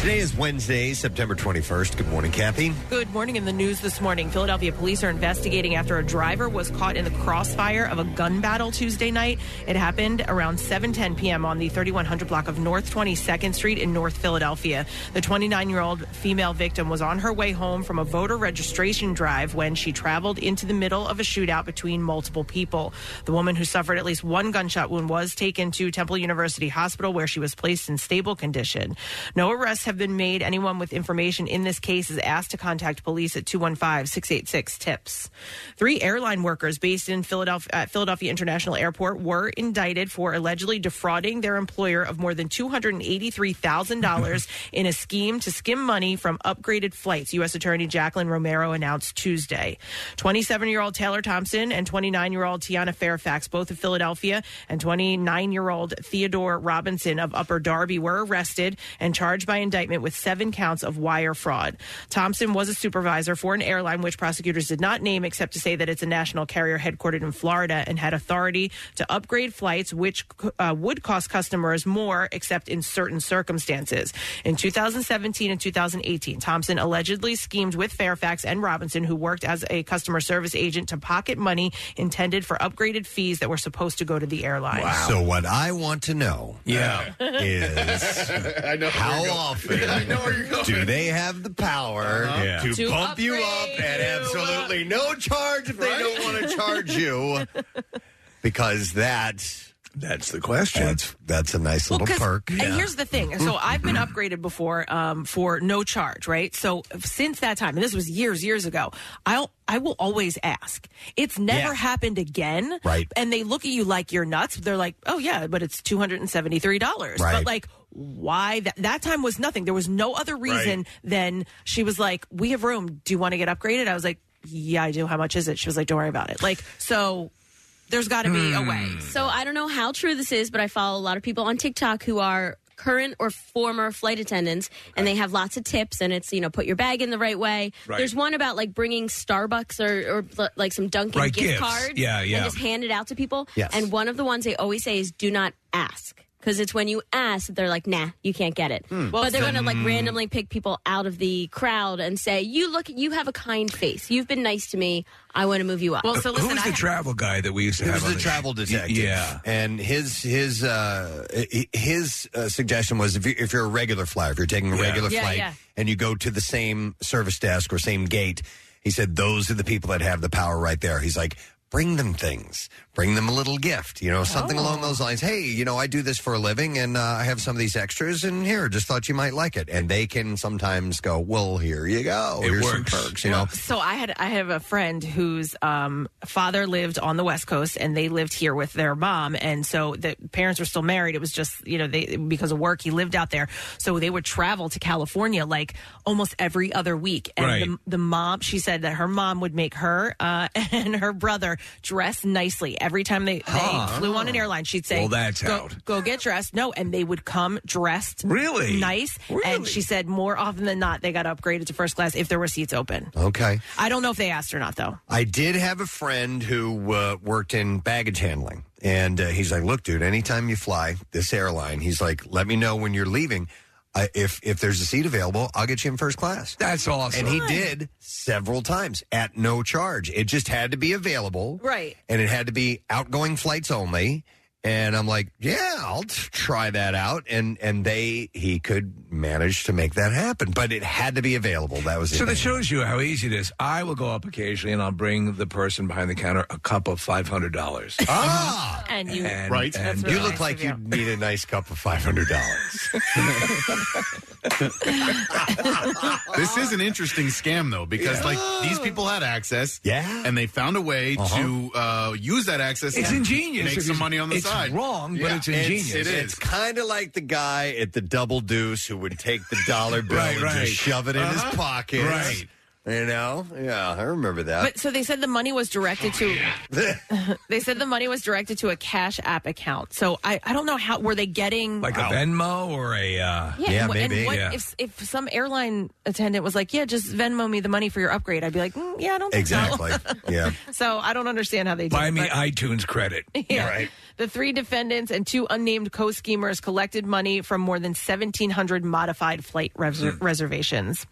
Today is Wednesday, September 21st. Good morning, Kathy. Good morning. In the news this morning, Philadelphia police are investigating after a driver was caught in the crossfire of a gun battle Tuesday night. It happened around 7:10 p.m. on the 3100 block of North 22nd Street in North Philadelphia. The 29-year-old female victim was on her way home from a voter registration drive when she traveled into the middle of a shootout between multiple people. The woman who suffered at least one gunshot wound was taken to Temple University Hospital where she was placed in stable condition. No arrests have been made. Anyone with information in this case is asked to contact police at 215-686-TIPS. Three airline workers based in Philadelphia at Philadelphia International Airport were indicted for allegedly defrauding their employer of more than $283,000 in a scheme to skim money from upgraded flights. U.S. Attorney Jacqueline Romero announced Tuesday. 27-year-old Taylor Thompson and 29-year-old Tiana Fairfax, both of Philadelphia, and 29-year-old Theodore Robinson of Upper Darby were arrested and charged by indictment with seven counts of wire fraud. Thompson was a supervisor for an airline which prosecutors did not name except to say that it's a national carrier headquartered in Florida and had authority to upgrade flights which uh, would cost customers more except in certain circumstances. In 2017 and 2018, Thompson allegedly schemed with Fairfax and Robinson who worked as a customer service agent to pocket money intended for upgraded fees that were supposed to go to the airline. So, what I want to know Yeah. is I know how often do they have the power Uh-huh. Yeah. to, To bump you up upgrade at you. absolutely no charge if they don't want to charge you? Because that that's the question. That's that's a nice little 'Cause- perk. And here's the thing. So I've been Mm-hmm. upgraded before um, for no charge, right? So since that time, and this was years, years ago, I'll I will always ask. It's never Yeah. happened again, Right. And they look at you like you're nuts. They're like, oh yeah, but it's two hundred and seventy three dollars. But Right. like. Why that that time was nothing. There was no other reason Right. than she was like, "We have room. Do you want to get upgraded?" I was like, "Yeah, I do. How much is it?" She was like, "Don't worry about it." Like, so there's got to be Hmm. a way. So I don't know how true this is, but I follow a lot of people on TikTok who are current or former flight attendants and they have lots of tips and it's you know put your bag in the right way Right. there's one about like bringing starbucks or, or like some dunkin Right, gift gifts. cards Yeah, yeah. and just hand it out to people Yes. and one of the ones they always say is do not ask because it's when you ask that they're like nah you can't get it Hmm. Well, but they're so- going to like Mm. randomly pick people out of the crowd and say you look you have a kind face you've been nice to me i want to move you up well so Who was the travel guy that we used to He have? was on the travel detective. Yeah. and his his uh, h- his uh, suggestion was if, you, if you're a regular flyer, if you're taking a Yeah. regular Yeah, flight yeah. and you go to the same service desk or same gate, he said those are the people that have the power right there. He's like. Bring them things. Bring them a little gift, you know, something along Oh. those lines. Hey, you know, I do this for a living, and uh, I have some of these extras in here. Just thought you might like it, and they can sometimes go, "Well, here you go. It Here's works. some perks," you know. So I had I have a friend whose um, father lived on the West Coast and they lived here with their mom, and so the parents were still married. It was just you know they because of work he lived out there, so they would travel to California like almost every other week. And Right. the, the mom she said that her mom would make her uh, and her brother dress nicely every time they, they Huh. flew on an airline. She'd say, Well, that's go, out. Go get dressed. No, and they would come dressed Really? nice. And she said more often than not they got upgraded to first class if there were seats open. Okay. I don't know if they asked or not, though. I did have a friend who uh, worked in baggage handling, and uh, he's like, "Look, dude, anytime you fly this airline, he's like, let me know when you're leaving. I, if if there's a seat available, I'll get you in first class." That's awesome. And he did several times at no charge. It just had to be available, Right. and it had to be outgoing flights only. And I'm like, yeah, I'll t- try that out. And and they he could manage to make that happen, but it had to be available. That was the So thing. that shows you how easy it is. I will go up occasionally and I'll bring the person behind the counter a cup of five hundred dollars. Ah, and you- And- Right. And That's you really look nice like of you you. need a nice cup of five hundred dollars. this is an interesting scam though because Yeah. Uh-huh. like these people had access yeah and they found a way to uh, use that access It's and ingenious make if some you- money on the it's side wrong, but it's ingenious. it is It's kind of like the guy at the Double Deuce who would take the dollar bill Right, and right. just shove it in Uh-huh. his pocket. Right. You know? Yeah, I remember that. But so they said the money was directed to. Oh, they said the money was directed to a Cash App account. So I, I don't know how were they getting like a Venmo or a uh, Yeah, and, wh- And what if if some airline attendant was like, "Yeah, just Venmo me the money for your upgrade," I'd be like, mm, "Yeah, I don't think so." Exactly. Yeah. so I don't understand how they did buy it, me but- iTunes credit. Yeah. The three defendants and two unnamed co schemers collected money from more than 1,700 modified flight res- reservations.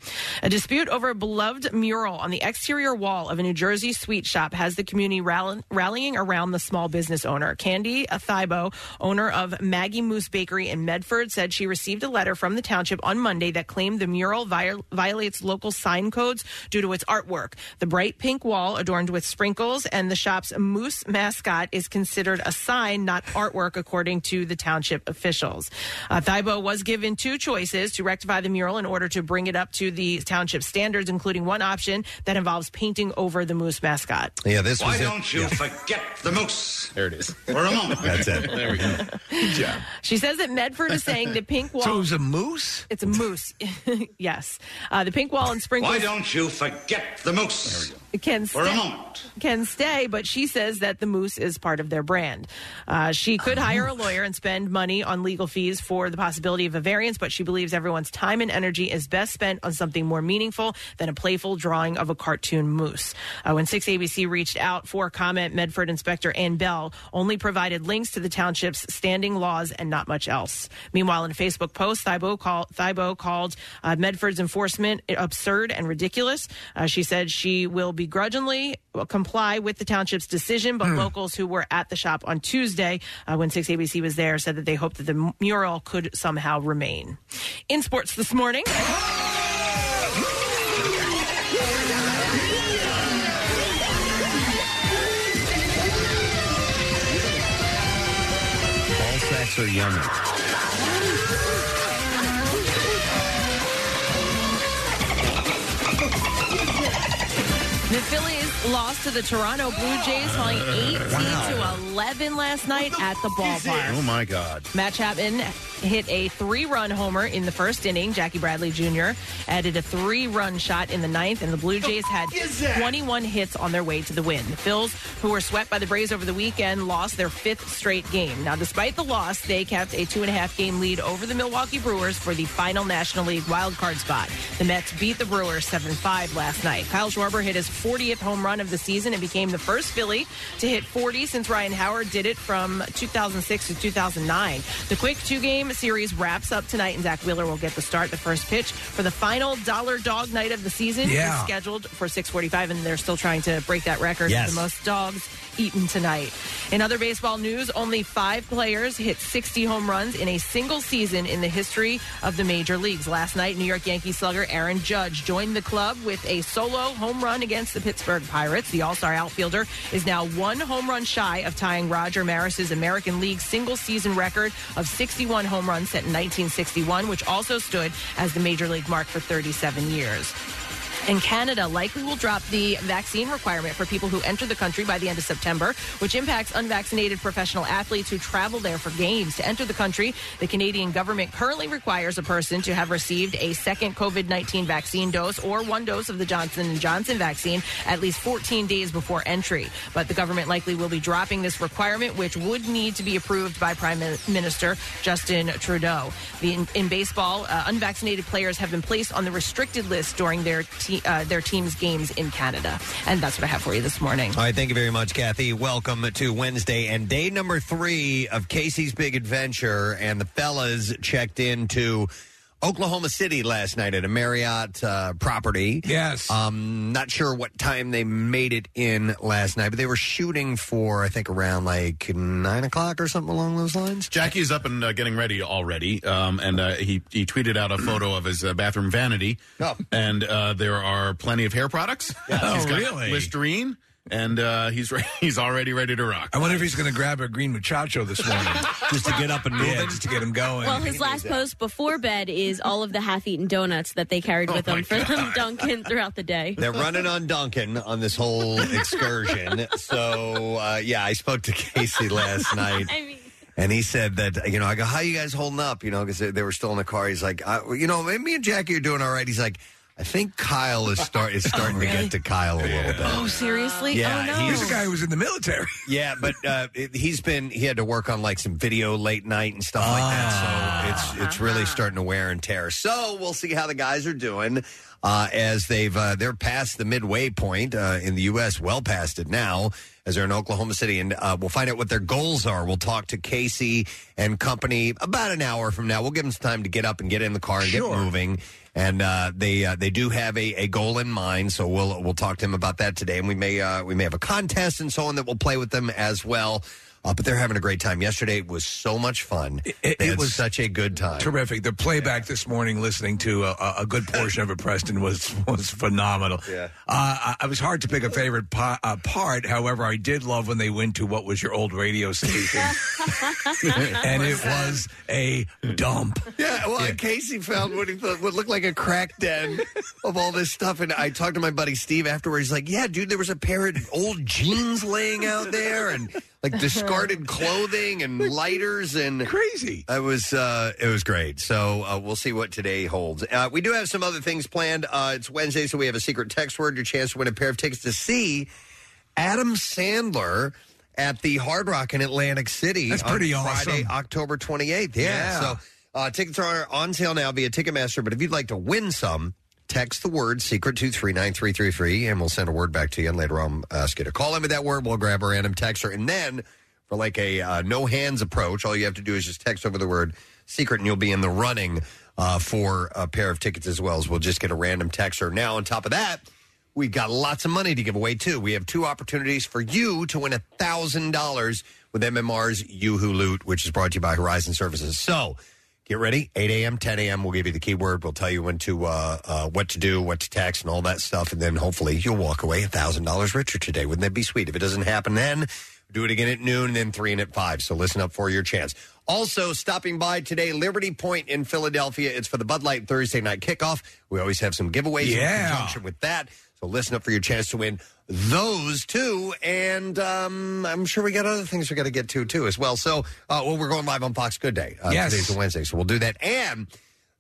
A dispute over a beloved mural on the exterior wall of a New Jersey sweet shop has the community rall- rallying around the small business owner. Candy Athibo, owner of Maggie Moose Bakery in Medford, said she received a letter from the township on Monday that claimed the mural viol- violates local sign codes due to its artwork. The bright pink wall, adorned with sprinkles, and the shop's moose mascot is considered a sign, not artwork, according to the township officials. Uh, Thibault was given two choices to rectify the mural in order to bring it up to the township standards, including one option that involves painting over the moose mascot. Yeah, this Why was it. don't you forget the moose? There it is. For a moment. That's it. There we go. Good job. She says that Medford is saying the pink wall. So it was a moose? It's a moose. yes. Uh, the pink wall and sprinkles. Why don't you forget the moose? There we go. can For a stay, moment. can stay, but she says that the moose is part of their brand. Uh, she could hire a lawyer and spend money on legal fees for the possibility of a variance, but she believes everyone's time and energy is best spent on something more meaningful than a playful drawing of a cartoon moose. Uh, when 6ABC reached out for comment, Medford Inspector Ann Bell only provided links to the township's standing laws and not much else. Meanwhile, in a Facebook post, Thibault, call, Thibault called uh, Medford's enforcement absurd and ridiculous. Uh, she said she will begrudgingly comply with the township's decision, Hmm. but locals who were at the shop on Tuesday uh, when 6ABC was there said that they hoped that the mural could somehow remain. In sports this morning. Ball sacks are yummy. The Phillies lost to the Toronto Blue Jays, falling 18 to 11 last night at the ballpark. Oh my God. Matt Chapman hit a three-run homer in the first inning. Jackie Bradley Jr. added a three-run shot in the ninth, and the Blue Jays had 21 hits on their way to the win. The Phils, who were swept by the Braves over the weekend, lost their fifth straight game. Now, despite the loss, they kept a two-and-a-half-game lead over the Milwaukee Brewers for the final National League wild card spot. The Mets beat the Brewers 7-5 last night. Kyle Schwarber hit his 40th home run of the season and became the first Philly to hit 40 since Ryan Howard did it from 2006 to 2009. The quick two-game series wraps up tonight, and Zach Wheeler will get the start. The first pitch for the final Dollar Dog night of the season is Yeah. scheduled for 6:45, and they're still trying to break that record Yes. for the most dogs eaten tonight. In other baseball news, only five players hit 60 home runs in a single season in the history of the major leagues. Last night, New York Yankee slugger Aaron Judge joined the club with a solo home run against the Pittsburgh Pirates. The All-Star outfielder is now one home run shy of tying Roger Maris's American League single season record of 61 home runs set in 1961, which also stood as the major league mark for 37 years. And Canada likely will drop the vaccine requirement for people who enter the country by the end of September, which impacts unvaccinated professional athletes who travel there for games. To enter the country, the Canadian government currently requires a person to have received a second COVID-19 vaccine dose or one dose of the Johnson & Johnson vaccine at least 14 days before entry. But the government likely will be dropping this requirement, which would need to be approved by Prime Minister Justin Trudeau. The, in, in baseball, uh, unvaccinated players have been placed on the restricted list during their te- uh, their team's games in Canada. And that's what I have for you this morning. All right, thank you very much, Kathy. Welcome to Wednesday and day number three of Casey's Big Adventure. And the fellas checked into Oklahoma City last night at a Marriott uh, property. Yes. Um, not sure what time they made it in last night, but they were shooting for, I think, around like nine o'clock or something along those lines. Jackie is up and uh, getting ready already, um, and uh, he he tweeted out a photo of his uh, bathroom vanity. And uh, there are plenty of hair products. Oh, He's got really? Listerine, and uh, he's re- he's already ready to rock. I wonder if he's going to grab a green muchacho this morning just to get up and moving, just to get him going. Well, his last post before bed is all of the half-eaten donuts that they carried with them for them Dunkin' throughout the day. They're running on Duncan on this whole excursion. so, uh, yeah, I spoke to Casey last night. I mean, And he said that, you know, I go, how you guys holding up? You know, because they, they were still in the car. He's like, I, you know, me and Jackie are doing all right. He's like, I think Kyle is start is starting to get to Kyle a little bit. Oh, seriously? Yeah, oh, no. he's a guy who was in the military. Yeah, but uh, it, he's been he had to work on like some video late night and stuff like that. So it's it's really starting to wear and tear. So we'll see how the guys are doing uh, as they've uh, they're past the midway point uh, in the U.S. Well past it now as they're in Oklahoma City, and uh, we'll find out what their goals are. We'll talk to Casey and company about an hour from now. We'll give them some time to get up and get in the car and get moving. And uh, they uh, they do have a, a goal in mind, so we'll we'll talk to him about that today, and we may uh, we may have a contest and so on that we'll play with them as well. Uh, but they're having a great time. Yesterday was so much fun. It, it was was such a good time. Terrific. The playback this morning, listening to a- a, a good portion of it, Preston was was phenomenal. Yeah, uh, I, I was hard to pick a favorite po- uh, part. However, I did love when they went to what was your old radio station, and it was a dump. Yeah, well, and Casey found what he thought would look like a crack den of all this stuff. And I talked to my buddy Steve afterwards. He's like, Yeah, dude, there was a pair of old jeans laying out there and like discarded clothing and lighters and crazy. It was uh, it was great. So uh, we'll see what today holds. Uh, we do have some other things planned. Uh, it's Wednesday, so we have a secret text word. Your chance to win a pair of tickets to see Adam Sandler at the Hard Rock in Atlantic City. That's on pretty Friday, awesome. October twenty eighth. Yeah. Yeah. So uh, tickets are on sale now via Ticketmaster. But if you'd like to win some. Text the word secret two three nine three three three, and we'll send a word back to you. And later on, ask you to call in with that word. We'll grab a random texter, and then for like a uh, no hands approach. All you have to do is just text over the word secret, and you'll be in the running uh, for a pair of tickets as well as we'll just get a random texter. Now, on top of that, we've got lots of money to give away too. We have two opportunities for you to win a thousand dollars with MMR's YooHoo Loot, which is brought to you by Horizon Services. So. Get ready. 8 a.m., 10 a.m. We'll give you the keyword. We'll tell you when to, uh, uh, what to do, what to text, and all that stuff. And then hopefully you'll walk away $1,000 richer today. Wouldn't that be sweet? If it doesn't happen then, do it again at noon, and then three and at five. So listen up for your chance. Also, stopping by today, Liberty Point in Philadelphia. It's for the Bud Light Thursday night kickoff. We always have some giveaways in Yeah. conjunction with that. So listen up for your chance to win those too. And um, I'm sure we got other things we got to get to too as well. So, uh, well, we're going live on Fox Good Day. Uh, Yes. Today's a Wednesday, so we'll do that. And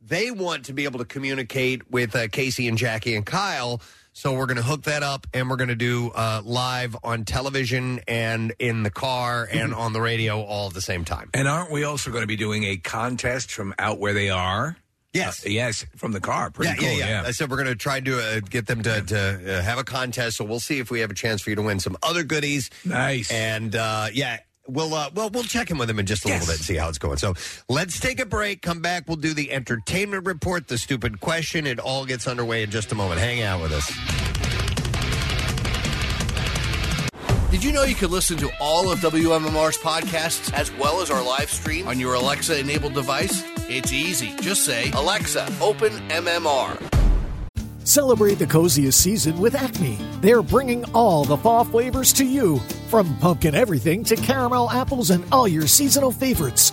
they want to be able to communicate with uh, Casey and Jackie and Kyle. So we're going to hook that up and we're going to do uh, live on television and in the car and on the radio all at the same time. And aren't we also going to be doing a contest from out where they are? Uh, Yes, yes, from the car. Pretty cool. I said we're going to try to uh, get them to, to uh, have a contest. So we'll see if we have a chance for you to win some other goodies. Nice. And uh, yeah, we'll uh, well we'll check in with them in just a little bit and see how it's going. So let's take a break. Come back. We'll do the entertainment report, the stupid question. It all gets underway in just a moment. Hang out with us. Did you know you could listen to all of WMMR's podcasts as well as our live stream on your Alexa enabled device? It's easy. Just say, Alexa, open MMR. Celebrate the coziest season with Acme. They're bringing all the fall flavors to you, from pumpkin everything to caramel apples and all your seasonal favorites.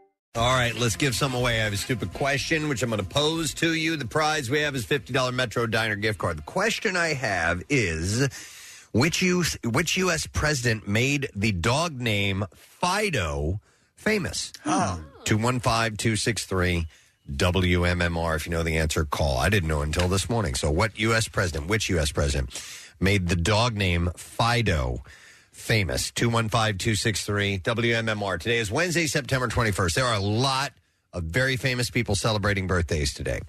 All right, let's give some away. I have a stupid question, which I'm going to pose to you. The prize we have is $50 Metro Diner gift card. The question I have is which US, which U.S. president made the dog name Fido famous? 215 263 WMMR. If you know the answer, call. I didn't know until this morning. So, what U.S. president, which U.S. president made the dog name Fido famous. 215 263 WMMR. Today is Wednesday, September 21st. There are a lot of very famous people celebrating birthdays today.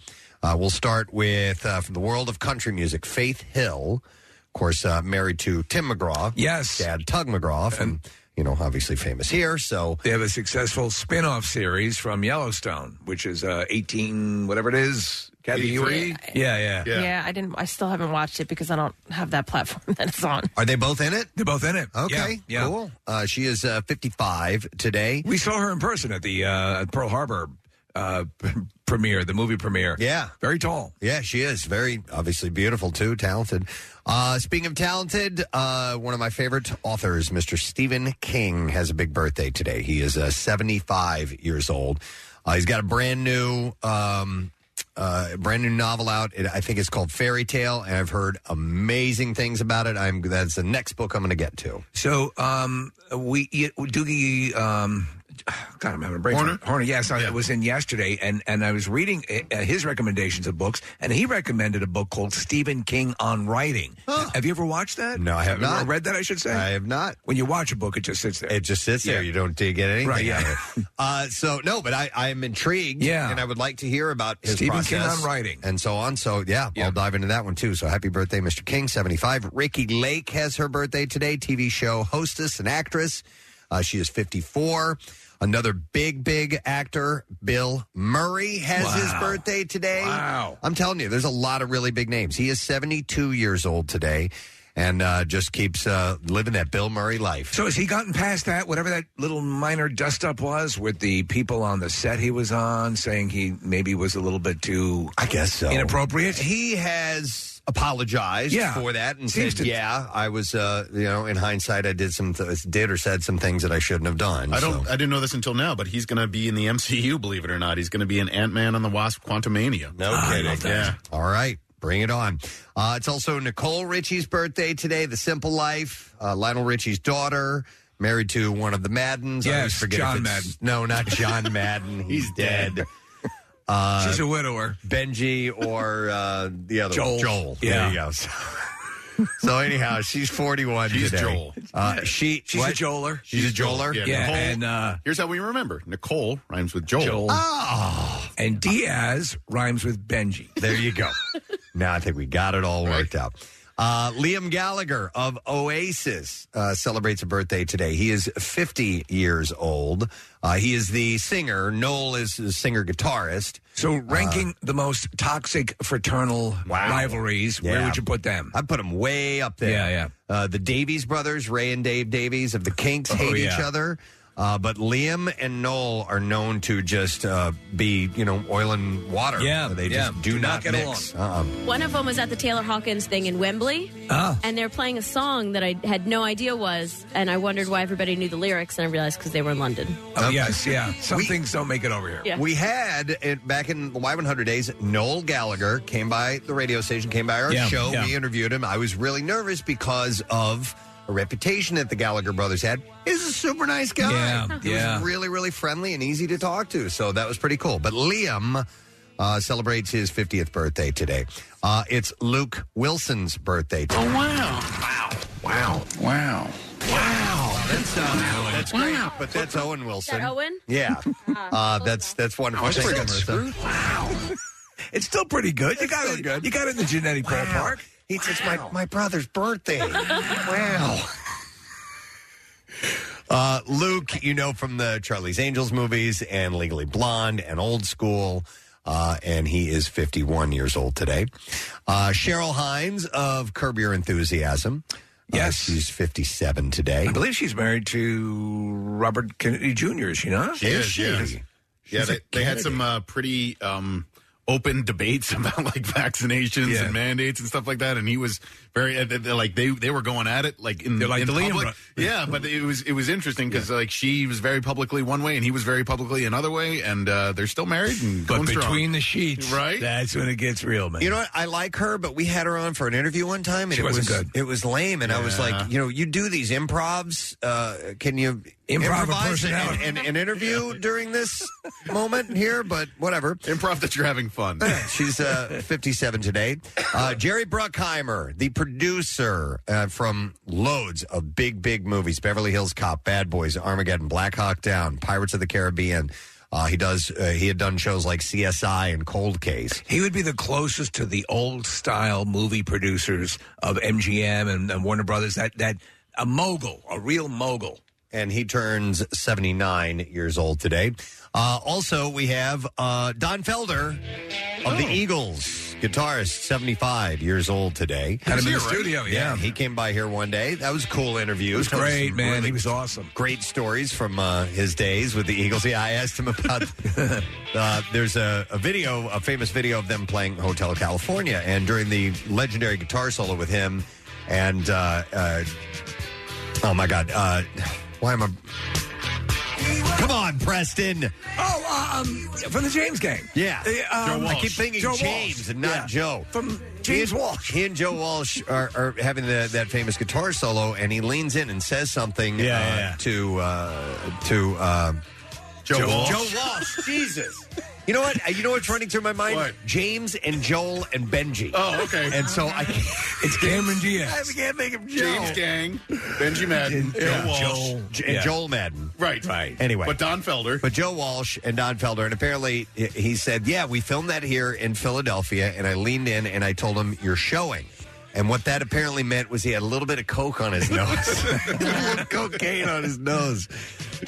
Uh, we'll start with uh, from the world of country music, Faith Hill, of course, uh, married to Tim McGraw. Yes. Dad Tug McGraw, and, you know, obviously famous here. So they have a successful spin-off series from Yellowstone, which is uh, 18 whatever it is. Kathy, you were- yeah, 83? yeah, yeah. I didn't. I still haven't watched it because I don't have that platform that it's on. Are they both in it? They're both in it. Okay, Yeah, yeah. cool. Uh, she is uh, 55 today. We saw her in person at the uh, at Pearl Harbor uh, premiere, the movie premiere. Yeah. Very tall. Oh. Yeah, she is. Very obviously beautiful, too. Talented. Uh, speaking of talented, uh, one of my favorite authors, Mr. Stephen King, has a big birthday today. He is uh, 75 years old. Uh, he's got a brand new. Um, uh, brand new novel out. It, I think it's called Fairy Tale, and I've heard amazing things about it. I'm that's the next book I'm going to get to. So um, we Doogie um, God, I'm having a brain Horner. Horner, yes, I was in yesterday, and and I was reading uh, his recommendations of books, and he recommended a book called Stephen King on Writing. Have you ever watched that? No, I have you ever not. read that. I should say I have not. When you watch a book, it just sits there. It just sits there. Yeah. You don't dig at anything. Right, yeah. out of it. Uh, so no, but I I'm intrigued. Yeah. and I would like to hear about his Stephen King process on writing. and so on. So yeah, I'll dive into that one too. So happy birthday, Mr. King, seventy five. Ricky Lake has her birthday today. TV show hostess and actress. Uh, she is fifty four. Another big, big actor, Bill Murray, has his Wow. birthday today. Wow. I'm telling you, there's a lot of really big names. He is 72 years old today and uh, just keeps uh, living that Bill Murray life. So has he gotten past that? Whatever that little minor dust up was with the people on the set he was on saying he maybe was a little bit too, I guess so, inappropriate. He has apologized Yeah. for that and Seems said, to- "Yeah, I was, uh, you know, in hindsight, I did some, th- did or said some things that I shouldn't have done." I So- don't. I didn't know this until now, but he's going to be in the MCU. Believe it or not, he's going to be in Ant Man and the Wasp: Quantumania. No Ah, kidding. Yeah. All right. Bring it on. Uh, it's also Nicole Richie's birthday today, The Simple Life, uh, Lionel Richie's daughter, married to one of the Maddens. I Yes, always forget if John it's- Madden. No, not John Madden. He's dead. Uh, She's a widower. Benji or uh, the other Joel. One. Joel. Yeah. There you go. So, so anyhow, she's 41 She's today. Joel. Uh, she, She's a what? Joeler. She's a Joeler? Yeah. Yeah, Nicole, and uh, here's how we remember: Nicole rhymes with Joel. Joel. Oh. And Diaz rhymes with Benji. There you go. now I think we got it all worked out. Uh, Liam Gallagher of Oasis uh, celebrates a birthday today. He is 50 years old. Uh, he is the singer. Noel is the singer guitarist. Uh, So ranking Uh. the most toxic fraternal rivalries, where Yeah. would you put them? I put him way up there. Yeah, yeah. Uh, the Davies brothers, Ray and Dave Davies of the Kinks, Oh, hate yeah. each other. Uh, but Liam and Noel are known to just uh, be, you know, oil and water. Yeah, they yeah. just do, Do not, not get mix. Uh-uh. One of them was at the Taylor Hawkins thing in Wembley, Ah. and they're playing a song that I had no idea was, and I wondered why everybody knew the lyrics, and I realized because they were in London. Oh, yes, yeah. Some things don't make it over here. Yeah. We had it back in the Y100 days. Noel Gallagher came by the radio station, came by our Yeah, show. yeah. We interviewed him. I was really nervous because of a reputation that the Gallagher brothers had. He's a super nice guy. Yeah, he yeah. was really, really friendly and easy to talk to. So that was pretty cool. But Liam. Uh, celebrates his 50th birthday today. Uh, it's Luke Wilson's birthday today. Wow. Wow. Wow, that's, uh, that's great. But that's Owen Wilson. that Owen? Yeah. Uh, that's that's wonderful. Thank you, Marissa. It's still pretty good. You got it. You got it in the genetic prayer park. He says, my, my brother's birthday. wow. Uh, Luke, you know from the Charlie's Angels movies and Legally Blonde and Old School. Uh, and he is 51 years old today. Uh, Cheryl Hines of Curb Your Enthusiasm. Yes. Uh, she's 57 today. I believe she's married to Robert Kennedy Jr., is she not? She is, yes. Yeah, She's they, a they had Kennedy. some uh, pretty um, open debates about like vaccinations Yeah. and mandates and stuff like that, and he was very uh, they- they're like they they were going at it like in, They're like in the Liam public. bro- yeah, but it was it was interesting because like she was very publicly one way and he was very publicly another way, and uh, they're still married and But going between strong. the sheets, Right? That's when it gets real, man. You know what? I like her, but we had her on for an interview one time, and She it was wasn't good. it was lame. And I was Yeah. like, you know, you do these improvs. Uh, can you Improv a improvise and, personality. and, and interview during this moment here? But whatever. improv that you're having fun. She's uh, 57 today. Uh, Jerry Bruckheimer, the producer uh, from loads of big, big movies Beverly Hills Cop, Bad Boys, Armageddon, Black Hawk Down, Pirates of the Caribbean. Uh, he does. Uh, he had done shows like CSI and Cold Case. He would be the closest to the old style movie producers of MGM and, and Warner Brothers. That that a mogul, a real mogul. and he turns 79 years old today. Uh, also, we have uh, Don Felder of the Eagles guitarist, 75 years old today. Had him in the studio, yeah. He came by here one day. That was a cool interview. It was Told us great, some man. really He was awesome. Great stories from uh, his days with the Eagles. Yeah, I asked him about. uh, there's a, a video, a famous video of them playing Hotel California, and during the legendary guitar solo with him and uh, uh, oh my god, uh, why am I? Come on, Preston. Oh, um, from the James Gang. Yeah, Uh, um, I keep thinking Joe James Walsh. and not Yeah. Joe. From James he, and- Walsh. He and Joe Walsh are, are having the, that famous guitar solo, and he leans in and says something uh, to uh, to uh, Joe Walsh. Joe Walsh. Jesus. You know what? Uh, You know what's running through my mind? What? James and Joel and Benji. Oh, okay. And so I can't, It's Cameron I Diaz. can't think of Joe. James Gang, Benji Madden, Joe Walsh. J- and Yeah. Joel Madden. Right. Right. Anyway. But Don Felder. But Joe Walsh and Don Felder, and apparently he- he said, "Yeah, we filmed that here in Philadelphia." And I leaned in and I told him, "You're showing." And what that apparently meant was he had a little bit of coke on his nose, a little cocaine on his nose.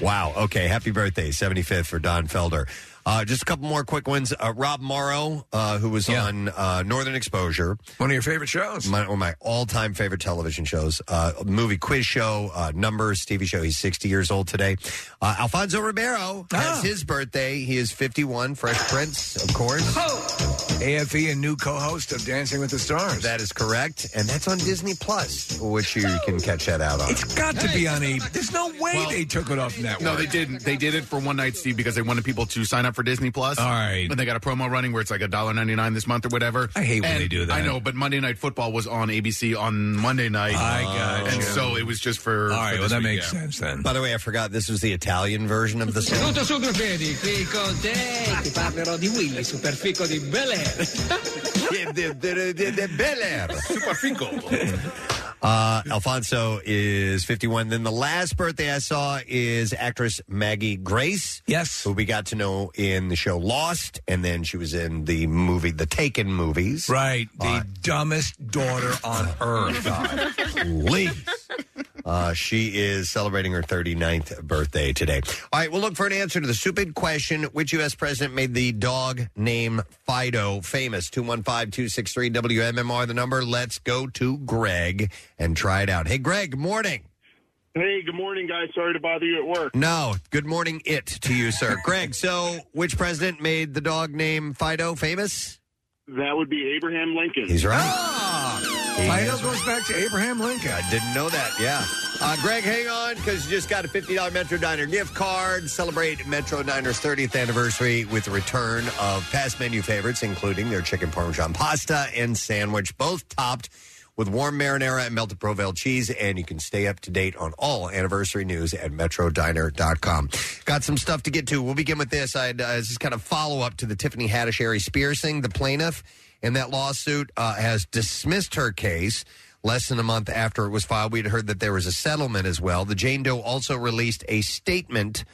Wow. Okay. Happy birthday, 75th for Don Felder. Uh, just a couple more quick ones. Uh, Rob Morrow, uh, who was on uh, Northern Exposure, One of your favorite shows. my, one of my all-time favorite television shows, uh, movie quiz show, uh, numbers, TV show. He's 60 years old today. Uh, Alfonso Ribeiro has Ah. his birthday. He is 51. Fresh Prince, of course. Oh. AFE and E, new co-host of Dancing with the Stars. That is correct, and that's on Disney Plus, which you can catch that out on. it's got to be on a. There's no way Well, they took it off network. No, they didn't. They did it for one night, Steve, because they wanted people to sign up for Disney Plus. All right. And they got a promo running where it's like $1.99 this month or whatever. I hate when And they do that. I know, but Monday Night Football was on ABC on Monday night. I got And you. so it was just for. All for right, well this that week, makes yeah. sense then. By the way, I forgot this was the Italian version of the song. ti parlerò di Willy, superfico di Bel Air. Uh, Alfonso is 51. Then the last birthday I saw is actress Maggie Grace. Yes. who we got to know in the show Lost, and then she was in the movie, the Taken movies. Uh, Right. The dumbest daughter on earth. Please. Uh, she is celebrating her 39th birthday today. All right, we'll look for an answer to the stupid question which U.S. president made the dog named Fido famous? 215 263 WMMR, the number. Let's go to Greg and try it out. Hey, Greg, morning. Hey, good morning, guys. Sorry to bother you at work. No, good morning, it to you, sir. Greg, so which president made the dog named Fido famous? That would be Abraham Lincoln. He's right. He Ah! Fido is goes back to Abraham Lincoln. I didn't know that. Yeah. Uh, Greg, hang on because you just got a $50 Metro Diner gift card. Celebrate Metro Diner's 30th anniversary with the return of past menu favorites, including their chicken parmesan pasta and sandwich, both topped with warm marinara and melted Provel cheese. And you can stay up to date on all anniversary news at metrodiner.com. Got some stuff to get to. We'll begin with this. I, uh, this is kind of follow up to the Tiffany Haddish Harry Spears thing. The plaintiff in that lawsuit uh, has dismissed her case less than a month after it was filed. We'd heard that there was a settlement as well. The Jane Doe also released a statement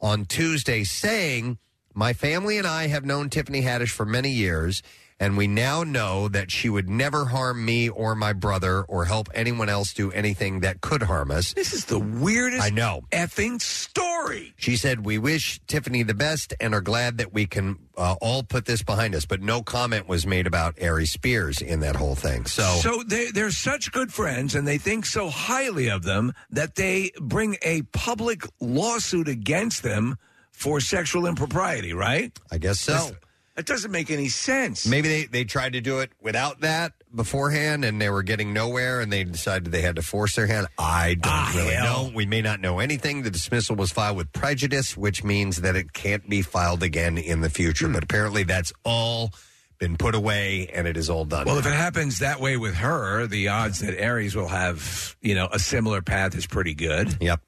on Tuesday saying, My family and I have known Tiffany Haddish for many years, and we now know that she would never harm me or my brother or help anyone else do anything that could harm us. This is the weirdest I know. effing story. She said, We wish Tiffany the best and are glad that we can uh, all put this behind us. But no comment was made about Ari Spears in that whole thing. So they, they're such good friends, and they think so highly of them that they bring a public lawsuit against them for sexual impropriety. Right? I guess so. That doesn't make any sense. Maybe they, they tried to do it without that beforehand and they were getting nowhere and they decided they had to force their hand. I don't Ah, really hell. know. We may not know anything. The dismissal was filed with prejudice, which means that it can't be filed again in the future. Hmm. But apparently that's all been put away and it is all done. Well, if it happens that way with her, the odds that Aries will have, you know, a similar path is pretty good. Yep.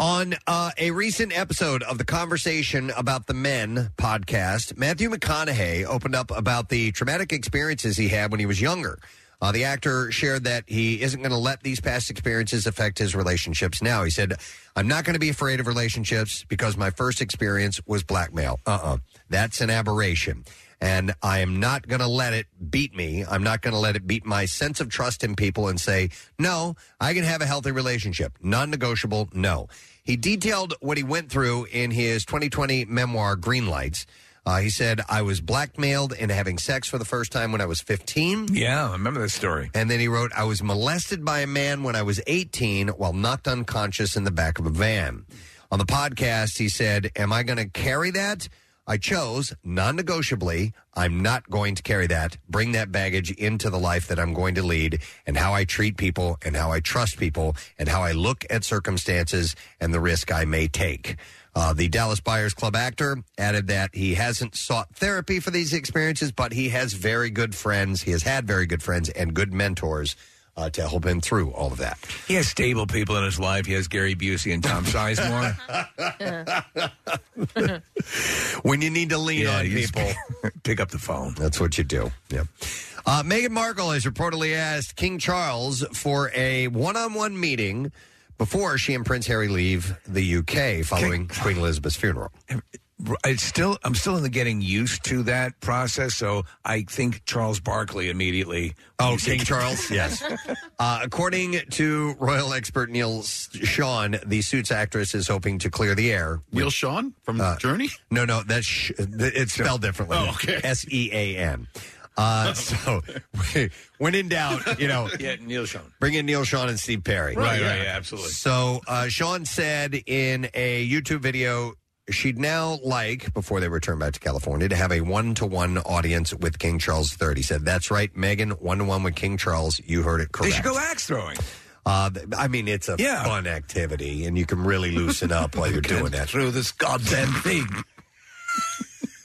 On uh, a recent episode of the Conversation About the Men podcast, Matthew McConaughey opened up about the traumatic experiences he had when he was younger. Uh, the actor shared that he isn't going to let these past experiences affect his relationships now. He said, I'm not going to be afraid of relationships because my first experience was blackmail. Uh uh-uh. uh. That's an aberration. And I am not going to let it beat me. I'm not going to let it beat my sense of trust in people and say, no, I can have a healthy relationship. Non negotiable, no. He detailed what he went through in his 2020 memoir, Green Lights. Uh, he said, I was blackmailed into having sex for the first time when I was 15. Yeah, I remember this story. And then he wrote, I was molested by a man when I was 18 while knocked unconscious in the back of a van. On the podcast, he said, Am I going to carry that? I chose non negotiably, I'm not going to carry that, bring that baggage into the life that I'm going to lead, and how I treat people, and how I trust people, and how I look at circumstances and the risk I may take. Uh, the Dallas Buyers Club actor added that he hasn't sought therapy for these experiences, but he has very good friends. He has had very good friends and good mentors uh, to help him through all of that. He has stable people in his life. He has Gary Busey and Tom Sizemore. when you need to lean on people, pick up the phone. That's what you do. Yep. Uh, Meghan Markle has reportedly asked King Charles for a one-on-one meeting before she and Prince Harry leave the UK following Queen Elizabeth's funeral. It's still I'm still in the getting used to that process, so I think Charles Barkley immediately. Oh, King Charles, yes. Uh, according to royal expert Neil S- Sean, the Suits actress is hoping to clear the air. Neil Sean from Journey? No, no, that's sh- th- it's spelled differently. Oh, okay. S E A N. Uh, so, when in doubt, you know, yeah, Neil Sean. Bring in Neil Sean and Steve Perry. Right, right, yeah, absolutely. So uh, Sean said in a YouTube video she'd now like, before they return back to California, to have a one to one audience with King Charles III. He said, That's right, Megan, one to one with King Charles. You heard it They correct. should go axe throwing. Uh, th- I mean, it's a Yeah. fun activity, and you can really loosen up while you're doing it. Through this goddamn thing.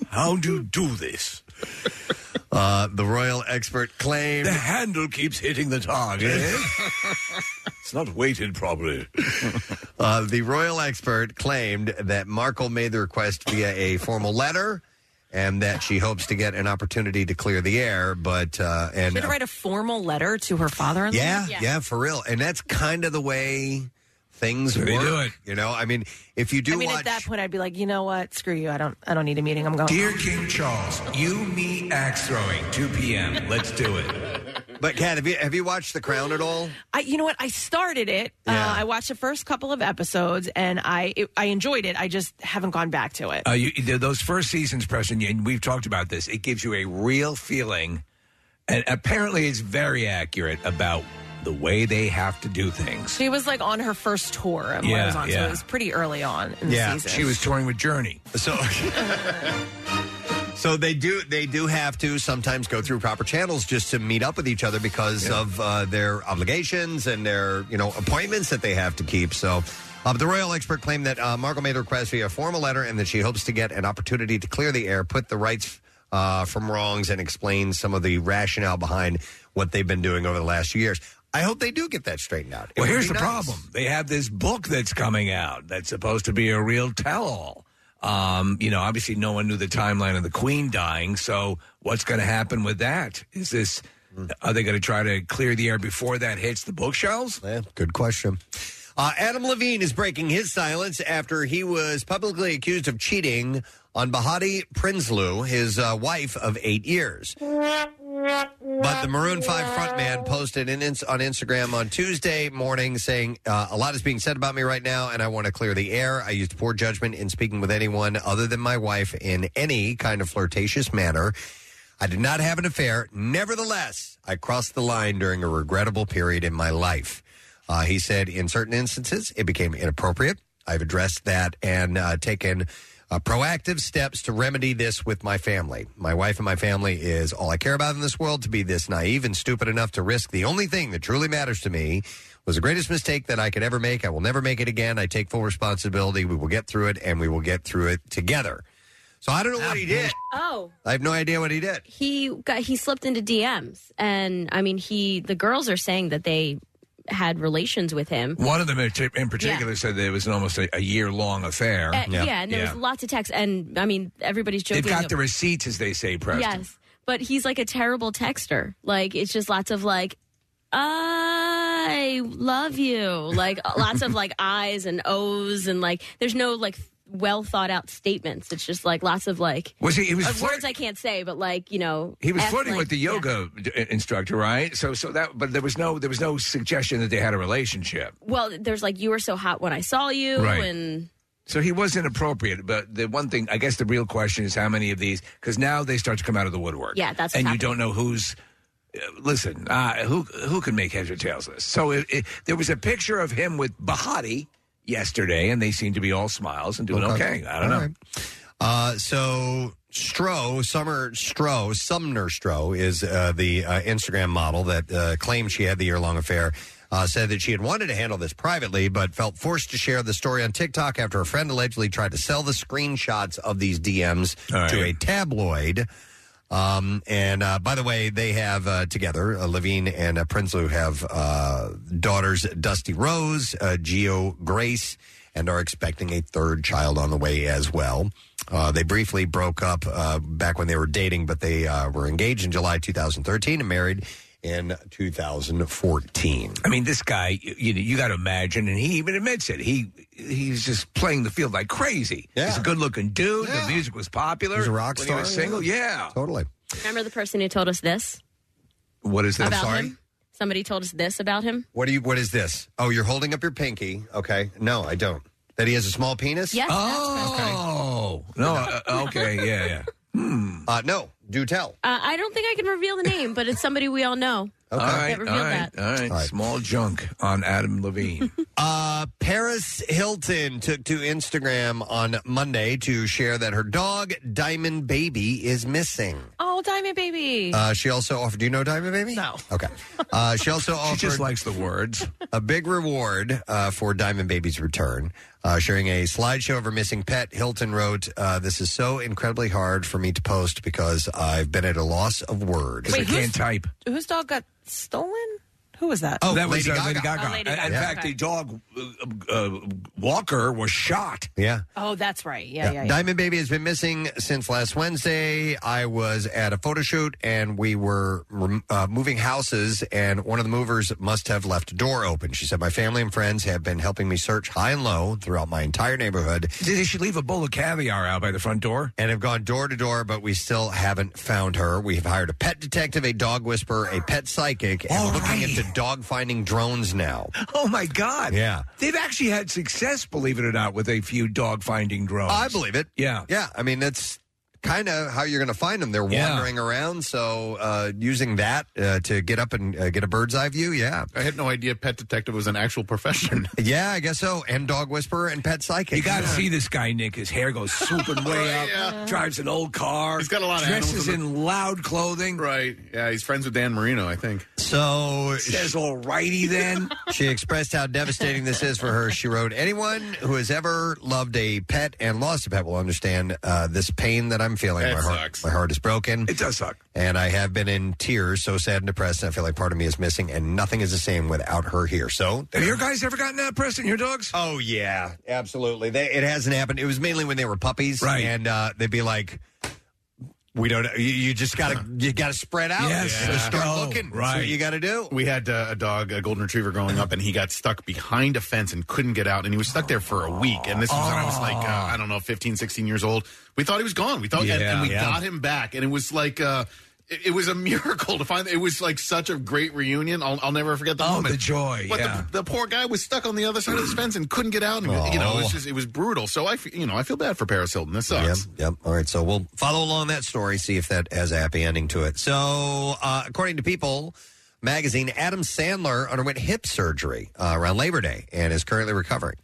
How do you do this? Uh, the royal expert claimed the handle keeps hitting the target. it's not weighted properly. Uh, the royal expert claimed that Markle made the request via a formal letter. And that she hopes to get an opportunity to clear the air, but uh, and She had to write a formal letter to her father-in-law. Yeah, yeah, for real. And that's kind of the way things They work. do You know, I mean, if you do I mean, at watch, that point, I'd be like, you know what? Screw you. I don't. I don't need a meeting. I'm going. Dear home." King Charles, you, me, axe throwing, 2 p.m. Let's do it. but Kat, have you have you watched The Crown at all? I, you know what? I started it. Uh, I watched the first couple of episodes, and I it, I enjoyed it. I just haven't gone back to it. Uh, you, th- those first seasons, Preston, and we've talked about this, it gives you a real feeling, and apparently it's very accurate about the way they have to do things. She was like on her first tour of what I was Yeah, on, so yeah. it was pretty early on in the season. she was touring with Journey. So, so they do they do have to sometimes go through proper channels just to meet up with each other because of uh, their obligations and their you know appointments that they have to keep. So. Uh, but the royal expert claimed that uh, Markle made the request via a formal letter and that she hopes to get an opportunity to clear the air, put the rights uh, from wrongs, and explain some of the rationale behind what they've been doing over the last few years. I hope they do get that straightened out. It Well, would here's be the nice. problem. They have this book that's coming out that's supposed to be a real tell-all. Um, you know, obviously, no one knew the timeline of the Queen dying. So, what's going to happen with that? Is this? Hmm. Are they going to try to clear the air before that hits the bookshelves? good question. Uh, Adam Levine is breaking his silence after he was publicly accused of cheating on Bahati Prinsloo, his uh, wife of eight years. But the Maroon 5 frontman posted an ins- on Instagram on Tuesday morning saying, uh, A lot is being said about me right now, and I want to clear the air. I used poor judgment in speaking with anyone other than my wife in any kind of flirtatious manner. I did not have an affair. Nevertheless, I crossed the line during a regrettable period in my life. Uh, he said, in certain instances, it became inappropriate. I've addressed that and uh, taken uh, proactive steps to remedy this with my family. My wife and my family is all I care about in this world. To be this naive and stupid enough to risk the only thing that truly matters to me was the greatest mistake that I could ever make. I will never make it again. I take full responsibility. We will get through it and we will get through it together. So I don't know what he did. Oh, I have no idea what he did. he got he slipped into DMs, and I mean, he the girls are saying that they had relations with him. One of them in partic- in particular said that it was an almost a, a year-long affair. Uh, yeah. and there was lots of texts, and I mean, everybody's joking. They've got the receipts, as they say, Preston. Yes, but he's like a terrible texter. Like it's just lots of like, I love you. Like lots of like I's and O's and like there's no like well thought out statements. It's just like lots of like Was he- he was of flirt- words I can't say, but like you know He was F, flirting like- with the yoga d- instructor, right? So, so that, but there was no, there was no suggestion that they had a relationship. Well, there's like you were so hot when I saw you Right. and So he was inappropriate, but the one thing, I guess, the real question is how many of these? Because now they start to come out of the woodwork. Yeah, that's what's and you happening. don't know who's. uh, Listen, uh, who who can make heads or tails of this? So it, it, there was a picture of him with Bahati yesterday, and they seemed to be all smiles and doing okay. I don't All know. right. Uh, so Stroh, Summer Stroh, Sumner Stroh is uh, the uh, Instagram model that uh, claimed she had the year-long affair. Uh, said that she had wanted to handle this privately, but felt forced to share the story on TikTok after a friend allegedly tried to sell the screenshots of these DMs to a tabloid. Um, and uh, by the way, they have uh, together, uh, Levine and uh, Prince Lou have uh, daughters Dusty Rose, uh, Geo Grace, and are expecting a third child on the way as well. Uh, they briefly broke up uh, back when they were dating, but they uh, were engaged in July 2013 and married in 2014. I mean, this guy, you, you, got to imagine, and he even admits it. He he's just playing the field like crazy. He's a good-looking dude. The music was popular. He's a rock when star, He was single, yeah. Totally. Remember the person who told us this What is this? about him? Somebody told us this about him. What do you? What is this? Oh, you're holding up your pinky. Okay. No, I don't. That he has a small penis. Yes, that's Oh no. uh, okay. Yeah. Yeah. Hmm. Uh, no. Do tell. Uh, I don't think I can reveal the name, but it's somebody we all know. All right, That all revealed right, all right, Small junk on Adam Levine. Uh, Paris Hilton took to Instagram on Monday to share that her dog Diamond Baby is missing. Oh, Diamond Baby. Uh, she also offered. Do you know Diamond Baby? No. Okay. Uh, she also offered. just likes the words. A big reward uh, for Diamond Baby's return. Uh, sharing a slideshow of her missing pet, Hilton wrote, uh, "This is so incredibly hard for me to post because I've been at a loss of words. Wait, I can't who's- type. Whose dog got stolen? Who was that? Oh, that was Lady uh, Lady Gaga. Gaga. Oh, Lady In- In Gaga. fact, the dog uh, uh, Walker was shot. Yeah. Oh, that's right. Yeah, yeah. yeah. Diamond Baby has been missing since last Wednesday. I was at a photo shoot and we were rem- uh, moving houses, and one of the movers must have left a door open. She said, My family and friends have been helping me search high and low throughout my entire neighborhood. Did she leave a bowl of caviar out by the front door? And have gone door to door, but we still haven't found her. We have hired a pet detective, a dog whisperer, a pet psychic, and looking into dog finding drones now. Oh my God! Yeah. they've actually had success, believe it or not, with a few dog finding drones. I believe it. Yeah. Yeah. I mean, that's kind of how you're going to find them. They're Yeah. wandering around. So uh, using that uh, to get up and uh, get a bird's eye view. Yeah. I had no idea pet detective was an actual profession. Yeah, I guess so. And dog whisperer and pet psychic. You got to see this guy, Nick. His hair goes Oh, swooping way up. Drives an old car. He's got a lot of dresses animals in in loud clothing. Right. Yeah, he's friends with Dan Marino, I think. So says all righty then. She expressed how devastating this is for her. She wrote, "Anyone who has ever loved a pet and lost a pet will understand uh, this pain that I'm feeling. That my heart, my heart is broken. It does suck, and I have been in tears, so sad and depressed. And I feel like part of me is missing, and nothing is the same without her here. So Have your guys ever gotten that, Preston? Your dogs? Oh yeah, absolutely. They, it hasn't happened. It was mainly when they were puppies, right? And uh, they'd be like, "We don't. You, you just gotta. You gotta spread out. Yes. Just start Oh, looking. That's right. what you gotta do." We had uh, a dog, a golden retriever, growing up, and he got stuck behind a fence and couldn't get out. And he was stuck there for a week. And this was when I was Oh. like, uh, I don't know, 15, 16 years old. We thought he was gone. We thought, and, Yeah, and we yeah. got him back. And it was like, uh, it, it was a miracle to find. It was like such a great reunion. I'll, I'll never forget the Oh, moment. the joy, But yeah. the, the poor guy was stuck on the other side of this fence and couldn't get out. And, you know, it Oh. was just it was brutal. So I, f- you know, I feel bad for Paris Hilton. That sucks. Yep, yep. All right, so we'll follow along that story, see if that has a happy ending to it. So, uh, according to People magazine, Adam Sandler underwent hip surgery uh, around Labor Day and is currently recovering.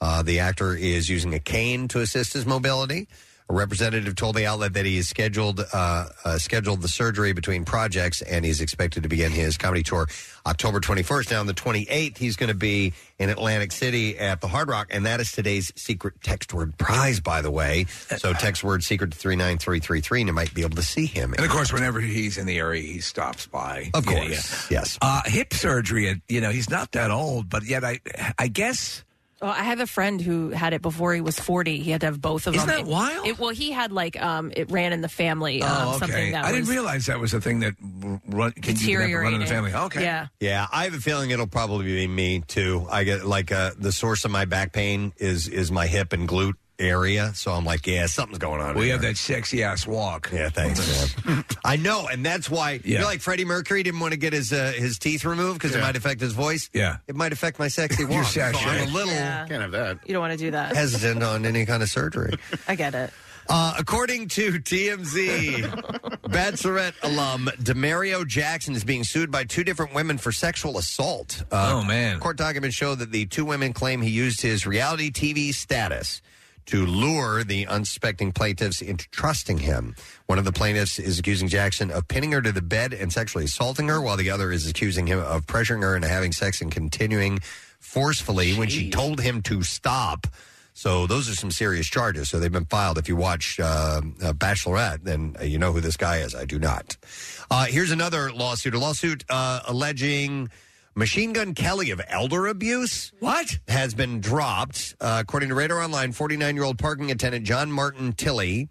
Uh, the actor is using a cane to assist his mobility. A representative told the outlet that he is scheduled uh, uh, scheduled the surgery between projects, and he's expected to begin his comedy tour October 21st. Now, on the 28th, he's going to be in Atlantic City at the Hard Rock, and that is today's secret text word prize, by the way. So, text word secret to 39333, and you might be able to see him. And of course, whenever he's in the area, he stops by. Of Yeah, course, yeah. yes. Uh, hip surgery. uh, You know, he's not that old, but yet I, I guess. Well, I have a friend who had it before he was 40. He had to have both of Isn't them. that wild? Oh, It, well, he had like um, it ran in the family. um, Something that I was, didn't realize that was a thing that r- run, can you can have run in the Deteriorated. family. Okay. Yeah. Yeah, I have a feeling it'll probably be me too. I get like uh, the source of my back pain is is my hip and glute area. So I'm like, yeah, something's going on. We here. have that sexy ass walk. Yeah, thanks. man. I know, and that's why Yeah. you're like Freddie Mercury didn't want to get his uh, his teeth removed because it Yeah. might affect his voice. Yeah. it might affect my sexy walk. So I'm a little Can't have that. You don't want to do that. hesitant on any kind of surgery. I get it. Uh, according to TMZ, Bachelorette alum Demario Jackson is being sued by two different women for sexual assault. Uh, oh man! Court documents show that the two women claim he used his reality TV status to lure the unsuspecting plaintiffs into trusting him. One of the plaintiffs is accusing Jackson of pinning her to the bed and sexually assaulting her, while the other is accusing him of pressuring her into having sex and continuing forcefully when she told him to stop. So those are some serious charges. So they've been filed. If you watch uh, uh, Bachelorette, then uh, you know who this guy is. I do not. Uh, here's another lawsuit. A lawsuit uh, alleging Machine Gun Kelly of elder abuse. What has been dropped? Uh, according to Radar Online, 49 year old parking attendant John Martin Tilley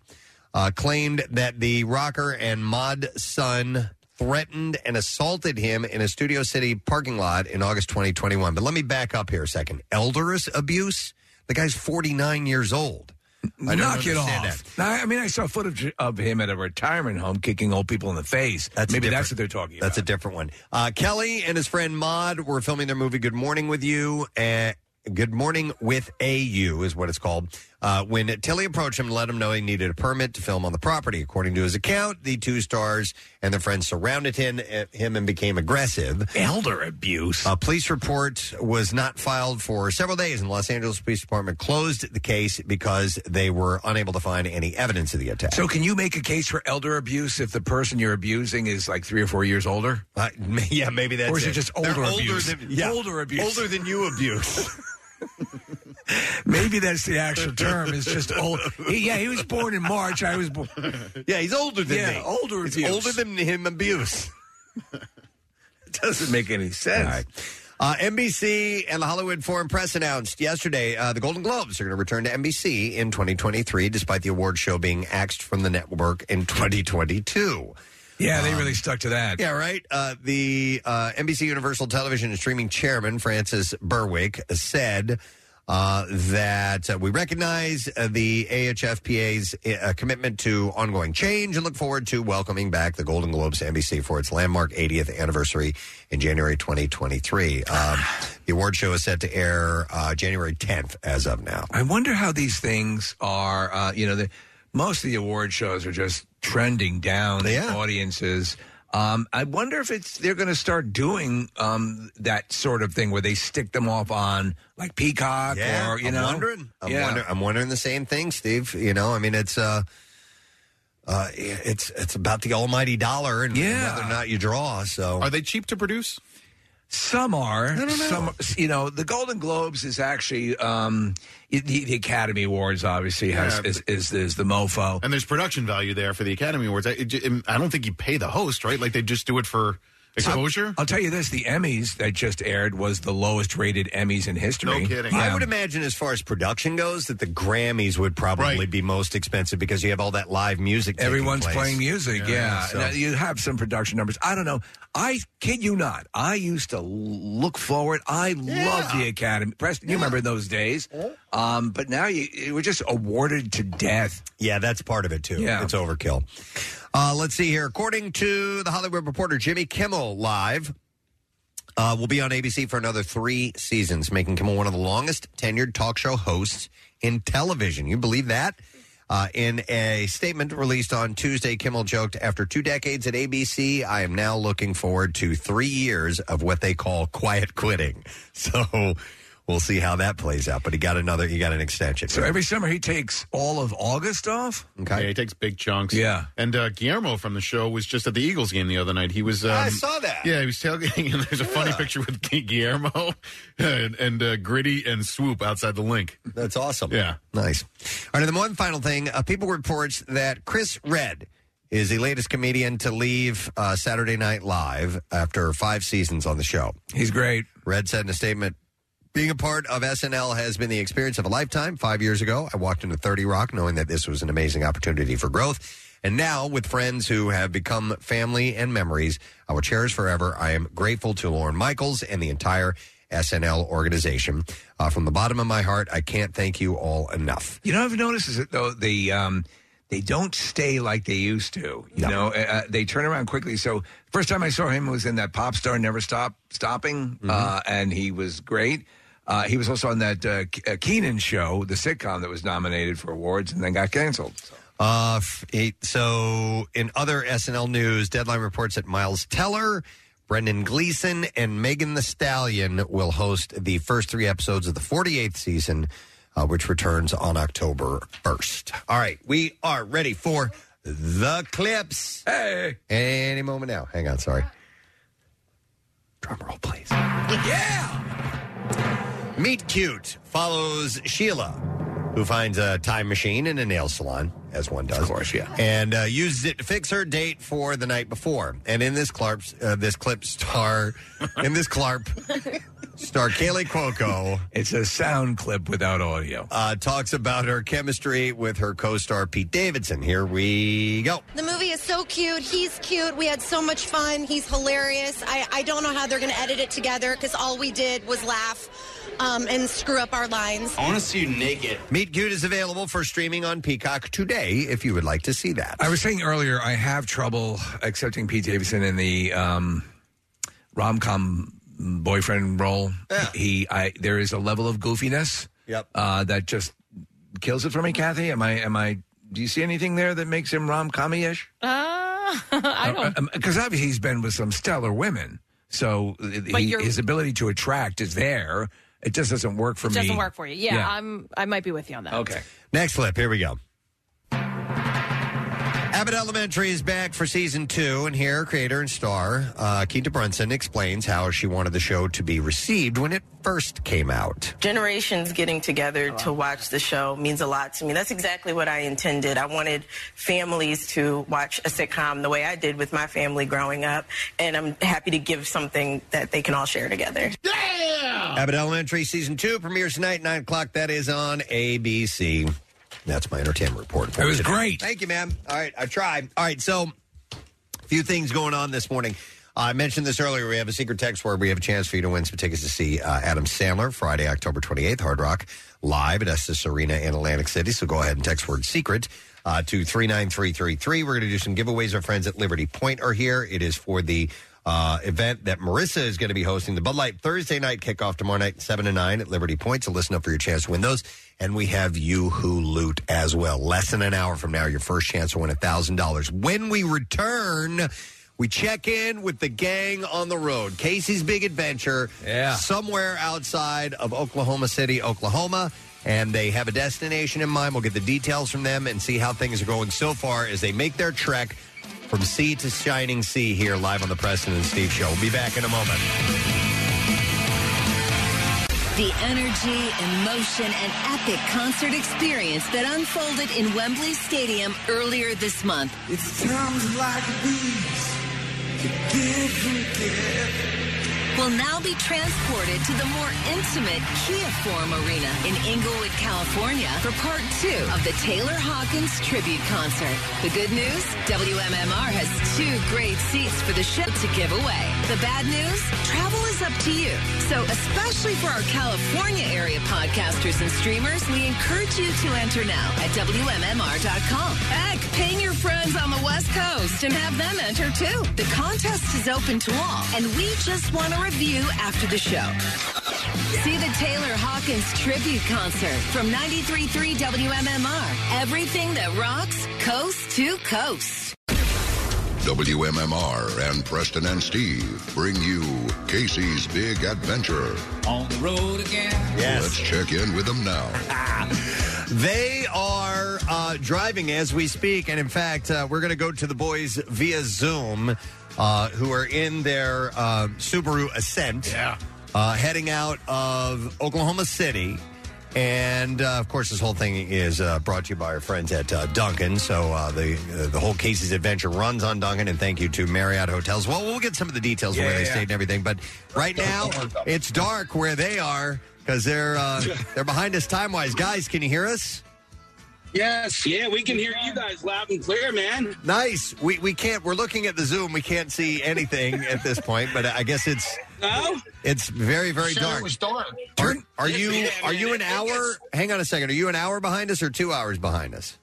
uh, claimed that the rocker and mod son threatened and assaulted him in a Studio City parking lot in August 2021. But let me back up here a second. Elderus abuse? The guy's 49 years old. I don't Knock it understand off. Now, I mean, I saw footage of him at a retirement home kicking old people in the face. That's Maybe different. that's what they're talking That's a different one. Uh, Kelly and his friend Maud were filming their movie Good Morning with You. Uh, Good Morning with AU is what it's called. Uh, when Tilly approached him to let him know he needed a permit to film on the property. According to his account, the two stars and their friends surrounded him, eh, him and became aggressive. Elder abuse. A police report was not filed for several days, and the Los Angeles Police Department closed the case because they were unable to find any evidence of the attack. So, can you make a case for elder abuse if the person you're abusing is like three or four years older? Uh, yeah, maybe that's Or is it, it. just They're older older abuse? than- yeah. Older abuse. Older than you abuse. Maybe that's the actual term. It's just old. He, yeah, he was born in March. I was born. Yeah, he's older than yeah, me. Older He's abuse. older than him abuse. It doesn't make any sense. Uh, NBC and the Hollywood Foreign Press announced yesterday uh, the Golden Globes are going to return to NBC in 2023, despite the award show being axed from the network in 2022. Yeah, they really stuck to that. Yeah, right. Uh, the uh, NBC Universal Television and Streaming Chairman Francis Berwick said uh, that uh, we recognize uh, the AHFPA's uh, commitment to ongoing change and look forward to welcoming back the Golden Globes to NBC for its landmark 80th anniversary in January 2023. Um, the award show is set to air uh, January 10th as of now. I wonder how these things are. Uh, you know, the, most of the award shows are just trending down Yeah. audiences. Um, I wonder if it's they're going to start doing um, that sort of thing where they stick them off on like Peacock Yeah, or you I'm know. wondering. I'm, yeah. wonder, I'm wondering the same thing, Steve. You know, I mean, it's uh, uh, it's it's about the almighty dollar and Yeah. whether or not you draw. So Are they cheap to produce? Some are. Some, you know, the Golden Globes is actually um, the, the Academy Awards. Obviously, has Yeah. is, is is the mofo. And there's production value there for the Academy Awards. I, it, ju- I don't think you pay the host, right? Like they just do it for exposure. I'll tell you this: the Emmys that just aired was the lowest rated Emmys in history. No kidding. Yeah. I would imagine, as far as production goes, that the Grammys would probably be most expensive because you have all that live music. taking Everyone's place. playing music. Yeah, so- Now, you have some production numbers. I don't know. I kid you not. I used to l- look forward. I love the Academy. Preston, you remember those days? Um, but now you, you were just awarded to death. Yeah, that's part of it too. Yeah. It's overkill. Uh, let's see here. According to the Hollywood Reporter, Jimmy Kimmel Live uh, will be on ABC for another three seasons, making Kimmel one of the longest tenured talk show hosts in television. You believe that? Uh, in a statement released on Tuesday, Kimmel joked, After two decades at ABC, I am now looking forward to three years of what they call quiet quitting. So we'll see how that plays out. But he got another, he got an extension. So every summer he takes all of August off. Okay. Yeah, he takes big chunks. Yeah. And uh, Guillermo from the show was just at the Eagles game the other night. He was. Um, I saw that. Yeah, he was tailgating, and there's a funny picture with Gu- Guillermo and, and uh, Gritty and Swoop outside the link. That's awesome. Yeah. Nice. All right, and the one final thing. Uh, people reports that Chris Red is the latest comedian to leave uh, Saturday Night Live after five seasons on the show. He's great. Red said in a statement, being a part of SNL has been the experience of a lifetime. Five years ago, I walked into 30 Rock knowing that this was an amazing opportunity for growth. And now, with friends who have become family and memories I will cherish forever, I am grateful to Lauren Michaels and the entire SNL organization. Uh, from the bottom of my heart, I can't thank you all enough. You know, I've noticed is that though the um, they don't stay like they used to. You know, uh, they turn around quickly. So first time I saw him was in that pop star Never Stop Stopping, Mm-hmm. uh, and he was great. Uh, he was also on that uh, Ke- uh, Keenan show, the sitcom that was nominated for awards and then got canceled. Uh, f- it, so, in other SNL news, Deadline reports that Miles Teller, Brendan Gleeson, and Megan the Stallion will host the first three episodes of the 48th season, uh, which returns on October 1st. All right, we are ready for the clips. Hey! Any moment now. Hang on, sorry. Yeah. Meet Cute follows Sheila, who finds a time machine in a nail salon, as one does. Of course, yeah. And uh, uses it to fix her date for the night before. And in this clarp, uh, this clip star, in this clarp, star Kaylee Cuoco. It's a sound clip without audio. Uh, talks about her chemistry with her co-star Pete Davidson. Here we go. The movie is so cute. He's cute. We had so much fun. He's hilarious. I, I don't know how they're going to edit it together because all we did was laugh um, and screw up our lines. want to see you naked. Meet Cute is available for streaming on Peacock today if you would like to see that. I was saying earlier, I have trouble accepting Pete Davidson in the um, rom com boyfriend role. He, I, there is a level of goofiness. Yep. Uh, that just kills it for me, Kathy. Am I? Am I? Do you see anything there that makes him rom com ish? Uh, I don't. Because obviously he's been with some stellar women, so uh, But he, you're- his ability to attract is there. It just doesn't work for it me. doesn't work for you. Yeah, Yeah. I'm. I might be with you on that. Okay. Next clip. Here we go. Abbott Elementary is back for season two, and here creator and star uh, Keita Brunson explains how she wanted the show to be received when it first came out. Generations getting together to watch the show means a lot to me. That's exactly what I intended. I wanted families to watch a sitcom the way I did with my family growing up, and I'm happy to give something that they can all share together. Ah. Abbott Elementary season two premieres tonight, nine o'clock. That is on ABC. That's my entertainment report. for It was today. great. Thank you, ma'am. All right, I tried. All right, so a few things going on this morning. I mentioned this earlier. We have a secret text where we have a chance for you to win some tickets to see uh, Adam Sandler Friday, October 28th, Hard Rock live at Estes Arena in Atlantic City. So go ahead and text word secret uh, to 39333. We're going to do some giveaways. Our friends at Liberty Point are here. It is for the uh, event that Marissa is going to be hosting the Bud Light Thursday night kickoff tomorrow night, 7 to 9 at Liberty Point. So listen up for your chance to win those. And we have You Who Loot as well. Less than an hour from now, your first chance to win $1,000. When we return, we check in with the gang on the road. Casey's Big Adventure, yeah. somewhere outside of Oklahoma City, Oklahoma. And they have a destination in mind. We'll get the details from them and see how things are going so far as they make their trek from sea to shining sea here live on the Preston and Steve Show. We'll be back in a moment. The energy, emotion, and epic concert experience that unfolded in Wembley Stadium earlier this month. It's times like these Will now be transported to the more intimate Kia Forum Arena in Inglewood, California for part two of the Taylor Hawkins tribute concert. The good news? WMMR has two great seats for the show to give away. The bad news? Travel is up to you. So, especially for our California area podcasters and streamers, we encourage you to enter now at WMMR.com. Heck, ping your friends on the West Coast and have them enter too. The contest is open to all, and we just want a review after the show. See the Taylor Hawkins tribute concert from 93.3 WMMR. Everything that rocks, coast to coast. WMMR and Preston and Steve bring you Casey's Big Adventure. On the road again. Yes. Let's check in with them now. They are uh, driving as we speak, and in fact, uh, we're going to go to the boys via Zoom, uh, who are in their uh, Subaru Ascent, yeah. uh, heading out of Oklahoma City. And uh, of course, this whole thing is uh, brought to you by our friends at uh, Duncan. So uh, the uh, the whole Casey's adventure runs on Duncan, and thank you to Marriott Hotels. Well, we'll get some of the details of Yeah, where they yeah. stayed and everything. But right now, it's dark where they are because they're uh, they're behind us time wise. Guys, can you hear us? Yes, yeah, we can hear you guys loud and clear, man. Nice. We we can't. We're looking at the Zoom. We can't see anything at this point. But I guess it's No? it's very very Said it dark. was dark. Are, are you Yeah, are you man, an I think hour? it's- Hang on a second. Are you an hour behind us or two hours behind us?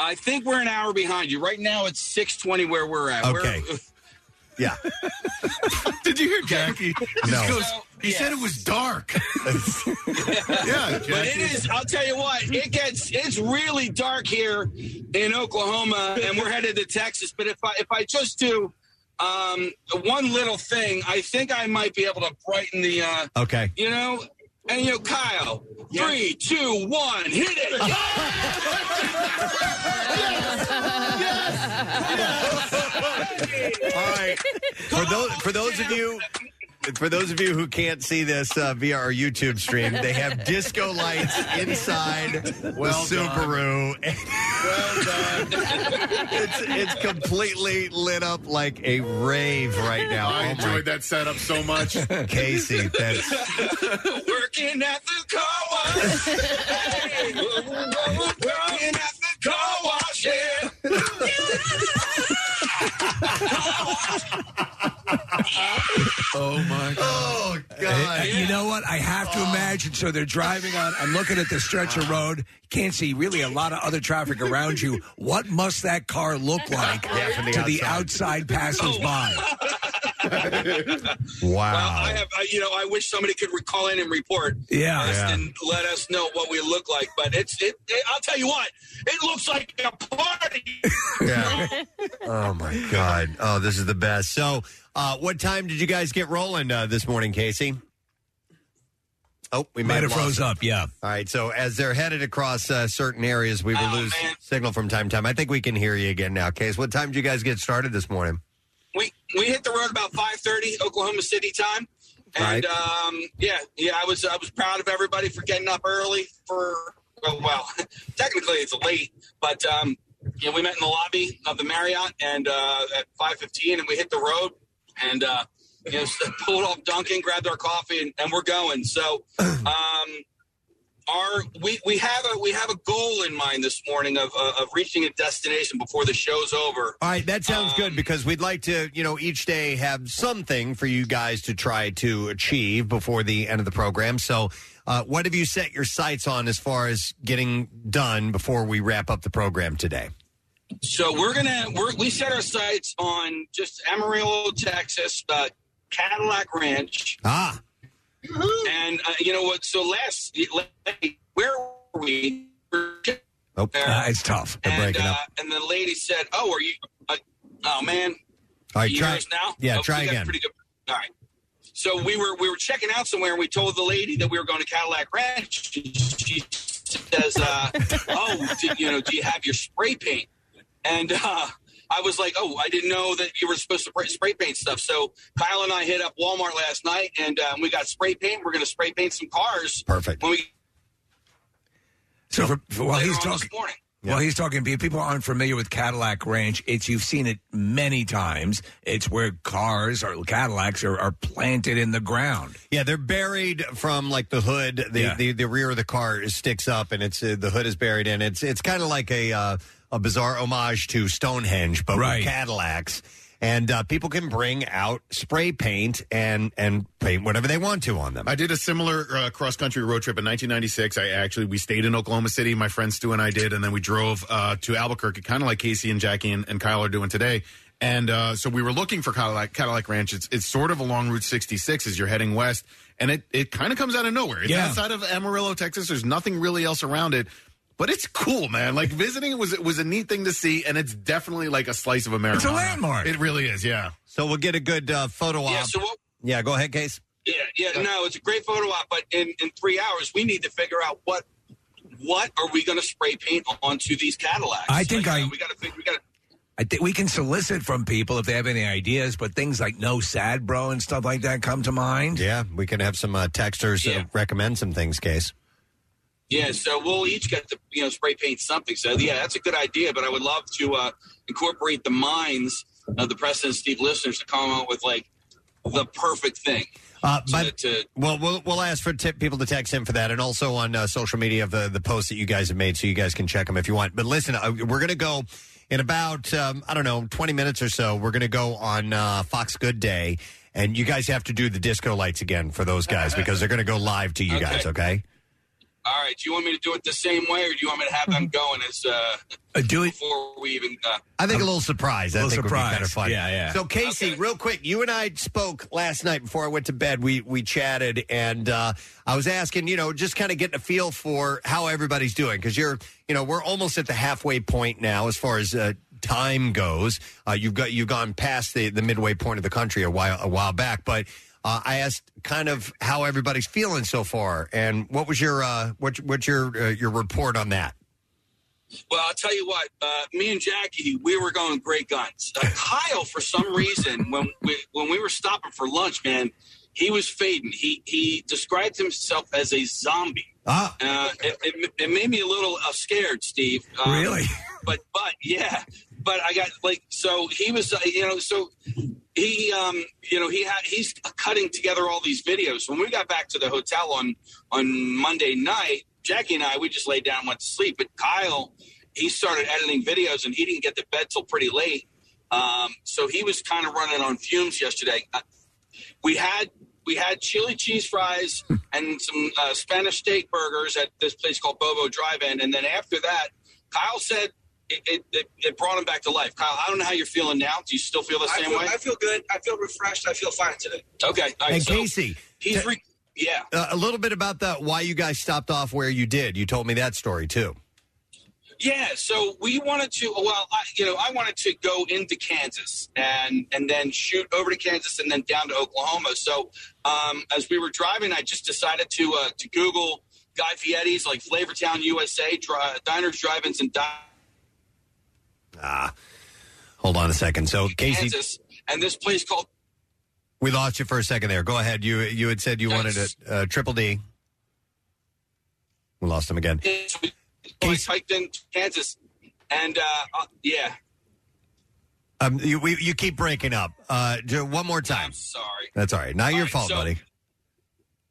I think we're an hour behind you. Right now, it's six twenty where we're at. Okay. We're, Yeah. Did you hear Jackie? He No. goes, he said it was dark. yeah, but it is. I'll tell you what. It gets. It's really dark here in Oklahoma, and we're headed to Texas. But if I if I just do um, one little thing, I think I might be able to brighten the. Uh, Okay. You know, and you know, Kyle. Three, two, one, hit it. Oh, All right. For those for those of you for those of you who can't see this uh, via our YouTube stream, they have disco lights inside Well the Subaru. it's it's completely lit up like a rave right now. I Oh, my enjoyed that setup so much. Casey, that's Working at the car wash. Hey, Working at the car wash. Yeah. Oh my god! Oh god! You know what? I have Oh. to imagine. So they're driving on. I'm looking at the stretch of road. Can't see really a lot of other traffic around you. What must that car look like Yeah, from the to the outside Oh, passersby? Wow! Well, I have, I, you know, I wish somebody could recall in and report. Yeah. us Yeah. And let us know what we look like. But it's, it, it- I'll tell you what, it looks like a party. yeah. Oh my god! Oh, this is the best. So, uh, what time did you guys get rolling uh, this morning, Casey? Oh, we Might have lost froze it. up. Yeah. All right, so as they're headed across uh, certain areas, we will lose signal from time to time. I think we can hear you again now, Case. What time did you guys get started this morning? We we hit the road about five thirty Oklahoma City time, and Right. um, yeah, yeah, I was I was proud of everybody for getting up early for well, well technically it's late, but um, you know, we met in the lobby of the Marriott and uh, at five fifteen, and we hit the road and uh, you know pulled off Duncan, grabbed our coffee, and, and we're going. So. Um, our we, we have a we have a goal in mind this morning of uh, of reaching a destination before the show's over. All right, that sounds good because we'd like to, you know, each day have something for you guys to try to achieve before the end of the program. So, uh, what have you set your sights on as far as getting done before we wrap up the program today? So we're gonna we're, we set our sights on just Amarillo, Texas, uh, Cadillac Ranch, Ah, and uh, you know what? So last where were we? Oh, uh, it's tough. They're breaking up. And uh, the lady said, "Oh, are you? Uh, oh man, All right, you try- hear us now. yeah, Oh, try we got again. Pretty good. All right. So we were we were checking out somewhere, and we told the lady that we were going to Cadillac Ranch. She, she says, uh, "Oh, do, you know, do you have your spray paint?" And uh, I was like, "Oh, I didn't know that you were supposed to spray- spray paint stuff." So Kyle and I hit up Walmart last night, and um, we got spray paint. We're going to spray paint some cars. Perfect. When we So for, for, while later he's on this talking, morning. while he's talking, pe- people aren't familiar with Cadillac Ranch. It's you've seen it many times. It's where cars or Cadillacs are, are planted in the ground. Yeah, they're buried from like the hood. The Yeah. the, the rear of the car is- sticks up, and it's uh, the hood is buried in. It's it's kind of like a uh, a bizarre homage to Stonehenge, but Right. with Cadillacs. And uh, people can bring out spray paint and and paint whatever they want to on them. I did a similar uh, cross country road trip in 1996. I actually we stayed in Oklahoma City. My friend Stu and I did, and then we drove uh, to Albuquerque, kind of like Casey and Jackie and, and Kyle are doing today. And uh, so we were looking for Cadillac, Cadillac Ranch. It's it's sort of along Route 66 as you're heading west, and it it kind of comes out of nowhere. It's Yeah. outside of Amarillo, Texas. There's nothing really else around it. But it's cool, man. Like visiting it was it was a neat thing to see, and it's definitely like a slice of America. landmark. It really is, yeah. So we'll get a good uh, photo op. Yeah, so what- yeah, go ahead, Case. Yeah, yeah, no, it's a great photo op, but in, in three hours we need to figure out what what are we going to spray paint onto these Cadillacs. I think I- we got to we got I think we can solicit from people if they have any ideas, but things like no sad bro and stuff like that come to mind. Yeah, we can have some uh, texters uh, recommend some things, Case. yeah. So we'll each get to you know spray paint something. So yeah, that's a good idea, but I would love to uh, incorporate the minds of the President Steve listeners to come out with like the perfect thing. Uh, So but, that, uh, well, we'll we'll ask for tip, people to text in for that, and also on uh, social media of the the posts that you guys have made, so you guys can check them if you want. But listen, uh, we're gonna go in about um, I don't know twenty minutes or so. We're gonna go on uh, Fox Good Day, and you guys have to do the disco lights again for those guys because they're gonna go live to you Okay. guys. Okay. All right. Do you want me to do it the same way, or do you want me to have them going as uh, do it before we even? Uh, I think a little surprise. I Little think would surprise. be kind of fun. Yeah, yeah. So Casey, real quick, you and I spoke last night before I went to bed. We we chatted, and uh, I was asking, you know, just kind of getting a feel for how everybody's doing because you're, you know, we're almost at the halfway point now as far as. Uh, time goes uh, you've got you've gone past the the midway point of the country a while a while back but uh, i asked kind of how everybody's feeling so far and what was your uh what what's your uh, your report on that Well, I'll tell you what. Uh, me and Jackie, we were going great guns. Uh, Kyle, for some reason, when we when we were stopping for lunch, man, he was fading. He he described himself as a zombie. Ah. Uh, it, it, it made me a little uh, scared, Steve. Um, Really? But but yeah, but I got like so he was uh, you know so he um you know he had he's cutting together all these videos. When we got back to the hotel on on Monday night, Jackie and I we just laid down and went to sleep. But Kyle he started editing videos and he didn't get to bed till pretty late. Um, so he was kind of running on fumes yesterday. Uh, We had we had chili cheese fries and some uh, Spanish steak burgers at this place called Bobo Drive-In, and then after that, Kyle said it, it, it, it brought him back to life. Kyle, I don't know how you're feeling now. Do you still feel the I same feel- way? I feel good. I feel refreshed. I feel fine today. Okay. All right, and so casey he's re- yeah. Uh, a little bit about that. Why you guys stopped off where you did? You told me that story too. Yeah, so we wanted to. Well, I, you know, I wanted to go into Kansas and and then shoot over to Kansas and then down to Oklahoma. So um, as we were driving, I just decided to uh, to Google Guy Fieri's like Flavortown, USA, dri- diners, drive-ins, and di- Ah, hold on a second. So Casey, Kansas, and this place called we lost you for a second there. Go ahead. You you had said you wanted a uh, triple D. We lost him again. So we- I typed in Kansas, and uh, uh, yeah, Um, you we, you keep breaking up. Uh, ju- one more time. sorry. That's all right. Not your right, fault, so- buddy.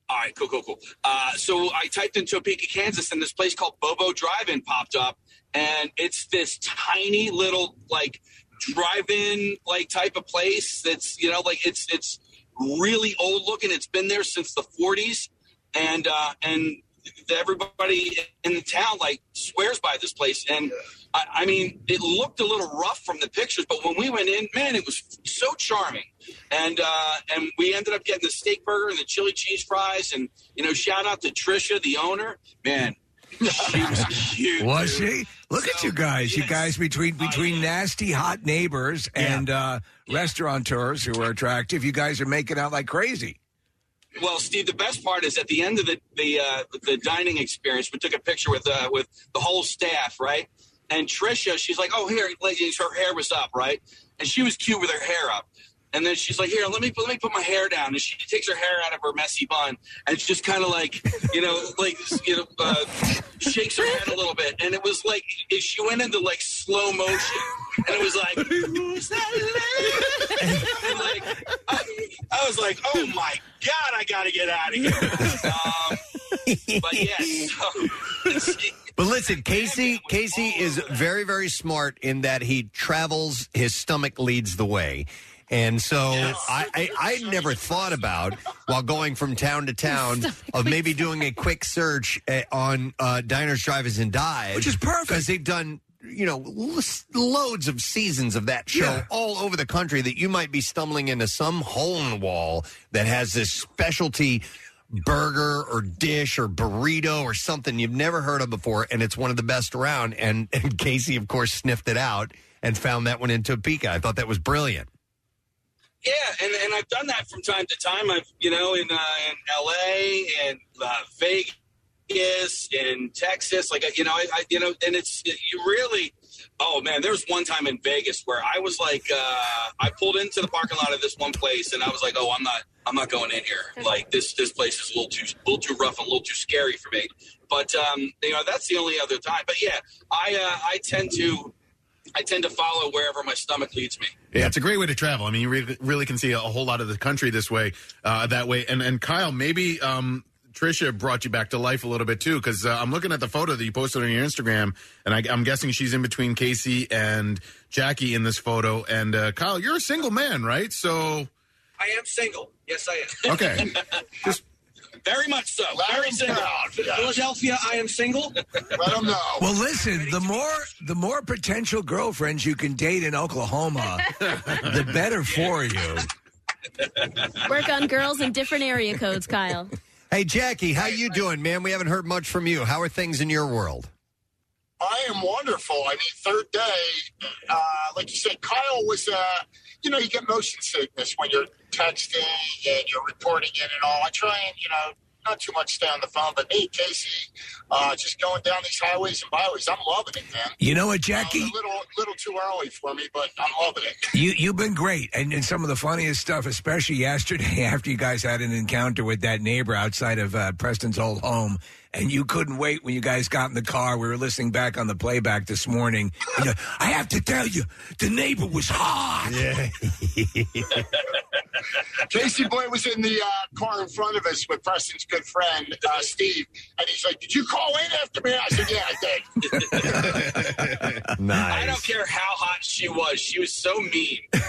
All right, cool, cool, cool. Uh, so I typed in Topeka, Kansas, and this place called Bobo Drive-In popped up, and it's this tiny little like drive-in like type of place that's you know like it's it's really old looking. It's been there since the 40s, and uh, and everybody in the town like swears by this place. And I, I mean, it looked a little rough from the pictures, but when we went in, man, it was so charming. And uh, and we ended up getting the steak burger and the chili cheese fries. And you know, shout out to Trisha, the owner. Man, she was cute. Was dude. she? Look at you guys. You guys between between nasty hot neighbors and uh, restaurateurs who are attractive. You guys are making out like crazy. Well, Steve, the best part is at the end of the the, uh, the dining experience, we took a picture with uh, with the whole staff, right? And Trisha, she's like, "Oh, here, ladies, her hair was up, right?" And she was cute with her hair up. And then she's like, "Here, let me let me put my hair down." And she takes her hair out of her messy bun, and she's just kind of like, you know, like you know, uh, shakes her head a little bit. And it was like she went into like slow motion, and it was like, "Is that it?" And, like I was like, oh my god, I gotta get out of here. Um, but yeah, so, But listen, Casey Casey is very very smart in that he travels his stomach leads the way. And so I, I I never thought about while going from town to town of maybe doing a quick search eh, on uh, diners, drivers, and dives, which is perfect because they've done you know lis- loads of seasons of that show all over the country. That you might be stumbling into some hole in the wall that has this specialty burger or dish or burrito or something you've never heard of before, and it's one of the best around. And, and Casey, of course, sniffed it out and found that one in Topeka. I thought that was brilliant. yeah, and, and I've done that from time to time. I've you know in uh, in L.A. and uh, Vegas in Texas, like I- you know, I, I you know, and it's you really. Oh man, there was one time in Vegas where I was like, uh, I pulled into the parking lot of this one place, and I was like, oh, I'm not, I'm not going in here. Like this, this place is a little too, a little too rough and a little too scary for me. But um, you know, that's the only other time. But yeah, I, uh, I tend to I tend to follow wherever my stomach leads me. Yeah, it's a great way to travel. I mean, you re- really can see a whole lot of the country this way, uh, that way. And and Kyle, maybe um, Trisha brought you back to life a little bit too, because uh, I'm looking at the photo that you posted on your Instagram, and I, I'm guessing she's in between Casey and Jackie in this photo. And uh, Kyle, you're a single man, right? So I am single. Yes, I am. Okay. Very much so. Very single. Philadelphia, I am single. Let them know. Well, listen. The more the more potential girlfriends you can date in Oklahoma, the better for you. Work on girls in different area codes, Kyle. Hey, Jackie, how you doing, man? We haven't heard much from you. How are things in your world? I am wonderful. I mean, third day, uh, like you said, Kyle was, uh, you know, you get motion sickness when you're texting and you're reporting it and all. I try and, you know, not too much stay on the phone, but me and Casey, uh, just going down these highways and byways, I'm loving it, man. You know what, Jackie? Uh, a little, little too early for me, but I'm loving it. You you've been great, and, and some of the funniest stuff, especially yesterday after you guys had an encounter with that neighbor outside of uh, Preston's old home, and you couldn't wait when you guys got in the car. We were listening back on the playback this morning. And you're, I have to tell you, the neighbor was hot. Yeah. Casey Boy was in the uh, car in front of us with Preston's good friend, uh, Steve, and he's like, Did you call in after me? I said, Yeah, I did. I don't care how hot she was. She was so mean, and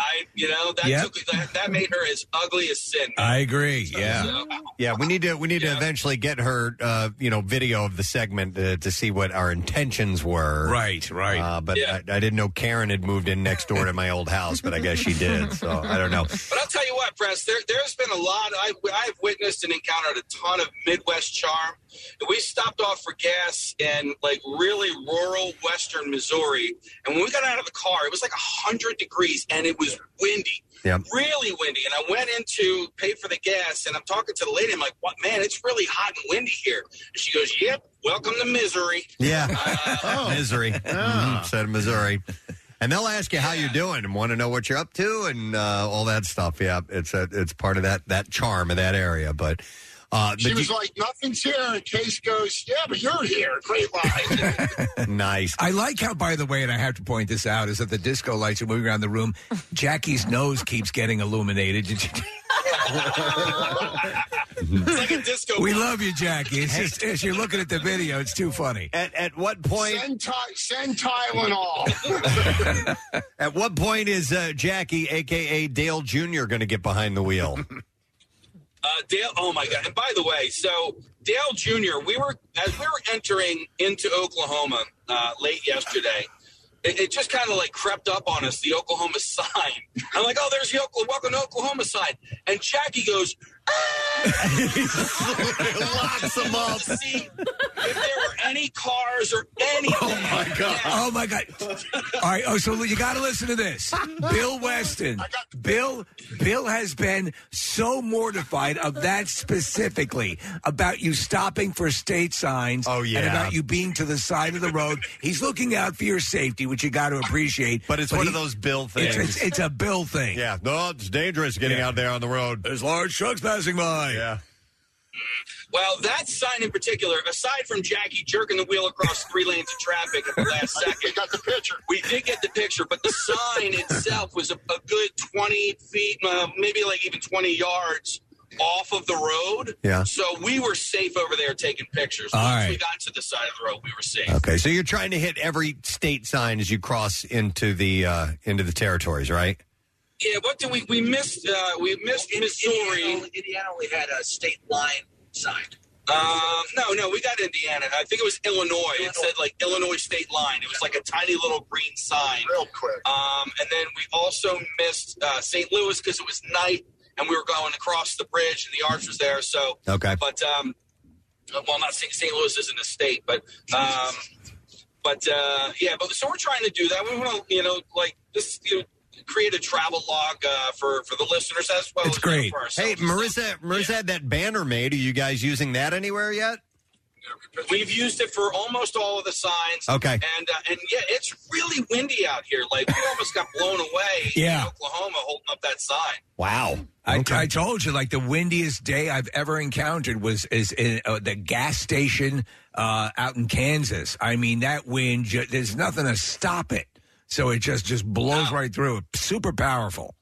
I, you know, that Yeah. took, that, that made her as ugly as sin. I agree. Yeah, So- yeah. We need to we need to eventually get her, uh, you know, video of the segment uh, to see what our intentions were. Right, right. Uh, but I, I didn't know Karen had moved in next door to my old house, but I guess she did. So I don't know. But I'll tell you what, Press, there, there's been a lot. I, I've witnessed and encountered a ton of Midwest charm. We stopped off for gas in like really rural Western Missouri. And when we got out of the car, it was like 100 degrees and it was windy. Really windy. And I went in to pay for the gas and I'm talking to the lady. I'm like, what, man, it's really hot and windy here. And she goes, yep, welcome to misery. Yeah, Oh. misery. Ah. Mhm, Said Missouri. And they'll ask you how you're doing and want to know what you're up to and uh, all that stuff. Yeah, it's a, it's part of that that charm of that area. But uh, She but was you- like, Nothing's here. And Casey goes, Yeah, but you're here. Great line. nice. I like how, by the way, and I have to point this out, is that the disco lights are moving around the room. Jackie's nose keeps getting illuminated. Did you? it's like a disco. We love you, Jackie. It's just as you're looking at the video, it's too funny. At, at what point? Send, ty- send Tylenol. At what point is uh, Jackie, aka Dale Jr., going to get behind the wheel? Uh, Dale, oh my God. And by the way, so Dale Jr., we were, as we were entering into Oklahoma uh, late yesterday, it, it just kind of like crept up on us, the Oklahoma sign. I'm like, oh, there's the Oklahoma, welcome to Oklahoma sign. And Jackie goes, "Ah!" locks them up. See if there were any cars or anything. Oh my God. Oh my God. All right. Oh, so you got to listen to this. Bill Weston. Bill. Bill has been so mortified of that specifically about you stopping for state signs. Oh yeah. And about you being to the side of the road. He's looking out for your safety, which you got to appreciate. But it's one of those Bill it's- things. It's, it's a Bill thing. Yeah, no, it's dangerous getting out there on the road. There's large trucks passing by. Yeah. Well, that sign in particular, aside from Jackie jerking the wheel across three lanes of traffic at the last second, we got the picture. We did get the picture, but the sign itself was a, a good twenty feet, uh, maybe like even twenty yards off of the road. Yeah. So we were safe over there taking pictures. All Once we right. got to the side of the road, we were safe. Okay, so you're trying to hit every state sign as you cross into the uh, into the territories, right? Yeah, what did we we missed? Uh, we missed Missouri. Indiana, only had a state line sign. Um, no, no, we got Indiana. I think it was Illinois. It said like Illinois state line. It was like a tiny little green sign. Real quick. Um, and then we also missed uh, St. Louis because it was night and we were going across the bridge and the arch was there. So Okay. but um, well, not St. St. Louis isn't a state, but um, but uh, yeah, but so we're trying to do that. We want to, you know, like this, you know, create a travel log uh, for for the listeners as well. It's as great. For ourselves. Hey, Marissa, Marissa had that banner made. Are you guys using that anywhere yet? We've used it for almost all of the signs. Okay. And uh, and yeah, it's really windy out here. Like we almost got blown away. Yeah. In Oklahoma holding up that sign. Wow. I, I told you, like the windiest day I've ever encountered was is in uh, the gas station uh, out in Kansas. I mean, that wind, ju- there's nothing to stop it. So it just just blows right through it. Super powerful.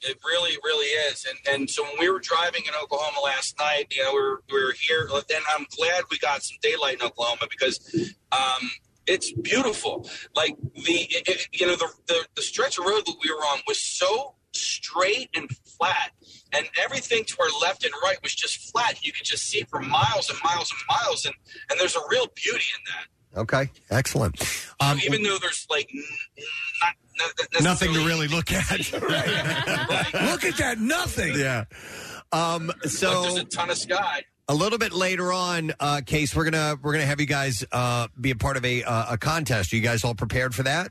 It really, really is. And and so when we were driving in Oklahoma last night, you know, we were, we were here. Then I'm glad we got some daylight in Oklahoma because um, it's beautiful. Like the it, it- you know the, the the stretch of road that we were on was so straight and flat, and everything to our left and right was just flat. You could just see for miles and miles and miles, and and there's a real beauty in that. Okay, excellent. Um, even though there's like n- n- not, not Nothing to necessarily- really look at. look at that, nothing. Yeah. Um, but so there's a ton of sky. a little bit later on, uh, Case, we're gonna we're gonna have you guys uh, be a part of a uh, a contest. Are you guys all prepared for that?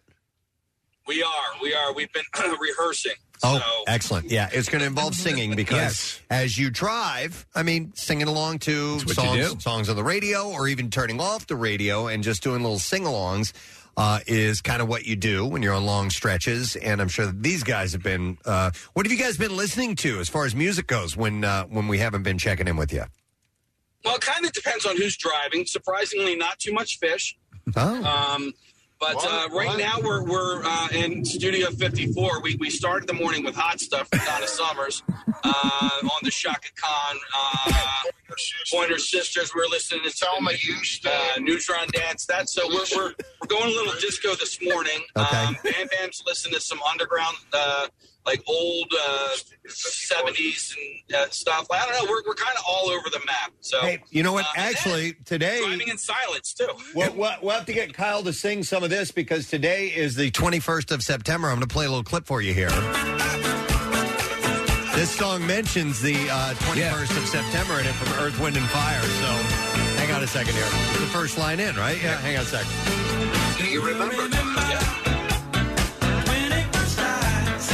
We are, we are. We've been rehearsing. Oh, excellent! Yeah, it's going to involve singing because as you drive, I mean, singing along to what you do. songs, songs on the radio, or even turning off the radio and just doing little sing-alongs uh, is kind of what you do when you're on long stretches. And I'm sure that these guys have been. Uh, what have you guys been listening to as far as music goes when uh, when we haven't been checking in with you? Well, it kind of depends on who's driving. Surprisingly, not too much fish. Oh. Um, but uh, right now we're we're uh, in Studio 54. We we started the morning with hot stuff from Donna Summers uh, on the Shaka Khan uh, Pointer Sisters. We're listening to Selma Houston, uh, Neutron Dance. That so we're, we're we're going a little disco this morning. Okay. Um, Bam Bam's listening to some underground. Uh, like old uh, 70s and uh, stuff. I don't know. We're, we're kind of all over the map. So You know what? Actually, today driving in silence too. We'll, we'll, we'll have to get Kyle to sing some of this because today is the 21st of September. I'm going to play a little clip for you here. This song mentions the uh, 21st of September in it from Earth, Wind, and Fire. So hang on a second here. The first line in, right? Yeah, hang on a second. Do you remember?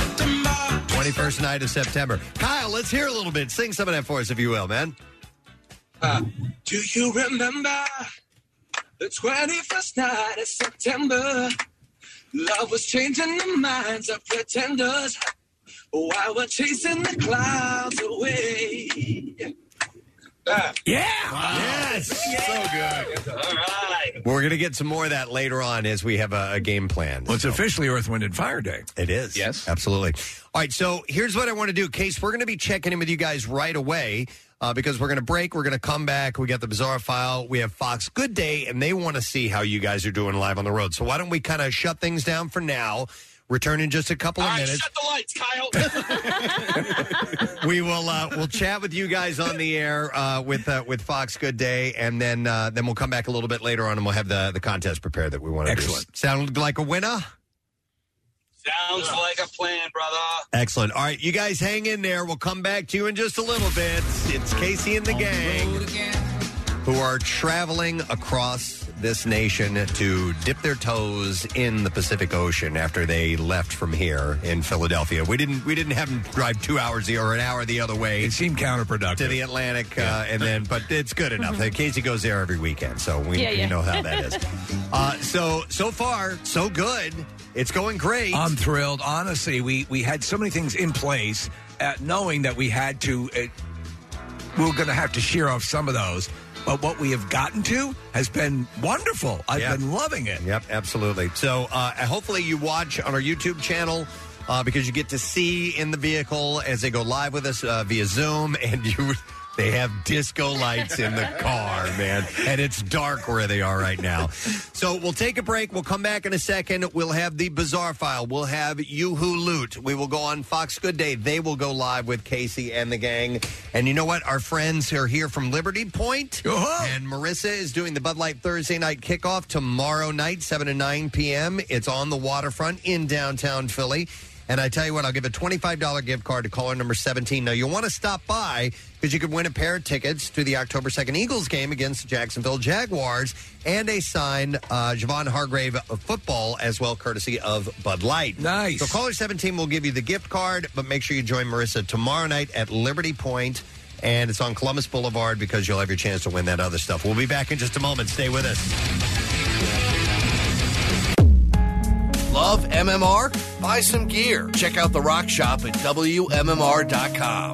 21st night of September. Kyle, let's hear a little bit. Sing some of that for us, if you will, man. Uh, Do you remember the 21st night of September? Love was changing the minds of pretenders while we're chasing the clouds away. Yeah! Yes! So good. All right. We're going to get some more of that later on as we have a, a game plan. Well, it's officially Earth, Wind, and Fire Day. It is. Yes. Absolutely. All right. So here's what I want to do. Case, we're going to be checking in with you guys right away uh, because we're going to break. We're going to come back. We got the Bizarre File. We have Fox Good Day, and they want to see how you guys are doing live on the road. So why don't we kind of shut things down for now? Return in just a couple of minutes. Shut the lights, Kyle. we will uh, we'll chat with you guys on the air uh, with uh, with Fox Good Day, and then uh, then we'll come back a little bit later on, and we'll have the the contest prepared that we want to do. Excellent. Sound like a winner? Sounds like a plan, brother. Excellent. All right, you guys hang in there. We'll come back to you in just a little bit. It's Casey and the gang who are traveling across this nation to dip their toes in the Pacific Ocean after they left from here in Philadelphia. We didn't we didn't have them drive 2 hours the- or an hour the other way. It seemed counterproductive. To the Atlantic uh, and then but it's good enough. Casey goes there every weekend, so we Mm-hmm. Yeah, you yeah. know how that is. uh, so so far, so good. It's going great. I'm thrilled. Honestly, we we had so many things in place, uh, knowing that we had to. Uh, we we're going to have to shear off some of those, but what we have gotten to has been wonderful. I've been loving it. Yep, absolutely. So uh, hopefully you watch on our YouTube channel. Uh, because you get to see in the vehicle as they go live with us uh, via Zoom, and you they have disco lights in the car, man, and it's dark where they are right now. So we'll take a break. We'll come back in a second. We'll have the bizarre file. We'll have YooHoo Loot. We will go on Fox Good Day. They will go live with Casey and the gang. And you know what? Our friends are here from Liberty Point. Uh-huh. And Marissa is doing the Bud Light Thursday night kickoff tomorrow night, 7 to 9 p.m. It's on the waterfront in downtown Philly. And I tell you what, I'll give a $25 gift card to caller number 17. Now, you'll want to stop by because you could win a pair of tickets to the October 2nd Eagles game against the Jacksonville Jaguars and a signed uh, Javon Hargrave football as well, courtesy of Bud Light. Nice. So, caller 17 will give you the gift card, but make sure you join Marissa tomorrow night at Liberty Point, And it's on Columbus Boulevard because you'll have your chance to win that other stuff. We'll be back in just a moment. Stay with us. Love MMR? Buy some gear. Check out the rock shop at WMMR.com.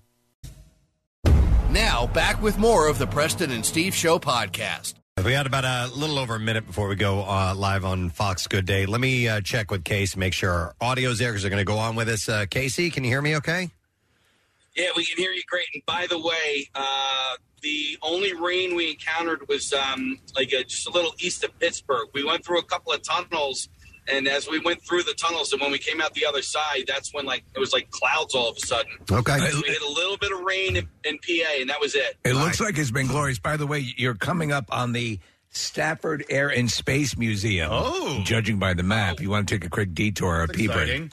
Now, back with more of the Preston and Steve Show podcast. We had about a little over a minute before we go uh, live on Fox Good Day. Let me uh, check with Case, make sure our audio's there because they're going to go on with us. Uh, Casey, can you hear me okay? Yeah, we can hear you great. And by the way, uh, the only rain we encountered was um, like a, just a little east of Pittsburgh. We went through a couple of tunnels, and as we went through the tunnels, and when we came out the other side, that's when like it was like clouds all of a sudden. Okay. So we had a little bit of rain in, in PA, and that was it. It looks like it's been glorious. By the way, you're coming up on the Stafford Air and Space Museum. Oh. Judging by the map, you want to take a quick detour or a peep at it.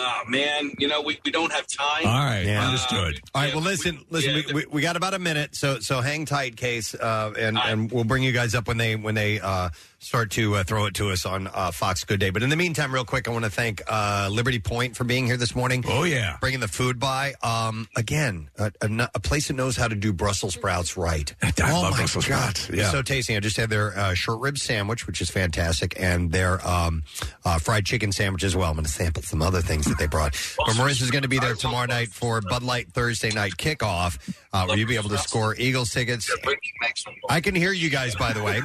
Oh man, you know we, we don't have time. Yeah. Uh, All right. Well, listen, listen. we, we, we got about a minute, so so hang tight, case, uh, and and we'll bring you guys up when they when they uh, start to uh, throw it to us on uh, Fox Good Day. But in the meantime, real quick, I want to thank uh, Liberty Point for being here this morning. Oh, yeah. bringing the food by. Um, again, a, a, no- a place that knows how to do Brussels sprouts right. oh love my Brussels God. sprouts. They're Yeah. so tasty. I just had their uh, short rib sandwich, which is fantastic, and their um, uh, fried chicken sandwich as well. I'm going to sample some other things that they brought. But Marissa's going to be there tomorrow night for Bud Light Thursday night kickoff, uh, where you'll be able to score Eagles tickets. I can hear you guys, by the way.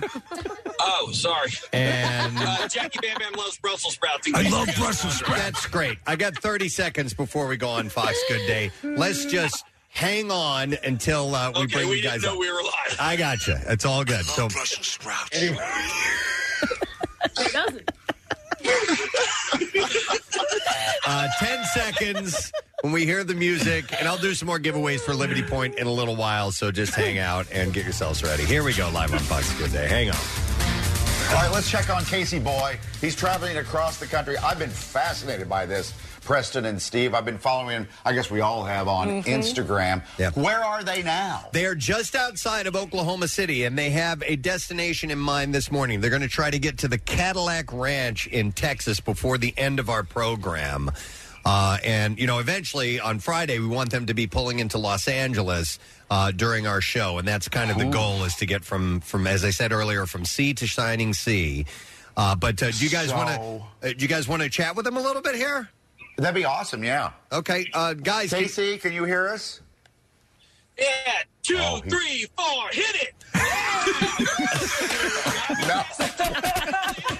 Oh, sorry. And- uh, Jackie Bam Bam loves Brussels sprouts. That's great. I got 30 seconds before we go on Fox Good Day. Let's just hang on until uh, we bring you guys up. I got you. It's all good. so Brussels sprouts. uh, 10 seconds when we hear the music, and I'll do some more giveaways for Liberty Point in a little while. So just hang out and get yourselves ready. Here we go, live on Fox Good Day. Hang on. All right, let's check on Casey Boy. He's traveling across the country. I've been fascinated by this, Preston and Steve. I've been following him, I guess we all have, on Mhm. Instagram. Where are they now? They are just outside of Oklahoma City, and they have a destination in mind this morning. They're going to try to get to the Cadillac Ranch in Texas before the end of our program. Uh, and, you know, eventually on Friday, we want them to be pulling into Los Angeles uh, during our show. And that's kind of the goal is to get from, from as I said earlier, from sea to shining sea. Uh, but uh, do you guys want So- to uh, do you guys want to chat with them a little bit here? That'd be awesome, yeah. Okay, uh, guys. Casey, can you hear us? Yeah, two, Oh, three, four, hit it.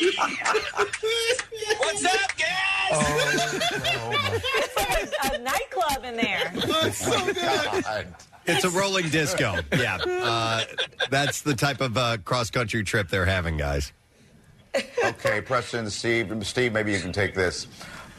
What? What's up, guys? a nightclub in there. It's a rolling disco. Yeah. Uh, that's the type of uh, cross country trip they're having, guys. Okay, Preston, Steve, Steve, maybe you can take this.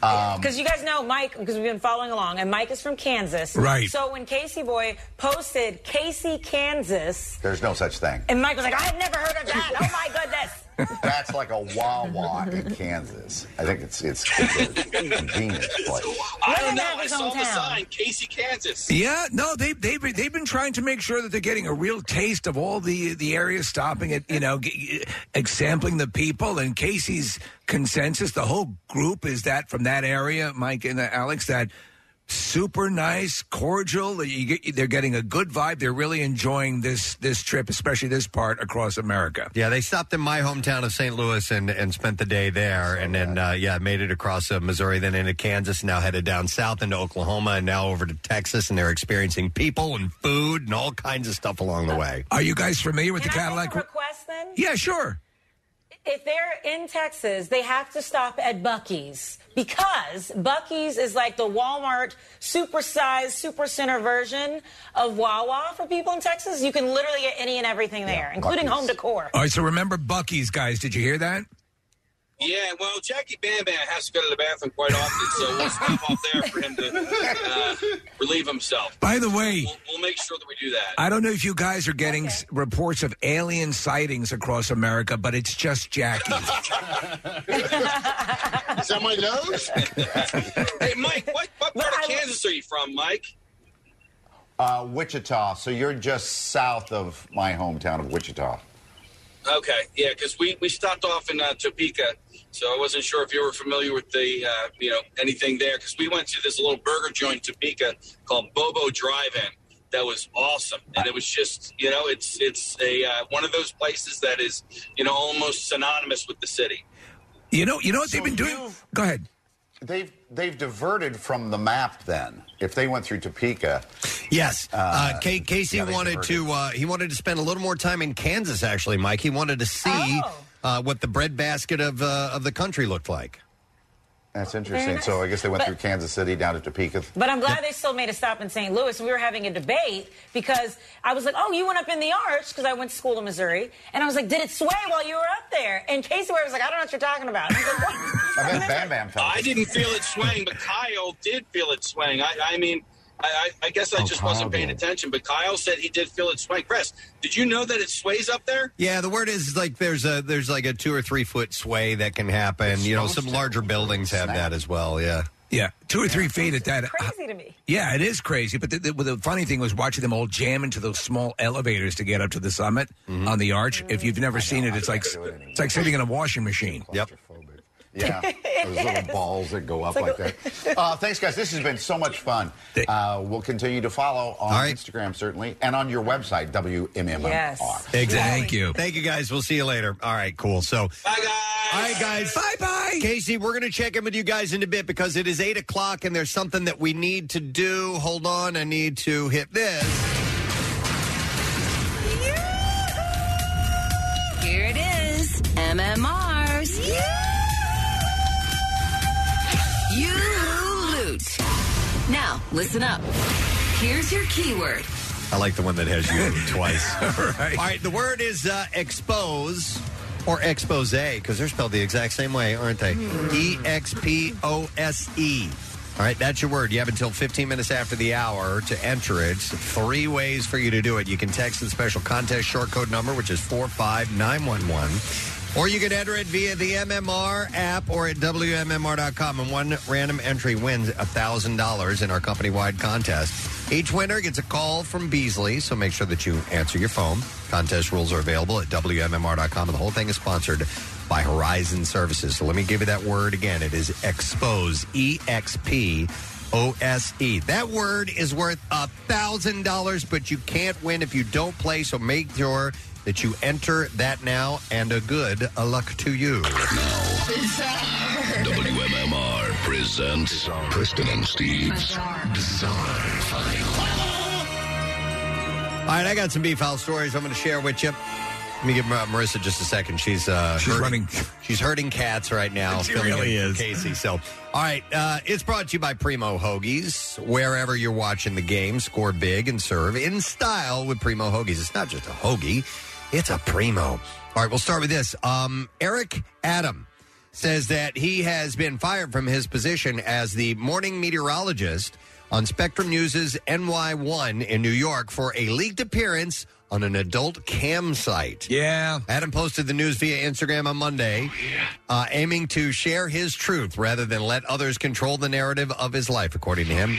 Um, Because you guys know Mike, because we've been following along, and Mike is from Kansas. Right. So when Casey Boy posted Casey, Kansas, there's no such thing. and Mike was like, I had never heard of that. Oh my goodness. That's like a Wawa in Kansas. I think it's it's, it's a convenient place. I don't know. I saw the sign, Casey, Kansas. Yeah, no, they they've been, they've been trying to make sure that they're getting a real taste of all the the areas, stopping at you know, g- g- sampling the people. And Casey's consensus, the whole group is that from that area, Mike and uh, Alex, that super nice, cordial. that You get, they're getting a good vibe. They're really enjoying this this trip, especially this part across America. Yeah, they stopped in my hometown of St. Louis and, and spent the day there. and then, uh, yeah, made it across uh, Missouri, then into Kansas, now headed down south into Oklahoma, and now over to Texas. And they're experiencing people and food and all kinds of stuff along the way. Are you guys familiar with Can the I make Cadillac? a request then? Yeah, sure. If they're in Texas, they have to stop at Bucky's because Bucky's is like the Walmart supersized supercenter version of Wawa for people in Texas. You can literally get any and everything there, including home decor. All right, so remember Bucky's, guys. Did you hear that? Yeah, well, Jackie Bam Bam has to go to the bathroom quite often, so we'll stop off there for him to uh, relieve himself. By the way- we'll, we'll make sure that we do that. I don't know if you guys are getting s reports of alien sightings across America, but it's just Jackie. Is that my nose? hey, Mike, what, what part of Kansas are you from, Mike? Uh, Wichita. So you're just south of my hometown of Wichita. Okay, yeah, because we, we stopped off in uh, Topeka, so I wasn't sure if you were familiar with the uh, you know anything there because we went to this little burger joint in Topeka called Bobo Drive-In that was awesome, and it was just you know it's it's a uh, one of those places that is you know almost synonymous with the city. You know, you know what they've been doing. Go ahead. They've they've diverted from the map. Then, if they went through Topeka, Yes, uh, Uh, Ca- Casey yeah, they wanted diverted. to uh, he wanted to spend a little more time in Kansas. Actually, Mike, he wanted to see uh, what the breadbasket of uh, of the country looked like. That's interesting. nice. So I guess they went But- through Kansas City down to Topeka. But I'm glad they still made a stop in St. Louis. And we were having a debate because I was like, oh, you went up in the arch because I went to school in Missouri. And I was like, did it sway while you were up there? And Casey Ware was like, I don't know what you're talking about. I was like, what? I bet Bam Bam felt I didn't feel it swaying, but Kyle did feel it swaying. I, I mean, I, I I guess I just wasn't paying attention, but Kyle said he did feel it swaying. Chris, did you know that it sways up there? Yeah, the word is like there's a there's like a two or three foot sway that can happen. You know, some larger buildings have that as well. Yeah. Yeah, two or three feet at that. Crazy to me. Yeah, it is crazy. But the, the, the funny thing was watching them all jam into those small elevators to get up to the summit Mm-hmm. on the arch. If you've never seen it, it's like it's like sitting in a washing machine. Yep. Yeah, those Yes. little balls that go up It's like like that. Uh, thanks, guys. This has been so much fun. Uh, we'll continue to follow on Instagram certainly, and on your website WMMR. Exactly. Thank you. Thank you guys. We'll see you later. All right, cool. So Bye guys. All right, guys. Bye bye. Casey, we're gonna check in with you guys in a bit because it is eight o'clock and there's something that we need to do. Hold on, I need to hit this. Here it is, MMR's. You loot. Now, listen up. Here's your keyword. I like the one that has you twice. right. All right, the word is uh, expose or expose because they're spelled the exact same way, aren't they? E X P O S E. All right, that's your word. You have until 15 minutes after the hour to enter it. Three ways for you to do it. You can text the special contest short code number, which is 45911, or you can enter it via the MMR app or at WMMR.com. And one random entry wins $1,000 in our company wide contest. Each winner gets a call from Beasley, so make sure that you answer your phone. Contest rules are available at WMMR.com, and the whole thing is sponsored by Horizon Services. So let me give you that word again. It is expose, E X P O S E. That word is worth a thousand dollars, but you can't win if you don't play. So make sure that you enter that now, and a good a luck to you. WMMR presents Preston and Steve's Bizarre File. All right, I got some beef owl stories I'm going to share with you. Let me give Mar- Marissa just a second. She's uh, She's herding- She's herding cats right now. She filling really in is. Casey. So, all right, uh, it's brought to you by Primo Hoagies. Wherever you're watching the game, score big and serve in style with Primo Hoagies. It's not just a hoagie; it's a primo. All right, we'll start with this. Um, Eric Adam says that he has been fired from his position as the morning meteorologist on Spectrum News' NY1 in New York for a leaked appearance on an adult cam site. Yeah. Adam posted the news via Instagram on Monday, uh, aiming to share his truth rather than let others control the narrative of his life, according to him.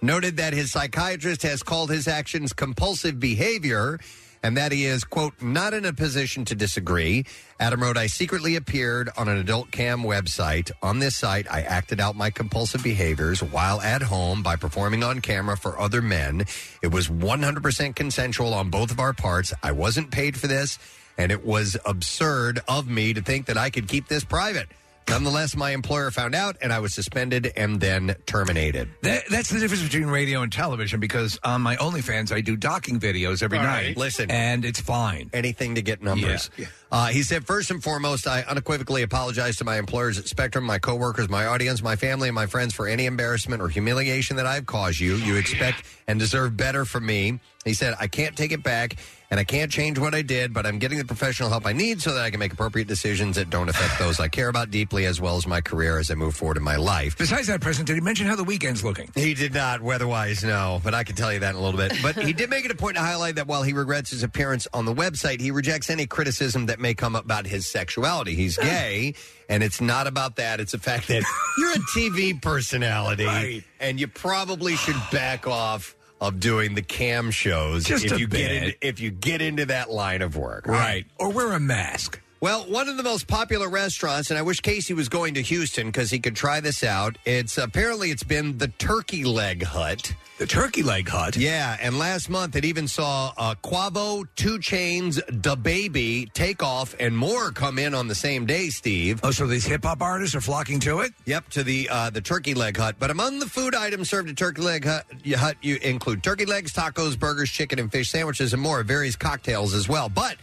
Noted that his psychiatrist has called his actions compulsive behavior and that he is, quote, not in a position to disagree. Adam wrote, I secretly appeared on an adult cam website. On this site, I acted out my compulsive behaviors while at home by performing on camera for other men. It was 100% consensual on both of our parts. I wasn't paid for this, and it was absurd of me to think that I could keep this private. Nonetheless, my employer found out, and I was suspended and then terminated. That, that's the difference between radio and television because on my OnlyFans I do docking videos every All night. right. Listen. and it's fine. Anything to get numbers. Uh, he said, first and foremost, I unequivocally apologize to my employers at Spectrum, my coworkers, my audience, my family, and my friends for any embarrassment or humiliation that I've caused you. You expect and deserve better from me. He said, I can't take it back and I can't change what I did, but I'm getting the professional help I need so that I can make appropriate decisions that don't affect those I care about deeply as well as my career as I move forward in my life. Besides that, President, did he mention how the weekend's looking? He did not weatherwise, no, but I can tell you that in a little bit. But he did make it a point to highlight that while he regrets his appearance on the website, he rejects any criticism that may come about his sexuality. He's gay, and it's not about that. It's the fact that you're a TV personality, and you probably should back off of doing the cam shows Just if a you get bit. into, if you get into that line of work, Right. Or wear a mask. well, one of the most popular restaurants, and I wish Casey was going to Houston because he could try this out. It's apparently it's been the Turkey Leg Hut. The Turkey Leg Hut. Yeah, and last month it even saw uh, Quavo, Two Chains, Da Baby, Takeoff, and more come in on the same day. Steve. Oh, so these hip hop artists are flocking to it. Yep, to the uh, the Turkey Leg Hut. But among the food items served at Turkey Leg Hut, you- hut, you include turkey legs, tacos, burgers, chicken and fish sandwiches, and more. Various cocktails as well. But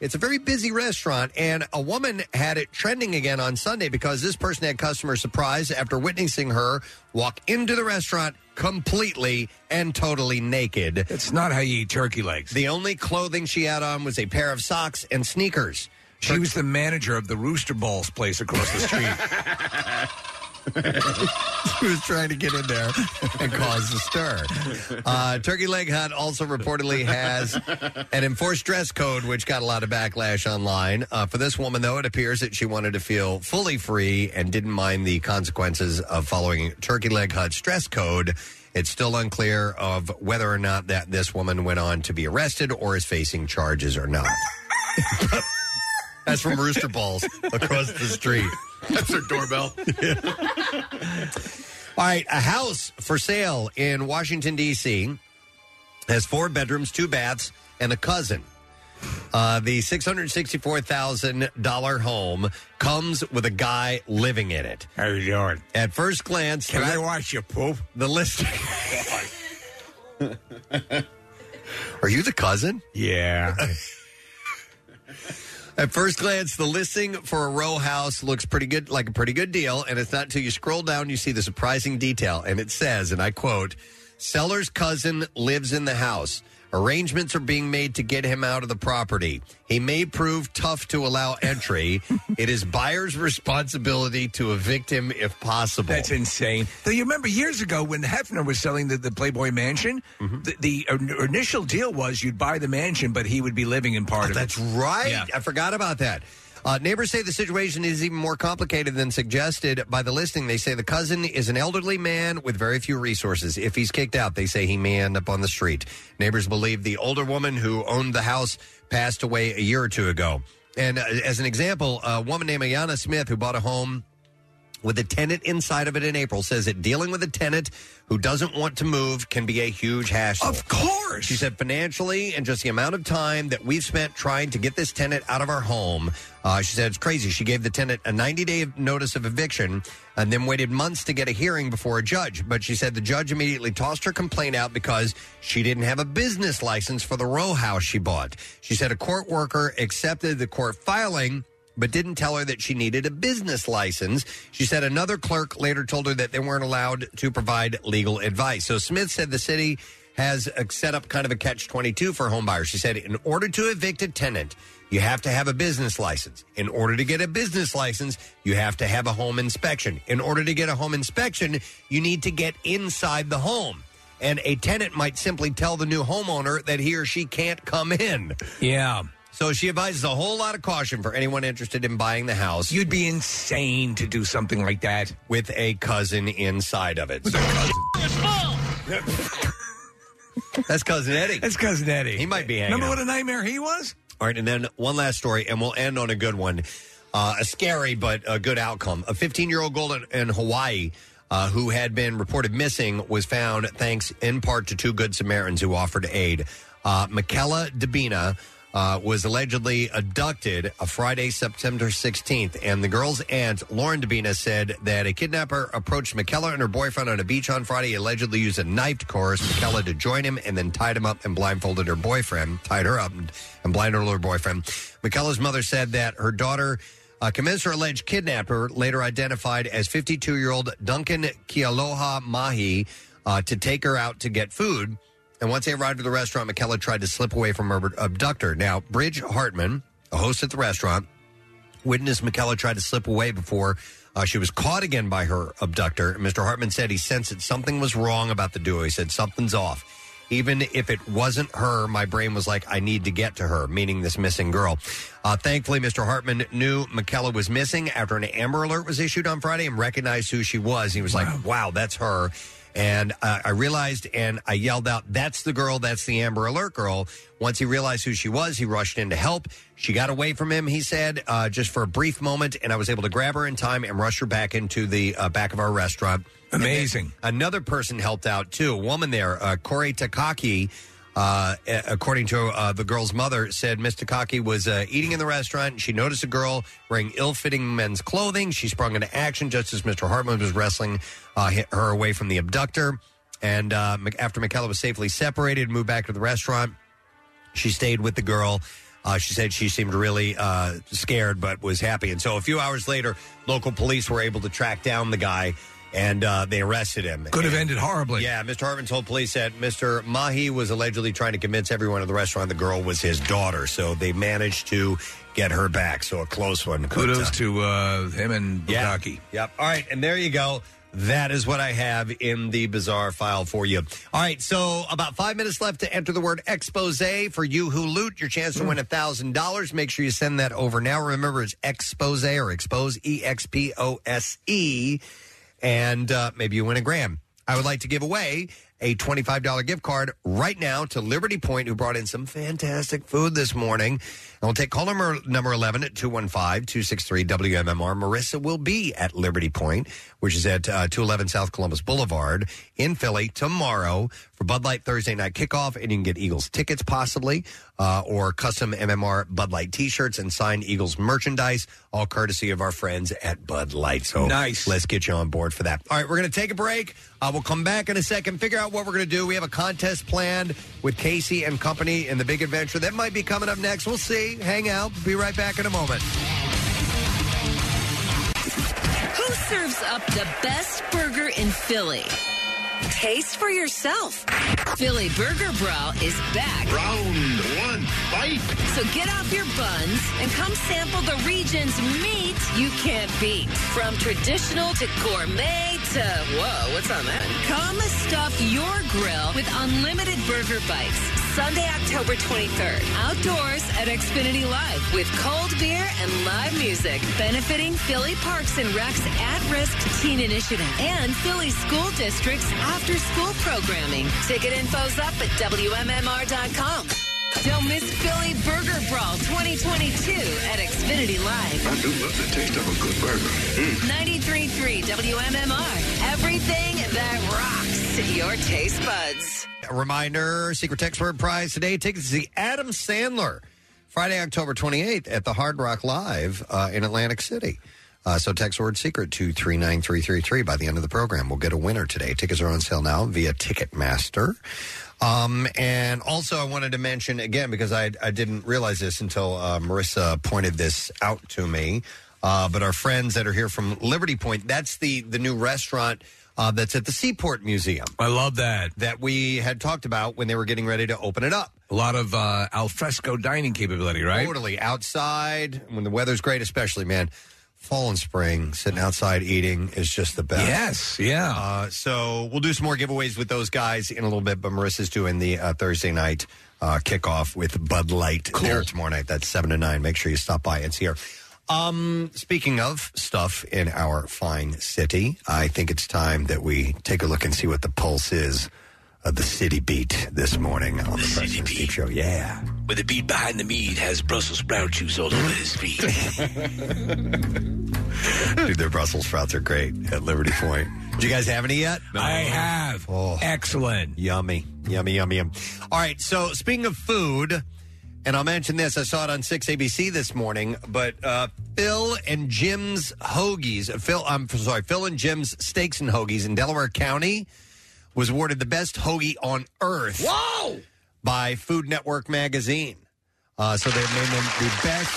it's a very busy restaurant, and a woman had it trending again on Sunday because this person had customers surprised after witnessing her walk into the restaurant completely and totally naked. It's not how you eat turkey legs. The only clothing she had on was a pair of socks and sneakers. She was the manager of the Rooster Balls place across the street. she was trying to get in there and cause a stir. Uh, Turkey Leg Hut also reportedly has an enforced dress code, which got a lot of backlash online. Uh, for this woman, though, it appears that she wanted to feel fully free and didn't mind the consequences of following Turkey Leg Hut's dress code. It's still unclear of whether or not that this woman went on to be arrested or is facing charges or not. That's from Rooster Balls across the street. That's their doorbell. All right, a house for sale in Washington D.C. has four bedrooms, two baths, and a cousin. Uh, the six hundred sixty-four thousand dollar home comes with a guy living in it. How you doing? At first glance, Can I watch you poop? The listing. Are you the cousin? Yeah. At first glance, the listing for a row house looks pretty good, like a pretty good deal. And it's not until you scroll down you see the surprising detail. And it says, and I quote, seller's cousin lives in the house. Arrangements are being made to get him out of the property. He may prove tough to allow entry. it is buyer's responsibility to evict him if possible. That's insane. Though you remember years ago when Hefner was selling the, the Playboy Mansion, Mm-hmm. the, the in- initial deal was you'd buy the mansion, but he would be living in part of Oh, that's it. right. I forgot about that. Uh, neighbors say the situation is even more complicated than suggested by the listing. They say the cousin is an elderly man with very few resources. If he's kicked out, they say he may end up on the street. Neighbors believe the older woman who owned the house passed away a year or two ago. And uh, as an example, a woman named Ayana Smith who bought a home with a tenant inside of it in April says that dealing with a tenant who doesn't want to move can be a huge hassle. Of course. She said financially and just the amount of time that we've spent trying to get this tenant out of our home. Uh, she said it's crazy. She gave the tenant a 90 day notice of eviction and then waited months to get a hearing before a judge. But she said the judge immediately tossed her complaint out because she didn't have a business license for the row house she bought. She said a court worker accepted the court filing but didn't tell her that she needed a business license. She said another clerk later told her that they weren't allowed to provide legal advice. So Smith said the city has uh, set up kind of a catch 22 for home buyers. She said in order to evict a tenant, you have to have a business license. In order to get a business license, you have to have a home inspection. In order to get a home inspection, you need to get inside the home. And a tenant might simply tell the new homeowner that he or she can't come in. Yeah. So she advises a whole lot of caution for anyone interested in buying the house. You'd be insane to do something like that with a cousin inside of it. That's cousin Eddie. That's cousin Eddie. He might be hanging. Remember out. what a nightmare he was? All right, and then one last story, and we'll end on a good one. Uh, a scary but a good outcome. A 15 year old girl in, in Hawaii uh, who had been reported missing was found thanks in part to two Good Samaritans who offered aid. Uh, Michaela Dabina uh, was allegedly abducted a Friday, September 16th. And the girl's aunt, Lauren Dabina, said that a kidnapper approached McKellar and her boyfriend on a beach on Friday, allegedly used a knife to coerce McKellar to join him, and then tied him up and blindfolded her boyfriend, tied her up and, and blindfolded her boyfriend. McKellar's mother said that her daughter uh, commenced her alleged kidnapper, later identified as 52 year old Duncan Kialoha Mahi, uh, to take her out to get food. And once they arrived at the restaurant, McKellar tried to slip away from her abductor. Now, Bridge Hartman, a host at the restaurant, witnessed McKellar tried to slip away before uh, she was caught again by her abductor. Mr. Hartman said he sensed that something was wrong about the duo. He said, Something's off. Even if it wasn't her, my brain was like, I need to get to her, meaning this missing girl. Uh, thankfully, Mr. Hartman knew McKellar was missing after an Amber Alert was issued on Friday and recognized who she was. He was like, wow, that's her. And uh, I realized and I yelled out, that's the girl, that's the Amber Alert girl. Once he realized who she was, he rushed in to help. She got away from him, he said, uh, just for a brief moment, and I was able to grab her in time and rush her back into the uh, back of our restaurant. Amazing. Another person helped out too, a woman there, uh, Corey Takaki. Uh, a- according to uh, the girl's mother, said Miss Takaki was uh, eating in the restaurant. She noticed a girl wearing ill-fitting men's clothing. She sprung into action just as Mr. Hartman was wrestling uh, hit her away from the abductor. And uh, Mc- after McKellar was safely separated, moved back to the restaurant. She stayed with the girl. Uh, she said she seemed really uh, scared, but was happy. And so a few hours later, local police were able to track down the guy and uh, they arrested him. Could have And- ended horribly. Yeah, Mr. Hartman told police that Mr. Mahi was allegedly trying to convince everyone at the restaurant the girl was his daughter. So they managed to get her back. So a close one. Kudos to to uh, him and yeah. Bukaki. Yep. All right, and there you go. That is what I have in the bizarre file for you. All right, so about five minutes left to enter the word expose for you who loot. Your chance to win a thousand dollars. Make sure you send that over now. Remember, it's expose or expose e x p o s e, and uh, maybe you win a gram. I would like to give away a $25 gift card right now to Liberty Point, who brought in some fantastic food this morning. And we'll take call number, number 11 at 215 263 WMMR. Marissa will be at Liberty Point, which is at uh, 211 South Columbus Boulevard in Philly tomorrow for Bud Light Thursday night kickoff. And you can get Eagles tickets possibly uh, or custom MMR Bud Light t shirts and signed Eagles merchandise, all courtesy of our friends at Bud Light. So nice. let's get you on board for that. All right, we're going to take a break. Uh, we'll come back in a second, figure out what we're going to do. We have a contest planned with Casey and company in the big adventure. That might be coming up next. We'll see. Hang out. Be right back in a moment. Who serves up the best burger in Philly? Taste for yourself. Philly Burger Bro is back. Round one, fight. So get off your buns and come sample the region's meat you can't beat. From traditional to gourmet to whoa, what's on that? Come stuff your grill with unlimited burger bites. Sunday, October 23rd, outdoors at Xfinity Live with cold beer and live music, benefiting Philly Parks and Rec's at-risk teen initiative and Philly School District's after-school programming. Ticket info's up at WMMR.com. Don't miss Philly Burger Brawl 2022 at Xfinity Live. I do love the taste of a good burger. Mm. 93.3 WMMR. Everything that rocks your taste buds. A reminder, secret text word prize today. Tickets to the Adam Sandler, Friday, October 28th at the Hard Rock Live uh, in Atlantic City. Uh, so text word secret to 39333 by the end of the program. We'll get a winner today. Tickets are on sale now via Ticketmaster. Um, and also, I wanted to mention again, because I, I didn't realize this until uh, Marissa pointed this out to me. Uh, but our friends that are here from Liberty Point, that's the, the new restaurant uh, that's at the Seaport Museum. I love that. That we had talked about when they were getting ready to open it up. A lot of uh, alfresco dining capability, right? Totally. Outside, when the weather's great, especially, man, fall and spring, sitting outside eating is just the best. Yes, yeah. Uh, so we'll do some more giveaways with those guys in a little bit, but Marissa's doing the uh, Thursday night uh, kickoff with Bud Light there tomorrow night. That's 7 to 9. Make sure you stop by and see her. Um, speaking of stuff in our fine city, I think it's time that we take a look and see what the pulse is of the city beat this morning on the President Steve Show. Yeah. With the beat behind the meat has Brussels sprout juice all over his feet. Dude, their Brussels sprouts are great at Liberty Point. Do you guys have any yet? I have. Oh. Excellent. Yummy. Yummy, yummy, yum. All right, so speaking of food, And I'll mention this. I saw it on 6 ABC this morning, but uh, Phil and Jim's hoagies, Phil, I'm sorry, Phil and Jim's steaks and hoagies in Delaware County was awarded the best hoagie on earth. Whoa! By Food Network magazine. Uh, so they've named them the best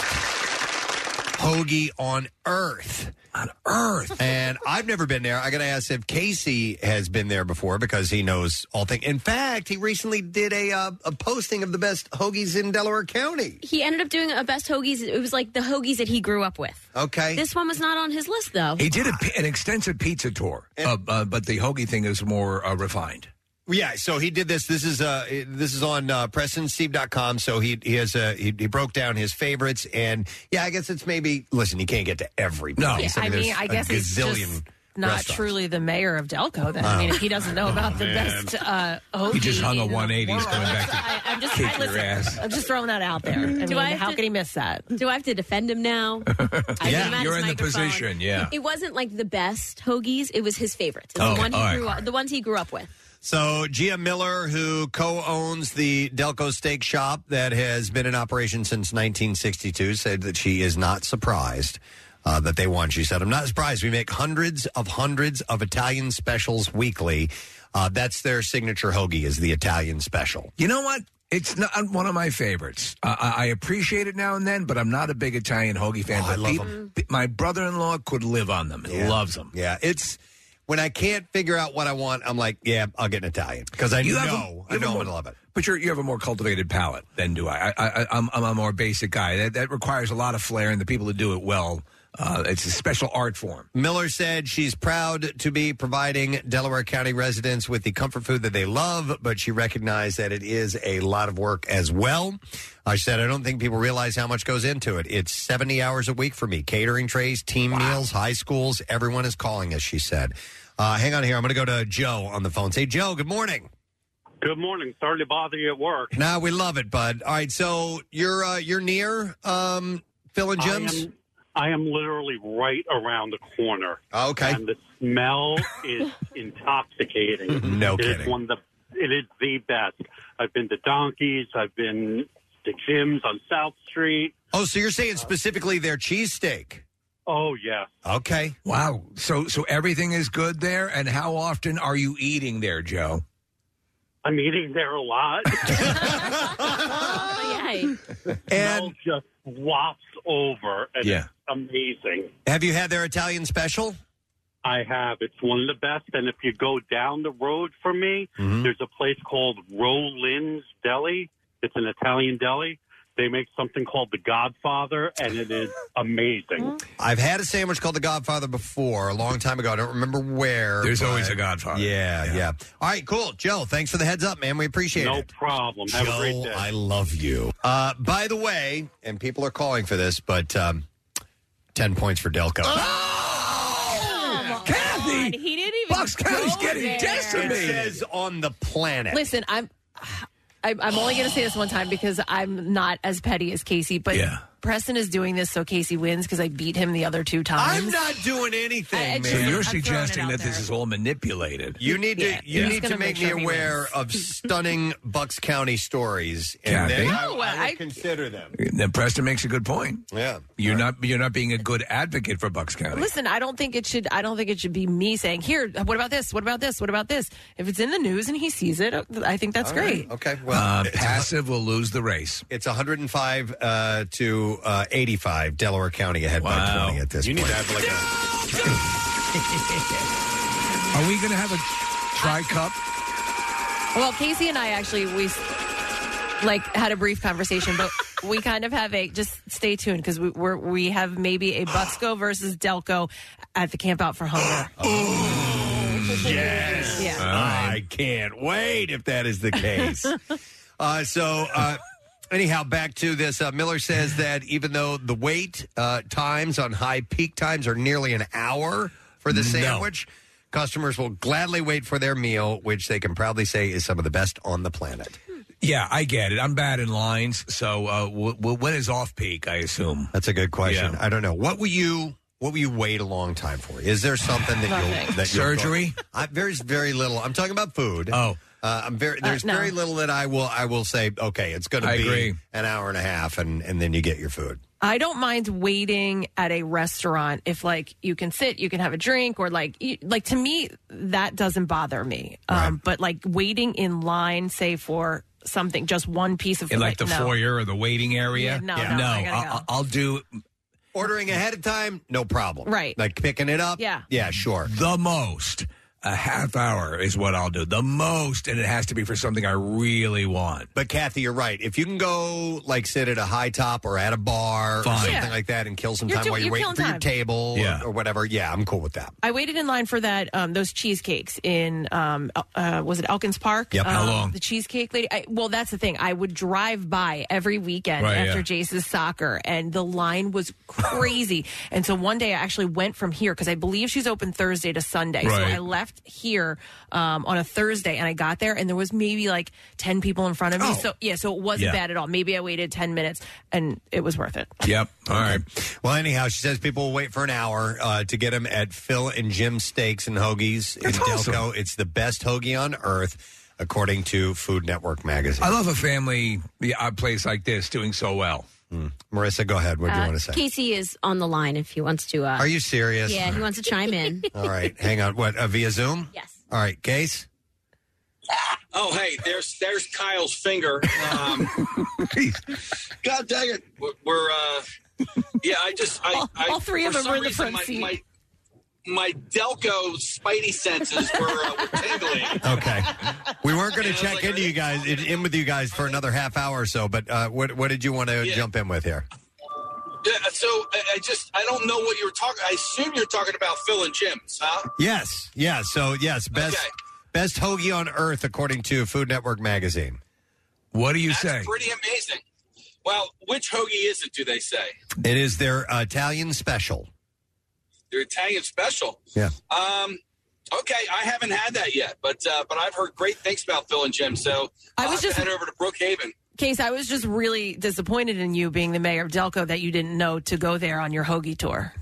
hoagie on earth. On earth. And I've never been there. I got to ask if Casey has been there before because he knows all things. In fact, he recently did a, uh, a posting of the best hoagies in Delaware County. He ended up doing a best hoagies. It was like the hoagies that he grew up with. Okay. This one was not on his list though. He did a, pi- an extensive pizza tour, uh, uh, but the hoagie thing is more uh, refined. Yeah, so he did this. This is uh this is on uh, PrestonSteve.com. So he he has uh, he, he broke down his favorites and yeah, I guess it's maybe listen. You can't get to every No. place. Yeah, I mean, Oh, there's I a guess it's just gazillion Not restaurants. truly the mayor of Delco, then. I Oh. mean, if he doesn't know about the Oh, man. best uh, hoagie. He just hung a in the 180. He's world. coming back to I, I'm just kick I, your listen, ass. I'm just throwing that out there. I mean, Do I have how to- could he miss that? Do I have to defend him now? I Yeah, give him out you're his in the microphone. position, yeah. It wasn't like the best hoagies. It was his favorites. It's Okay, the one he all right, grew up, the ones he grew up with. So Gia Miller, who co-owns the Delco Steak Shop that has been in operation since 1962, said that she is not surprised uh, that they won. She said, "I'm not surprised. We make hundreds of hundreds of Italian specials weekly. Uh, that's their signature hoagie is the Italian special." You know what? It's not one of my favorites. I, I- I appreciate it now and then, but I'm not a big Italian hoagie fan. Oh, but peop- pe- My brother-in-law could live on them. He loves them. Yeah, it's when I can't figure out what I want, I'm like, "Yeah, I'll get an Italian because I You have a- you know I have a know I'm more- gonna love it." But you're, you have a more cultivated palate than do I. I, I I'm, I'm a more basic guy. That, that requires a lot of flair, and the people who do it well, uh, it's a special art form. Miller said she's proud to be providing Delaware County residents with the comfort food that they love, but she recognized that it is a lot of work as well. Uh, she said, I don't think people realize how much goes into it. It's 70 hours a week for me catering trays, team meals, high schools. Everyone is calling us, she said. Uh, hang on here. I'm going to go to Joe on the phone. Say, Joe, good morning. Good morning. Sorry to bother you at work. Nah, we love it, bud. All right. So you're, uh, you're near um, Phil and Jim's? I am, I am literally right around the corner. Oh, Okay. And the smell is intoxicating. No It is kidding. one of the, it is the best. I've been to Donkeys. I've been to Jim's on South Street. Oh, so you're saying specifically their cheesesteak? Oh, yeah. Okay. Wow. So so everything is good there. And how often are you eating there, Joe? I'm eating there a lot. Oh, and smell just wafts over. And Yeah. It's amazing. Have you had their Italian special? I have. It's one of the best. And if you go down the road from me, Mm-hmm. there's a place called Rolin's Deli. It's an Italian deli. They make something called the Godfather, and it is amazing. I've had a sandwich called the Godfather before a long time ago. I don't remember where. There's but- always a Godfather. Yeah, yeah, All right, cool. Joe, thanks for the heads up, man. We appreciate no it. problem. Have a great Joe, day. I love you. Uh, by the way, and people are calling for this, but um, 10 points for Delco. Ah! Kathy! he didn't even. Bucks County's getting It decimated. says on the planet. Listen, I'm. I'm I'm only going to say this one time because I'm not as petty as Casey, but Preston is doing this so Casey wins because I beat him the other two times. I'm not doing anything, man. So you're suggesting that this is all manipulated. You need to you need to make, me aware of stunning Bucks County stories, and Kathy? then I, No, I will consider them. Then Preston makes a good point. Yeah, you're not you're not being a good advocate for Bucks County. Listen, I don't think it should. I don't think it should be me saying, "Here, what about this? What about this? What about this?" If it's in the news and he sees it, I think that's All great. right. Okay. Well, Uh, passive will lose the race. It's 105 uh, to uh, 85. Delaware County ahead by Wow. 20 at this You need point. to have, like, a- Are we going to have a tri cup? Well, Casey and I actually we s- like had a brief conversation, but we kind of have a just stay tuned because we we're, we have maybe a Busco versus Delco at the Camp Out for Hunger. yes. Yeah. I can't wait if that is the case. uh, so, uh, anyhow, back to this. Uh, Miller says that even though the wait uh, times on high peak times are nearly an hour for the No. sandwich, customers will gladly wait for their meal, which they can proudly say is some of the best on the planet. Yeah, I get it. I'm bad in lines, so uh, w- w- when is off peak? I assume that's a good question. I don't know what will you what will you wait a long time for? Is there something that you'll Nothing. that you'll go- Surgery? I, there's very little. I'm talking about food. Oh, Uh, Uh, I'm very, Uh, there's no. very little that I will I will say. Okay, it's going to I be agree. an hour and a half, and and then you get your food. I don't mind waiting at a restaurant if like you can sit, you can have a drink, or like you, like to me that doesn't bother me. Um, but like waiting in line, say for something, just one piece of in like the food, no. foyer or the waiting area. Yeah, no, no, I gotta I'll, go. I'll do ordering ahead of time. No problem. Right. Like picking it up. Yeah. Yeah, sure. The most a half hour is what I'll do. The most, and it has to be for something I really want. But Kathy, you're right. If you can go like sit at a high top or at a bar or Fine. something Yeah. like that and kill some You're time do- while you're, you're waiting killing for your time. table Yeah. or, or whatever, yeah, I'm cool with that. I waited in line for that um, those cheesecakes in um, uh, uh, was it Elkins Park? Yep. How Um, long? The cheesecake lady. I, well, that's the thing. I would drive by every weekend Right, after yeah. Jace's soccer, and the line was crazy. and so one day I actually went from here because I believe she's open Thursday to Sunday. So Right. I left here um, on a Thursday, and I got there, and there was maybe like ten people in front of me. So yeah, so it wasn't Oh. Yeah. bad at all. Maybe I waited ten minutes, and it was worth it. Yep. All right. Well, anyhow, she says people will wait for an hour uh, to get them at Phil and Jim Steaks and Hoagies in Delco. It's the best hoagie on earth, according to Food Network magazine. I love a family the uh, place like this doing so well. Hmm. Marissa, go ahead. What do you Uh, want to say? Casey is on the line if he wants to. Uh, Are you serious? Yeah, he wants to chime in. All right, hang on. What uh, via Zoom? Yes. All right, Case. Oh, hey, there's there's Kyle's finger. Um, God dang it, we're, we're, uh, yeah. I just I, I all three of for them some were in the reason, front my, seat. My, my Delco Spidey senses were, uh, were tingling. Okay, we weren't going to check into you guys, in, in with you guys for another half hour or so. But uh, what what did you want to Yeah. jump in with here? Yeah, uh, so I, I just I don't know what you were talking. I assume you're talking about Phil and Jim's, huh? Yes, yeah. So yes, best best hoagie on earth according to Food Network magazine. What do you say? Pretty amazing. Well, which hoagie is it? Do they say It is their uh, Italian special. their Italian special? Yeah. Um, okay, I haven't had that yet, but uh, but I've heard great things about Phil and Jim. So I I'll was have just- to head over to Brookhaven. Case, I was just really disappointed in you being the mayor of Delco that you didn't know to go there on your hoagie tour.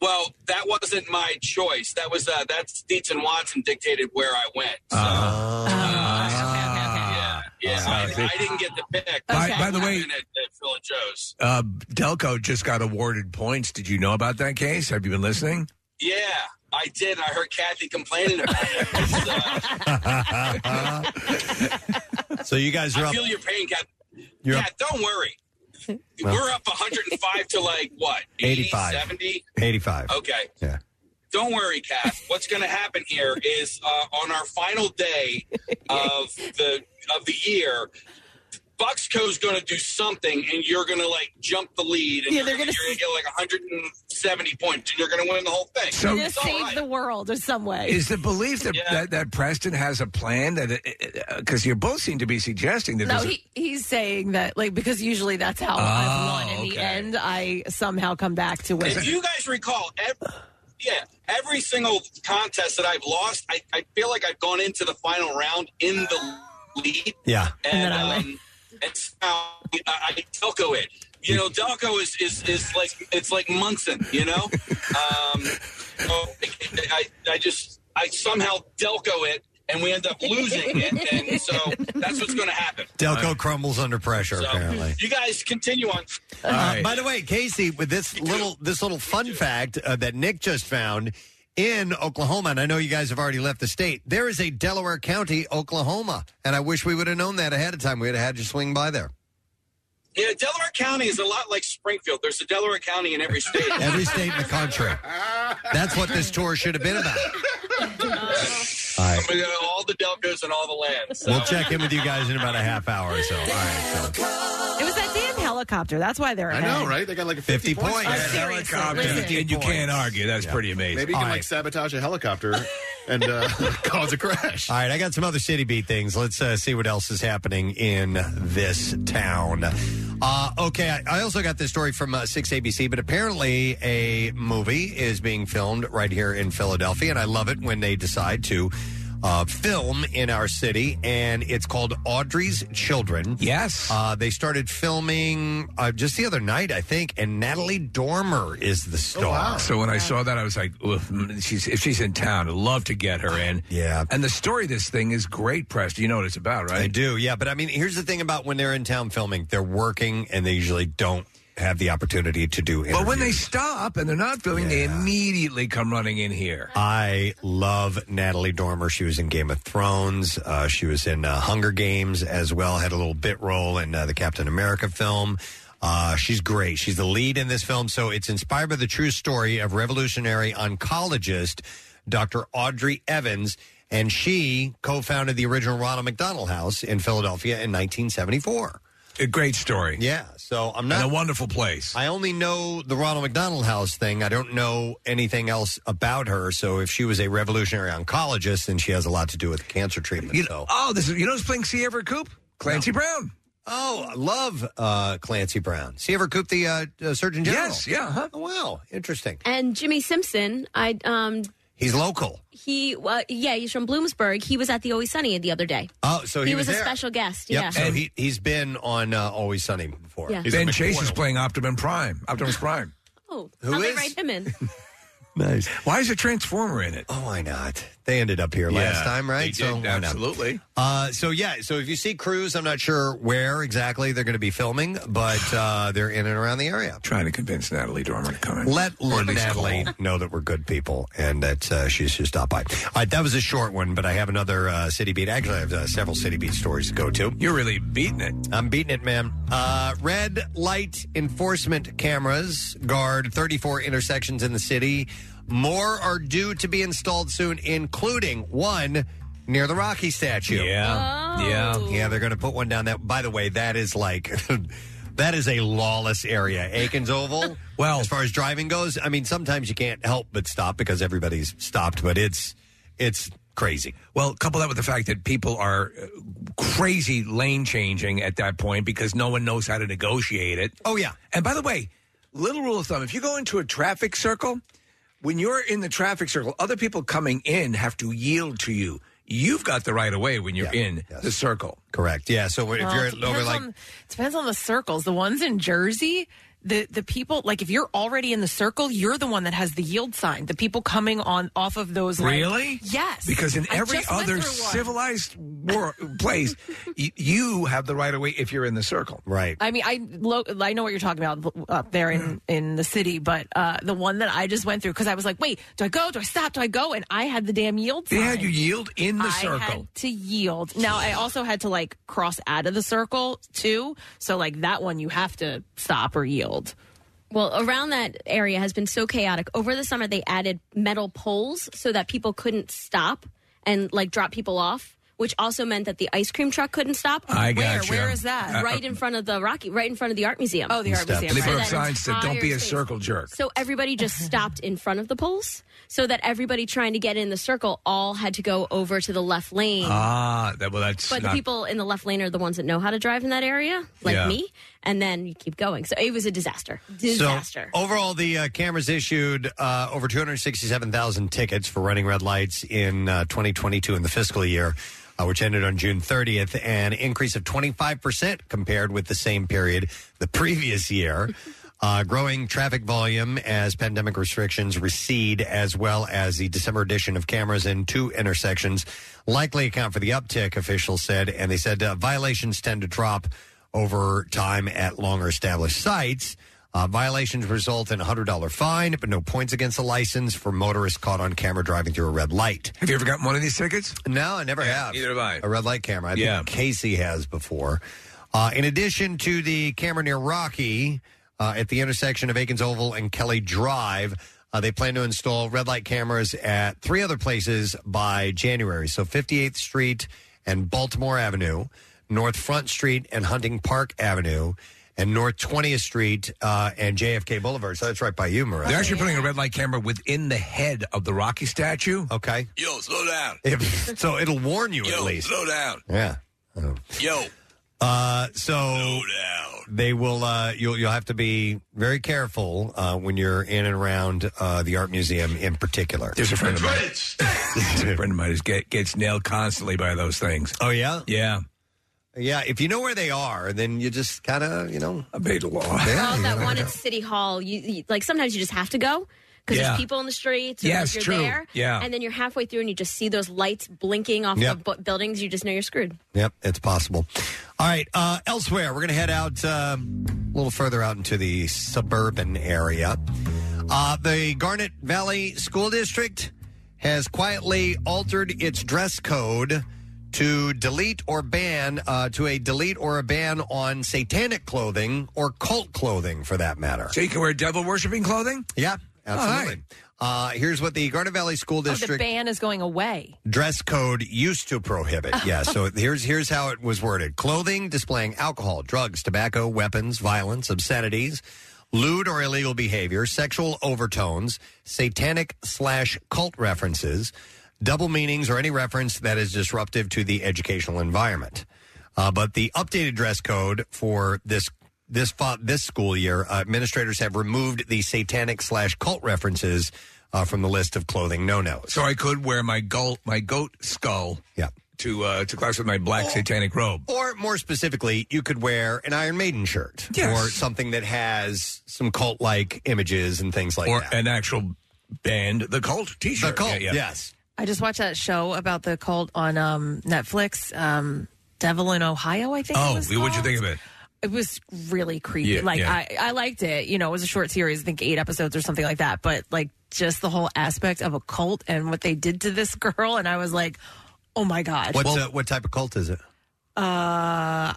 Well, that wasn't my choice. That was uh, that's Dietz and Watson dictated where I went. Oh. So, Uh, Ah. yeah, So I, they- I didn't get the pick. By- by the I way- went at, at Phil and Joe's. Uh, Delco just got awarded points. Did you know about that case? Have you been listening? Yeah, I did. I heard Kathy complaining about it. It's, uh, so you guys are I up. feel your pain, Kathy. You're yeah, up- don't worry. Well- We're up 105 to like what? 85. 70? 85. Okay. Yeah. Don't worry, Kath. What's going to happen here is uh, on our final day of the of the year, Buxco's going to do something, and you're going to like jump the lead, and Yeah, you're they're going to gonna- get like 170 points, and you're going to win the whole thing. So- just It's all save right. the world in some way. Is the belief that, that, that Preston has a plan that because you both seem to be suggesting that no, there's a- he, he's saying that like because usually that's how I've won. In the Oh, okay. end, I somehow come back to win. If you guys recall, ev yeah, every single contest that I've lost, I, I feel like I've gone into the final round in the lead. Yeah. And, then um, I um, win. And somehow I, I Delco it. You know, Delco is, is, is like it's like Munson. You know, um, so I, I just I somehow Delco it, and we end up losing it, and so that's what's going to happen. Delco crumbles under pressure. apparently. You guys continue on. Uh, By the way, Casey, with this little this little fun fact uh, that Nick just found in Oklahoma, and I know you guys have already left the state. There is a Delaware County, Oklahoma, and I wish we would have known that ahead of time. We'd have had you swing by there. Yeah, Delaware County is a lot like Springfield. There's a Delaware County in every state. Every state in the country. That's what this tour should have been about. All right. I mean, uh, all the Delcos and all the lands. We'll check in with you guys in about a half hour or so. All right. So. it was that damn helicopter. That's why they're. I ahead. know, right? They got like a 50 50, points. points. Oh, helicopter. And you can't argue. That's pretty amazing. Maybe you All can right. like sabotage a helicopter and uh, cause a crash. All right, I got some other city beat things. Let's uh, see what else is happening in this town. Uh, okay, I, I also got this story from uh, 6ABC, but apparently a movie is being filmed right here in Philadelphia, and I love it when they decide to uh, film in our city, and it's called Audrey's Children. Yes. Uh, they started filming uh, just the other night, I think, and Natalie Dormer is the star. So when I saw that, I was like, "Oof, mm, she's, if she's in town, I'd love to get her in. Yeah. And the story of this thing is great, Preston. You know what it's about, right? I do, yeah. Uh, But I mean, here's the thing about when they're in town filming, they're working and they usually don't have the opportunity to do interviews. But when they stop and they're not filming, they immediately come running in here. I love Natalie Dormer. She was in Game of Thrones. Uh, she was in uh, Hunger Games as well. Had a little bit role in uh, the Captain America film. Uh, she's great. She's the lead in this film. So it's inspired by the true story of revolutionary oncologist Dr. Audrey Evans. And she co founded the original Ronald McDonald House in Philadelphia in 1974. A great story. Yeah. So I'm not. And a wonderful place. I only know the Ronald McDonald House thing. I don't know anything else about her. So if she was a revolutionary oncologist, then she has a lot to do with cancer treatment. You so. know, oh, this is, you know who's playing C. Everett Koop? Clancy Brown. Oh, I love uh, Clancy Brown. See ever Coop, the uh, uh, Surgeon General? Yes, yeah, uh-huh. huh? Oh, wow, interesting. And Jimmy Simpson, I um He's local. he uh, yeah he's from Bloomsburg. He was at the Always Sunny the other day. Oh, so he, was, a there. special guest. Yep, Yeah, so he, he's been on uh, Always Sunny before. Yeah. ben Chase is playing Optimum Prime. Optimus Prime. oh, Who how they is? write him in? Nice. Why is a Transformer in it? Oh, why not? They ended up here last time, right? So why not? absolutely. Uh, so yeah, so if you see crews, I'm not sure where exactly they're going to be filming, but uh, they're in and around the area. Trying to convince Natalie Dormer to come in. Let Or at least Natalie call. know that we're good people and that uh, she should stop by. All right, Uh, that was a short one, but I have another uh, city beat. Actually, I have uh, several city beat stories to go to. You're really beating it. I'm beating it, man. Uh, red light enforcement cameras guard 34 intersections in the city. More are due to be installed soon, including one near the Rocky statue. Yeah. Yeah. Yeah, they're going to put one down there. By the way, that is like. That is a lawless area, Aikens Oval. well, as far as driving goes, I mean, sometimes you can't help but stop because everybody's stopped, but it's it's crazy. Well, couple that with the fact that people are uh, crazy lane changing at that point because no one knows how to negotiate it. Oh, yeah. And by the way, little rule of thumb if you go into a traffic circle, when you're in the traffic circle, other people coming in have to yield to you. You've got the right of way when you're in the circle. Correct. Yeah. So if Well, you're it over depends like on, depends on the circles. The ones in Jersey, the the people like if you're already in the circle, you're the one that has the yield sign. The people coming on off of those like- Really? yes, Because in I every just went other through one. civilized war- place, y- you have the right of way if you're in the circle. Right. I mean, I lo- I know what you're talking about up there Mm. in in the city, but uh, the one that I just went through because I was like, wait, do I go? Do I stop? Do I go? And I had the damn yield. They sign. had you yield in the I circle. had to yield. Now I also had to like cross out of the circle too. So like that one, you have to stop or yield. Well, around that area has been so chaotic. Over the summer, they added metal poles so that people couldn't stop and like drop people off, which also meant that the ice cream truck couldn't stop. I gotcha. Where? Where is that? Uh, right in front of the Rocky, right in front of the art museum. Oh, They put up That signs that don't be entire a space. circle jerk. So everybody just stopped in front of the poles, so that everybody trying to get in the circle all had to go over to the left lane. Ah, that, well, that's But not the people in the left lane are the ones that know how to drive in that area, like Yeah. me, and then you keep going. So it was a disaster. Disaster. So overall, the uh, cameras issued uh, over 267,000 tickets for running red lights in uh, 2022 in the fiscal year, uh, which ended on June 30th, an increase of 25% compared with the same period the previous year. Uh, growing traffic volume as pandemic restrictions recede, as well as the December addition of cameras in two intersections, likely account for the uptick, officials said. And they said uh, violations tend to drop over time at longer established sites. Uh, violations result in a $100 fine, but no points against the license for motorists caught on camera driving through a red light. Have you ever gotten one of these tickets? No, I never have. Neither have I. A red light camera. I Yeah. think Casey has before. Uh, in addition to the camera near Rocky uh, at the intersection of Aikens Oval and Kelly Drive, uh, they plan to install red light cameras at three other places by January. So 58th Street and Baltimore Avenue, North Front Street and Hunting Park Avenue, and North 20th Street uh, and JFK Boulevard. So that's right by you, Marissa. They're actually putting a red light camera within the head of the Rocky statue. Okay. Yo, slow down. If- so it'll warn you at Yo, least. slow down. Yeah. Yo. Uh, so they will. Uh, you'll you'll have to be very careful uh, when you're in and around uh, the art museum in particular. There's a friend of mine. a friend of mine is get, gets nailed constantly by those things. Oh yeah, yeah, yeah. If you know where they are, then you just kind of you know obey the law. Well, that one at City Hall, you, you like sometimes you just have to go because Yeah. there's people in the streets. or Yes, you're true. There, Yeah. and then you're halfway through and you just see those lights blinking off Yep. the bu- buildings. You just know you're screwed. Yep, it's possible. All right, uh, elsewhere, we're going to head out um, a little further out into the suburban area. Uh, the Garnet Valley School District has quietly altered its dress code to delete or ban uh, to a delete or a ban on satanic clothing or cult clothing for that matter. So you can wear devil worshipping clothing. Yeah, All absolutely. right. Uh, here's what the Garnet Valley School Oh, the District ban is going away. dress code used to prohibit. Yeah, so here's here's how it was worded: clothing displaying alcohol, drugs, tobacco, weapons, violence, obscenities, lewd or illegal behavior, sexual overtones, satanic slash cult references, double meanings, or any reference that is disruptive to the educational environment. Uh, but the updated dress code for this this fa- this school year, uh, administrators have removed the satanic slash cult references uh, from the list of clothing no nos. So I could wear my goat my goat skull. Yeah. To uh, to class with my black satanic robe. Or more specifically, you could wear an Iron Maiden shirt Yes. or something that has some cult like images and things like Or that. an actual band, the cult t shirt. The cult, Yeah, yeah. yes. I just watched that show about the cult on um, Netflix, um, Devil in Ohio, I think. it Oh, was what'd you called. think of it? It was really creepy. Yeah, like yeah. I, I liked it. You know, it was a short series, I think eight episodes or something like that. But like just the whole aspect of a cult and what they did to this girl, and I was like, oh my god. What's, uh, what type of cult is it? Uh,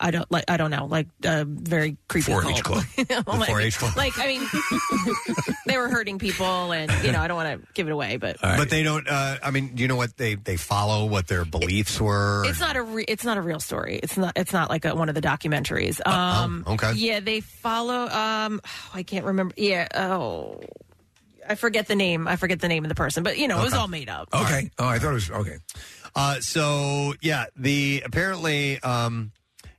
I don't like. I don't know. Like uh, very creepy. 4-H cult. club. The Like- 4-H club. Like I mean, they were hurting people, and you know I don't want to give it away, but But they don't, uh, I mean, do you know what they, they follow, what their beliefs were? It's not a re- it's not a real story. It's not it's not like a, one of the documentaries. Um, okay. Yeah, they follow. Um, I can't remember. Yeah. Oh, I forget the name. I forget the name of the person. But you know, it was Okay. all made up. Okay. Oh, I thought it was okay. Uh, so yeah, the apparently um,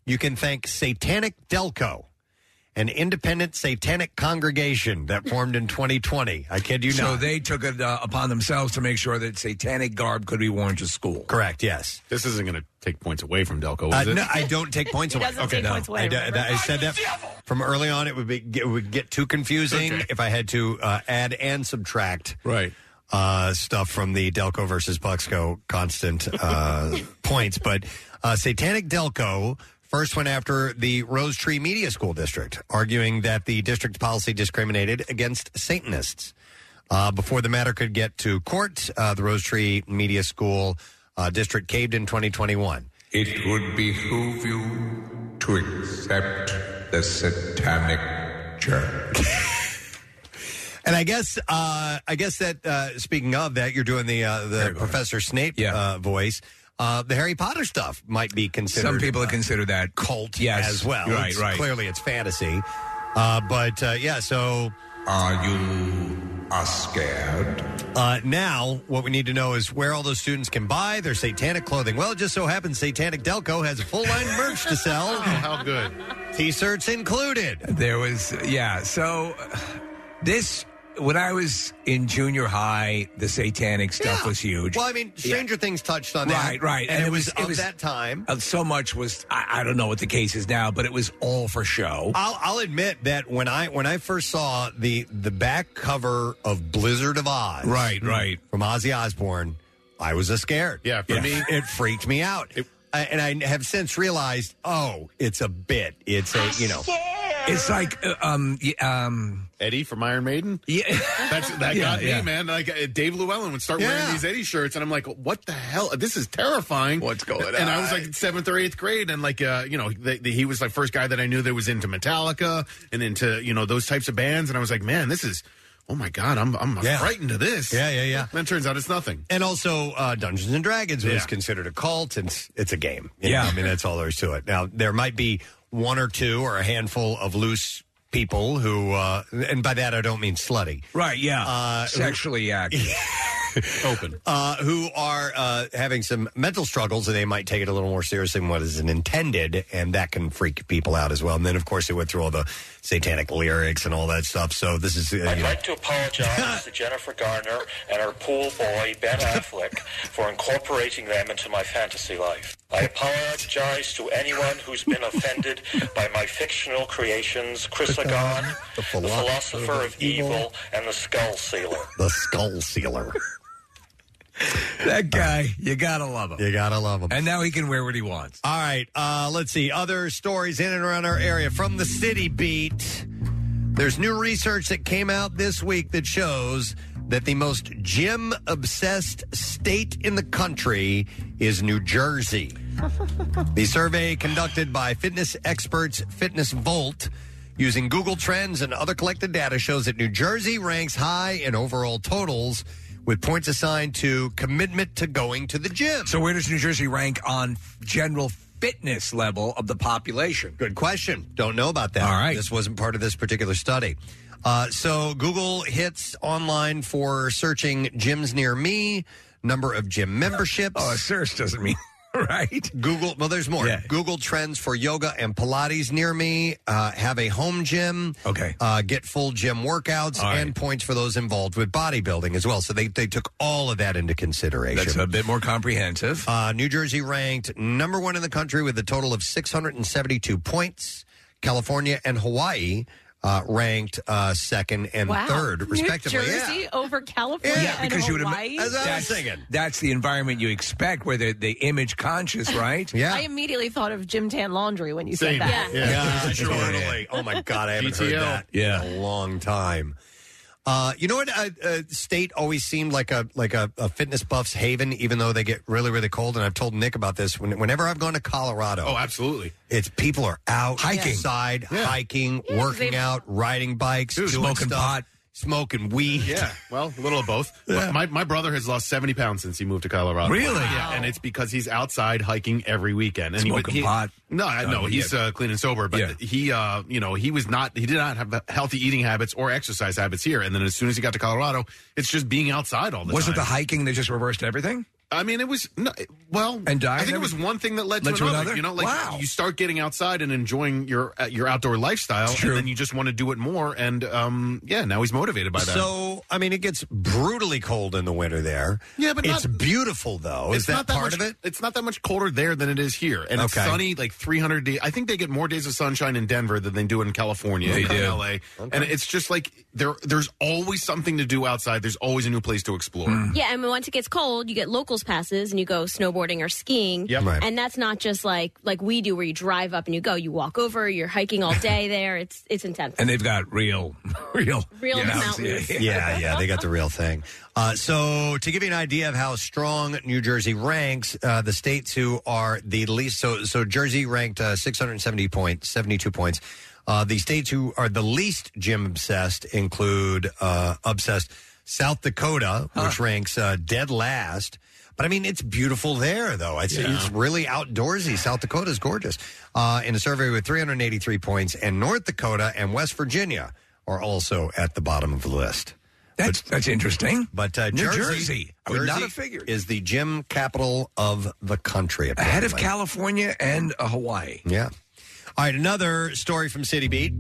you can thank Satanic Delco, an independent satanic congregation that formed in 2020. I kid you so not. they took it uh, upon themselves to make sure that satanic garb could be worn to school. Correct. Yes. This isn't going to take points away from Delco, Uh, is it? no, I don't take points away. no. I, d- I said that from early on. It would be it would get too confusing if I had to uh, add and subtract right uh, stuff from the Delco versus Buxco constant uh, points. But uh, Satanic Delco first went after the Rose Tree Media School District, arguing that the district policy discriminated against Satanists. Uh, before the matter could get to court, uh, the Rose Tree Media School uh, District caved in 2021. It would behoove you to accept the satanic church. And I guess uh, I guess that uh, speaking of that, you're doing the uh, the Professor Snape uh, voice. Uh, the Harry Potter stuff might be considered. Some people uh, consider that cult yes, as well. Right, It's- right. Clearly, it's fantasy. Uh, but uh, yeah, so are you are scared? Uh, now, what we need to know is where all those students can buy their satanic clothing. Well, it just so happens Satanic Delco has a full line merch to sell. how good! T-shirts included. There was, yeah. So uh, this, when I was in junior high, the satanic stuff was huge. Well, I mean, Stranger Things touched on that, Right, right. and, it was, of that time. uh, so much was, I, I don't know what the case is now, but it was all for show. I'll, I'll admit that when I when I first saw the the back cover of Blizzard of Oz, Right, right. from Ozzy Osbourne, I was a scared. Yeah, for me- it freaked me out, I, and I have since realized, oh, it's a bit. It's a you know, It's like uh, um y- um Eddie from Iron Maiden. Yeah, that's that Yeah, got me, yeah. man. Like uh, Dave Llewellyn would start wearing Yeah. these Eddie shirts, and I'm like, what the hell? This is terrifying. What's going and I was on? like in seventh or eighth grade, and like uh, you know, the, the, he was like first guy that I knew that was into Metallica and into you know those types of bands, and I was like, man, this is. Oh my God, I'm I'm Yeah. frightened of this. Yeah, yeah, yeah. Then it turns out it's nothing. and also uh, Dungeons and Dragons was Yeah. considered a cult, and it's, it's a game. You Yeah. know, I mean that's all there is to it. Now there might be one or two or a handful of loose people who, uh, and by that I don't mean slutty. Right, yeah. Uh, Sexually active. open, uh, who are uh, having some mental struggles, and they might take it a little more seriously than what is intended, and that can freak people out as well. And then, of course, they went through all the satanic lyrics and all that stuff. So this is, uh, I'd you know, like to apologize to Jennifer Garner and her pool boy, Ben Affleck, for incorporating them into my fantasy life. I apologize to anyone who's been offended by my fictional creations, Chrysagon, the philosopher of evil, and the skull sealer. the Skull Sealer. that guy, you gotta love him. You gotta love him. And now he can wear what he wants. All right, uh, let's see other stories in and around our area from the city beat. There's new research that came out this week that shows that the most gym obsessed state in the country is New Jersey. the survey conducted by fitness experts Fitness Volt using Google Trends and other collected data shows that New Jersey ranks high in overall totals with points assigned to commitment to going to the gym. So where does New Jersey rank on general fitness level of the population? Good question. Don't know about that. All right. This wasn't part of this particular study. Uh, so Google hits online for searching gyms near me, number of gym memberships. Oh, a search doesn't mean. Right. Google, well, there's more. Google trends for yoga and Pilates near me. Uh, have a home gym. Okay. Uh, get full gym workouts All right. and points for those involved with bodybuilding as well. So they, they took all of that into consideration. That's a bit more comprehensive. Uh, New Jersey ranked number one in the country with a total of 672 points. California and Hawaii uh, ranked uh, second and wow. third, respectively. New Jersey over California and because you would Hawaii. imagine That's the environment you expect where they're, they image conscious, right? I immediately thought of Jim Tan Laundry when you Same. said that. Yeah. Yeah, sure. totally. Oh my god, I haven't GTO. heard that Yeah. in a long time. Uh, you know what? Uh, uh, state always seemed like a like a, a fitness buff's haven, even though they get really really cold. And I've told Nick about this. When, whenever I've gone to Colorado, Oh, absolutely. It's people are out Hiking. outside, hiking, working out, riding bikes, Dude, doing smoking stuff, pot. smoking weed. Yeah, well, a little of both. But my, my brother has lost 70 pounds since he moved to Colorado. Really? Yeah, and it's because he's outside hiking every weekend. And he would- Smoking he, pot. No, I- no, Oh, he's yeah. uh, clean and sober, but Yeah. he, uh, you know, he was not, he did not have healthy eating habits or exercise habits here. And then as soon as he got to Colorado, it's just being outside all the Was time. it the hiking that just reversed everything? I mean, it was no, well, and diet. I think it was everything? one thing that led, Led to, another, You know, like wow. you start getting outside and enjoying your uh, your outdoor lifestyle, and then you just want to do it more. And um, yeah, now he's motivated by that. So I mean, it gets brutally cold in the winter there. Yeah, but it's not- beautiful though. Is it's that, not that part much, of it? It's not that much colder there than it is here, and it's Okay. sunny like 300 days. I think they get more days of sunshine in Denver than they do in California, They in do. LA. And it's just like there, there's always something to do outside. There's always a new place to explore. Mm. Yeah, and once it gets cold, you get locals passes and you go snowboarding or skiing. Yep. Right. And that's not just like like we do where you drive up and you go, you walk over, you're hiking all day there. It's it's intense. And they've got real, real, Real mountains. Yeah. yeah, yeah, they got the real thing. Uh, so, to give you an idea of how strong New Jersey ranks, uh, the states who are the least so so Jersey ranked uh, 670 points, 72 points. Uh, the states who are the least gym obsessed include uh, obsessed South Dakota, which ranks uh, dead last. But I mean, it's beautiful there, though. It's, Yeah. it's really outdoorsy. South Dakota is gorgeous. Uh, in a survey with 383 points, and North Dakota and West Virginia are also at the bottom of the list. That's that's interesting. But uh, New Jersey, Jersey. I would Jersey not have figured. is the gym capital of the country. Ahead of apparently. California and uh, Hawaii. Yeah. All right, another story from City Beat.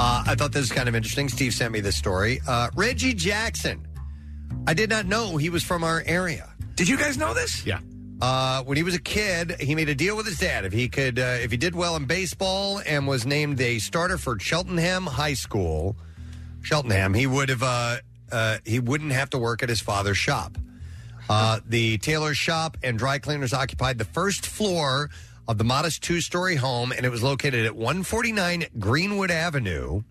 Uh, I thought this was kind of interesting. Steve sent me this story. Uh, Reggie Jackson. I did not know he was from our area. Did you guys know this? Yeah. Uh, when he was a kid, he made a deal with his dad. If he could, uh, if he did well in baseball and was named a starter for Cheltenham High School, Cheltenham, he would have, uh, uh, he wouldn't have to work at his father's shop. Uh, the tailor's shop and dry cleaners occupied the first floor of the modest two-story home, and it was located at 149 Greenwood Avenue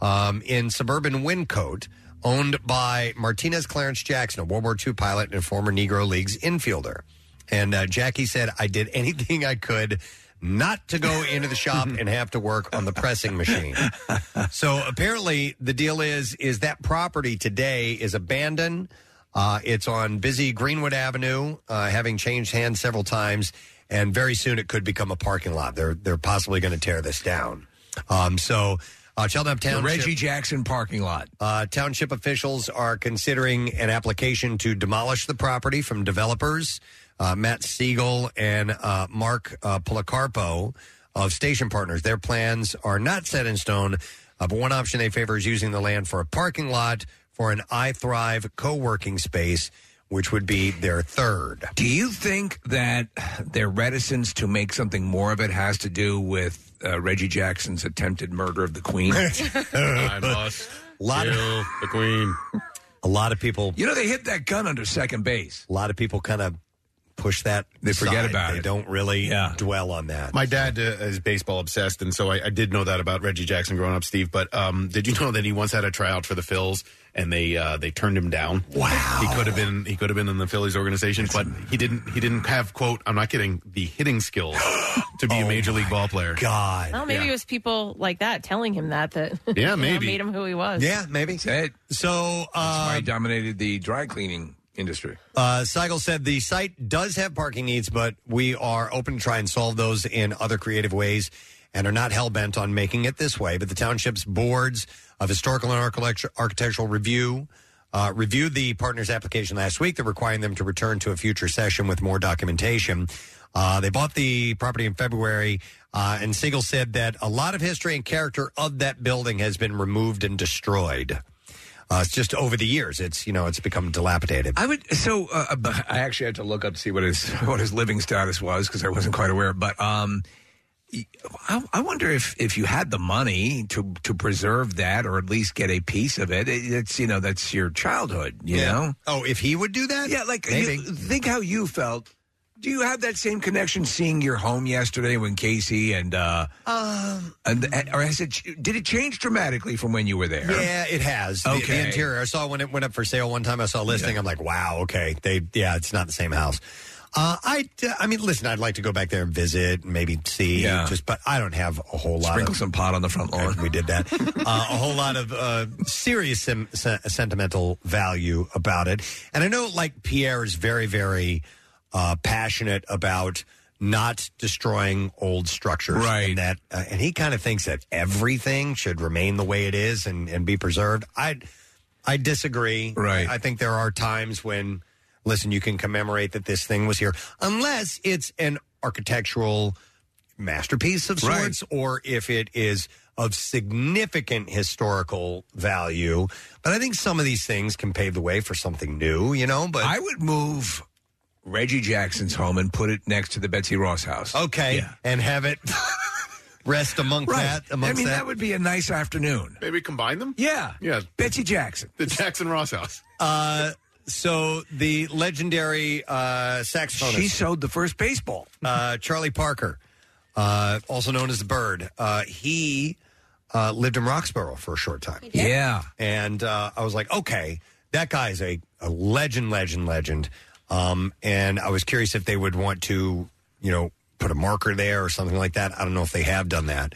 um, in suburban Wincote, owned by Martinez Clarence Jackson, a World War II pilot and former Negro Leagues infielder. And uh, Jackie said, I did anything I could not to go into the shop and have to work on the pressing machine. so apparently the deal is is that property today is abandoned. Uh, it's on busy Greenwood Avenue, uh, having changed hands several times, and very soon it could become a parking lot. They're they're possibly going to tear this down. Um, so Uh, Cheltenham The Township. Reggie Jackson parking lot. Uh, township officials are considering an application to demolish the property from developers uh, Matt Siegel and uh, Mark uh, Policarpo of Station Partners. Their plans are not set in stone, uh, but one option they favor is using the land for a parking lot for an I Thrive co working space, which would be their third. Do you think that their reticence to make something more of it has to do with uh, Reggie Jackson's attempted murder of the Queen? I must lot kill the Queen. A lot of people. You know, they hit that gun under second base. A lot of people kind of push that. They forget aside. about They it. don't really dwell on that. My dad uh, is baseball obsessed, and so I, I did know that about Reggie Jackson growing up, Steve. But um, did you know that he once had a tryout for the Phils, and they uh, they turned him down? Wow, he could have been he could have been in the Phillies organization, but he didn't he didn't have quote I'm not kidding the hitting skills to be a major league ball player. Oh God, Well, maybe it was people like that telling him that that Yeah, you know, maybe. made him who he was. maybe. So uh, I dominated the dry cleaning industry. Uh, Seigel said the site does have parking needs, but we are open to try and solve those in other creative ways and are not hell bent on making it this way. But the township's boards of historical and architecture- architectural review. Uh, reviewed the partners' application last week. They're requiring them to return to a future session with more documentation. Uh, they bought the property in February, uh, and Siegel said that a lot of history and character of that building has been removed and destroyed. Uh, it's just over the years, it's you know, it's become dilapidated. I would so uh, but I actually had to look up to see what his what his living status was because I wasn't quite aware. But um, I, I wonder if if you had the money to to preserve that or at least get a piece of it. it it's you know that's your childhood. You Yeah. know. Oh, if he would do that, yeah. Like Maybe. you- think how you felt. Do you have that same connection seeing your home yesterday when Casey and uh, Um, and or has it did it change dramatically from when you were there? yeah, it has. The- Okay. The, interior. I saw when it went up for sale one time. I saw a listing. I'm like, wow, okay, they yeah, it's not the same house. Uh, I I mean, listen, I'd like to go back there and visit, maybe see, Yeah. just but I don't have a whole lot. Sprinkle of, some pot on the front lawn. We did that. uh, a whole lot of uh, serious sem- se- sentimental value about it, and I know like Pierre is very very uh, passionate about not destroying old structures, right? And that, uh, and he kind of thinks that everything should remain the way it is and and be preserved. I I disagree. Right. I, I think there are times when, listen, you can commemorate that this thing was here, unless it's an architectural masterpiece of Right. sorts, or if it is of significant historical value. But I think some of these things can pave the way for something new, you know. But I would move Reggie Jackson's home and put it next to the Betsy Ross house. Okay, and have it rest among Right. that. I Amongst mean, that. that would be a nice afternoon. Maybe combine them. Yeah. Yeah. Betsy Jackson. The Jackson Ross house. Uh, so the legendary uh, saxophonist. She sewed the first baseball. Uh, Charlie Parker, uh, also known as the Bird. Uh, he uh, lived in Roxborough for a short time. Yeah. And uh, I was like, okay, that guy is a, a legend, legend, legend. Um, and I was curious if they would want to, you know, put a marker there or something like that. I don't know if they have done that.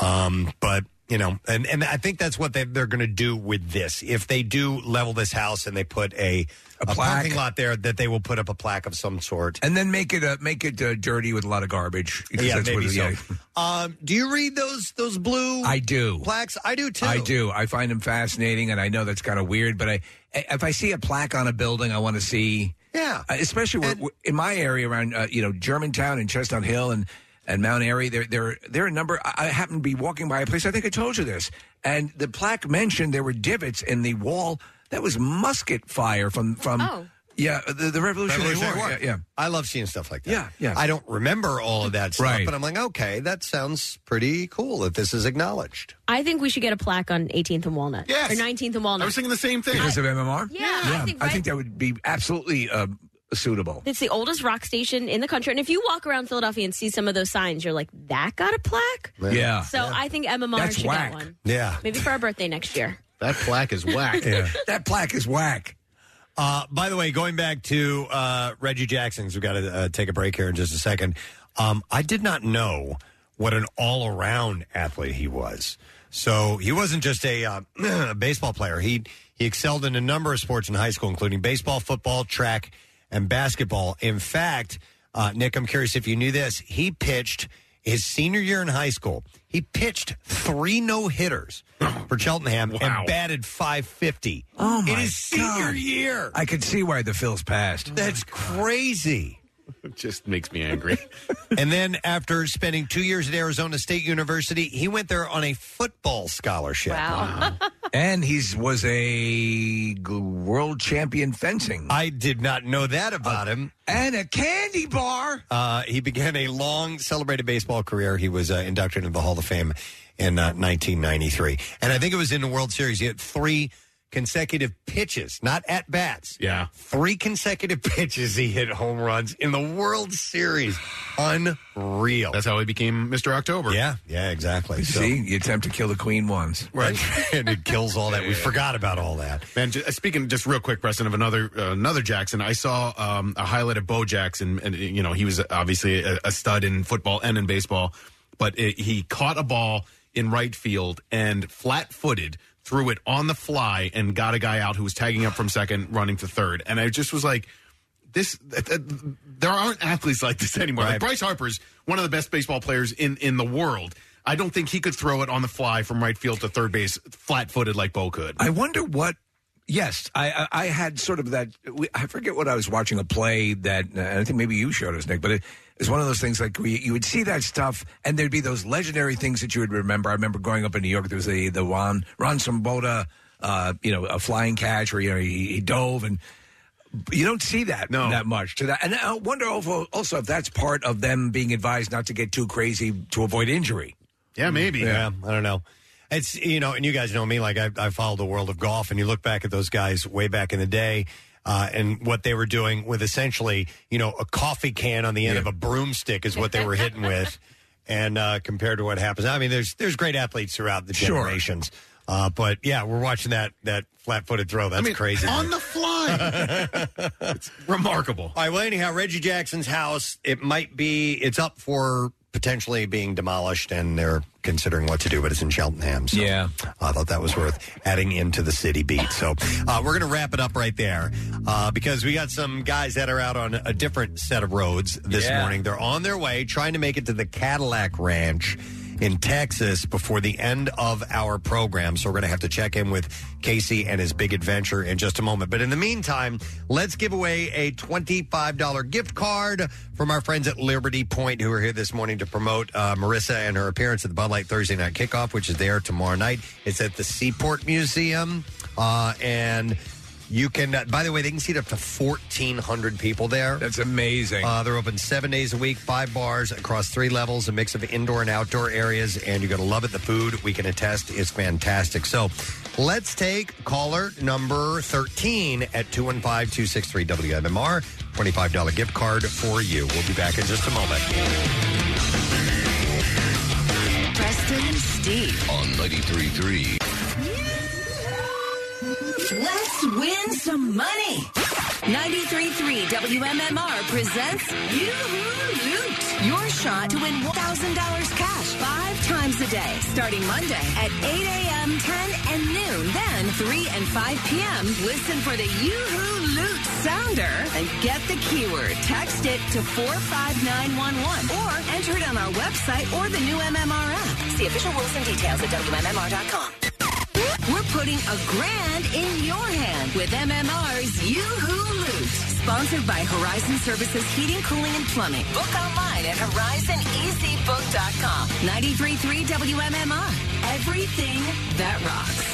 Um, but you know, and, and I think that's what they, they're going to do with this. If they do level this house and they put a, a, parking lot there, that they will put up a plaque of some sort. And then make it uh, make it uh, dirty with a lot of garbage. because Yeah, that's uh, what maybe it- so. yeah. Um, do you read those those blue? I do. plaques. I do too. I do. I find them fascinating, and I know that's kind of weird, but I if I see a plaque on a building, I want to see. Yeah, Uh, especially where, where- in my area around uh, you know Germantown and Chestnut Hill and and Mount Airy. There there there are a number. I, I happened to be walking by a place. I think I told you this, and the plaque mentioned there were divots in the wall. That was musket fire from from Oh. yeah the, the Revolutionary, War. Yeah, yeah. I love seeing stuff like that. Yeah, yeah. I don't remember all of that stuff, Right. but I'm like, okay, that sounds pretty cool that this is acknowledged. I think we should get a plaque on 18th and Walnut. Yes. Or 19th and Walnut. the same thing because of MMR. Yeah, I think right- that would be absolutely uh, suitable. It's the oldest rock station in the country. And if you walk around Philadelphia and see some of those signs, you're like, that got a plaque? Uh, Yeah. So I think MMR That's should whack. get one. Yeah. Maybe for our birthday next year. That plaque is whack. Yeah. That plaque is whack. Uh, by the way, going back to uh, Reggie Jackson's, we've got to uh, take a break here in just a second. Um, I did not know what an all around athlete he was. So he wasn't just a uh, baseball player. He he excelled in a number of sports in high school, including baseball, football, track, and basketball. In fact, uh, Nick, I'm curious if you knew this. He pitched his senior year in high school, he pitched three no hitters for Cheltenham Wow. and batted 550 Oh my in his senior God. year. I could see why the Phil's passed. That's crazy. It just makes me angry. and then after spending two years at Arizona State University, he went there on a football scholarship. and he's was a g- world champion fencing. I did not know that about him. And a candy bar. Uh, he began a long celebrated baseball career. He was uh, inducted into the Hall of Fame in uh, 1993. And I think it was in the World Series. He had three consecutive pitches, not at bats. Yeah. Three consecutive pitches he hit home runs in the World Series. Unreal. That's how he became Mr. October. Yeah, yeah, exactly. See, you attempt to kill the queen once. Right. and it kills all that. We forgot about all that. Man, ju- uh, speaking just real quick, Preston, of another uh, another Jackson, I saw um, a highlight of Bo Jackson, and uh, you know he was obviously a, a stud in football and in baseball, but it, he caught a ball in right field and flat-footed threw it on the fly and got a guy out who was tagging up from second, running to third, and I just was like. This th- th- there aren't athletes like this anymore. Like Bryce Harper's one of the best baseball players in, in the world. I don't think he could throw it on the fly from right field to third base flat-footed like Bo could. I wonder what. Yes, I I I had sort of that. we- I forget what I was watching a play that uh, I think maybe you showed us, Nick. But it, it's one of those things like we, you would see that stuff, and there'd be those legendary things that you would remember. I remember growing up in New York, there was the the Ron Ron Samboda, uh, you know, a flying catch where you know he, he dove, and you don't see that that much to that. And I wonder also, also if that's part of them being advised not to get too crazy to avoid injury. Yeah, maybe. Mm, Yeah, I don't know. It's you know, and you guys know me. Like I, I follow the world of golf, and you look back at those guys way back in the day, uh, and what they were doing with essentially, you know, a coffee can on the end of a broomstick is what they were hitting with, and uh, compared to what happens. I mean, there's there's great athletes throughout the Sure. generations, uh, but yeah, we're watching that that flat footed throw. That's I mean, crazy. On the fly. it's remarkable. All right. Well, anyhow, Reggie Jackson's house. It might be. It's up for potentially being demolished, and they're considering what to do. But it's in Cheltenham. So yeah. I thought that was worth adding into the city beat. So uh, we're going to wrap it up right there uh, because we got some guys that are out on a different set of roads this Yeah. morning. They're on their way trying to make it to the Cadillac Ranch in Texas before the end of our program. So we're going to have to check in with Casey and his big adventure in just a moment. But in the meantime, let's give away a $25 gift card from our friends at Liberty Point who are here this morning to promote uh, Marissa and her appearance at the Bud Light Thursday Night Kickoff, which is there tomorrow night. It's at the Seaport Museum. Uh, and you can, uh, by the way, they can seat up to 1,400 people there. That's amazing. Uh, they're open seven days a week, five bars across three levels, a mix of indoor and outdoor areas, and you're going to love it. The food, we can attest, is fantastic. So let's take caller number 13 at 215 263 WMMR. $25 gift card for you. We'll be back in just a moment. Preston and Steve. On 93.3. Let's win some money. 93.3 WMMR presents Yoo-Hoo Loot. Your shot to win $1,000 cash five times a day, starting Monday at 8 a.m., 10 and noon. Then 3 and 5 p.m. Listen for the Yoo-Hoo Loot sounder and get the keyword. Text it to 45911 or enter it on our website or the new MMR app. See official rules and details at WMMR.com. We're putting a grand in your hand with MMR's Yoo-Hoo Loot. Sponsored by Horizon Services Heating, Cooling, and Plumbing. Book online at horizoneasybook.com. 93.3 WMMR. Everything that rocks.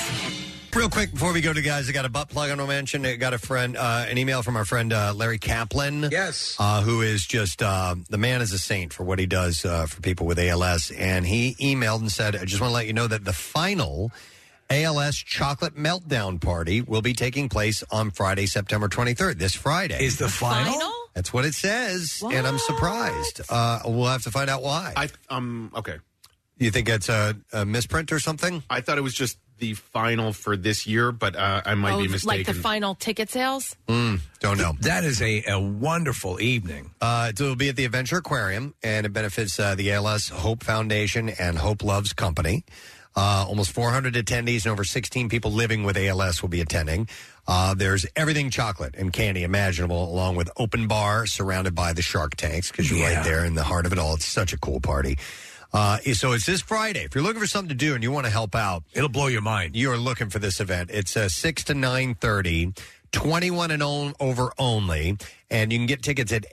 Real quick before we go to guys, I got a butt plug I want to mention. I got a friend, uh, an email from our friend uh, Larry Kaplan. Yes, uh, who is just uh, the man is a saint for what he does uh, for people with ALS. And he emailed and said, "I just want to let you know that the final." ALS Chocolate Meltdown Party will be taking place on Friday, September 23rd. This Friday is the final. That's what it says, and I'm surprised. Uh, we'll have to find out why. I um okay. You think it's a, a misprint or something? I thought it was just the final for this year, but uh, I might Oh, be like mistaken. the final ticket sales? Mm, don't know. That is a, a wonderful evening. Uh, it will be at the Adventure Aquarium, and it benefits uh, the ALS Hope Foundation and Hope Loves Company. Uh, almost 400 attendees and over 16 people living with ALS will be attending. Uh, there's everything chocolate and candy imaginable, along with open bar surrounded by the shark tanks because you're right there in the heart of it all. It's such a cool party. Uh, so it's this Friday. If you're looking for something to do and you want to help out, it'll blow your mind. You are looking for this event. It's uh, six to nine thirty. 21 and on, over only. And you can get tickets at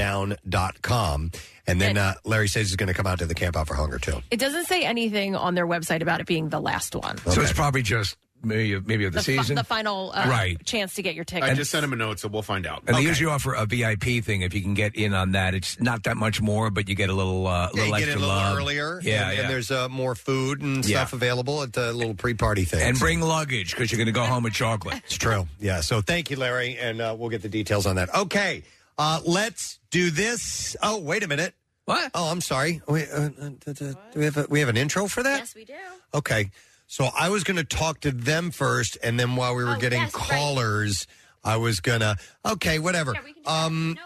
alschocolatemeltdown.com. And then uh, Larry says he's going to come out to the Camp Out for Hunger, too. It doesn't say anything on their website about it being the last one. So it's probably just maybe maybe of the, the, fi- season. the final uh, Right. chance to get your ticket. I just sent him a note, so we'll find out. And they usually offer a VIP thing if you can get in on that. It's not that much more, but you get a little uh, Yeah, little you extra get in a little love. earlier. Yeah, and, yeah. and there's uh, more food and Yeah. stuff available at the little pre-party thing. And bring luggage because you're going to go home with chocolate. It's true. Yeah. So thank you, Larry, and uh, we'll get the details on that. Okay. Uh, let's do this. Oh, wait a minute. What? Oh, I'm sorry. We, uh, uh, d- d- do we have a, we have an intro for that? Yes, we do. Okay. So I was going to talk to them first, and then while we were getting callers, I was gonna. Okay, whatever. um,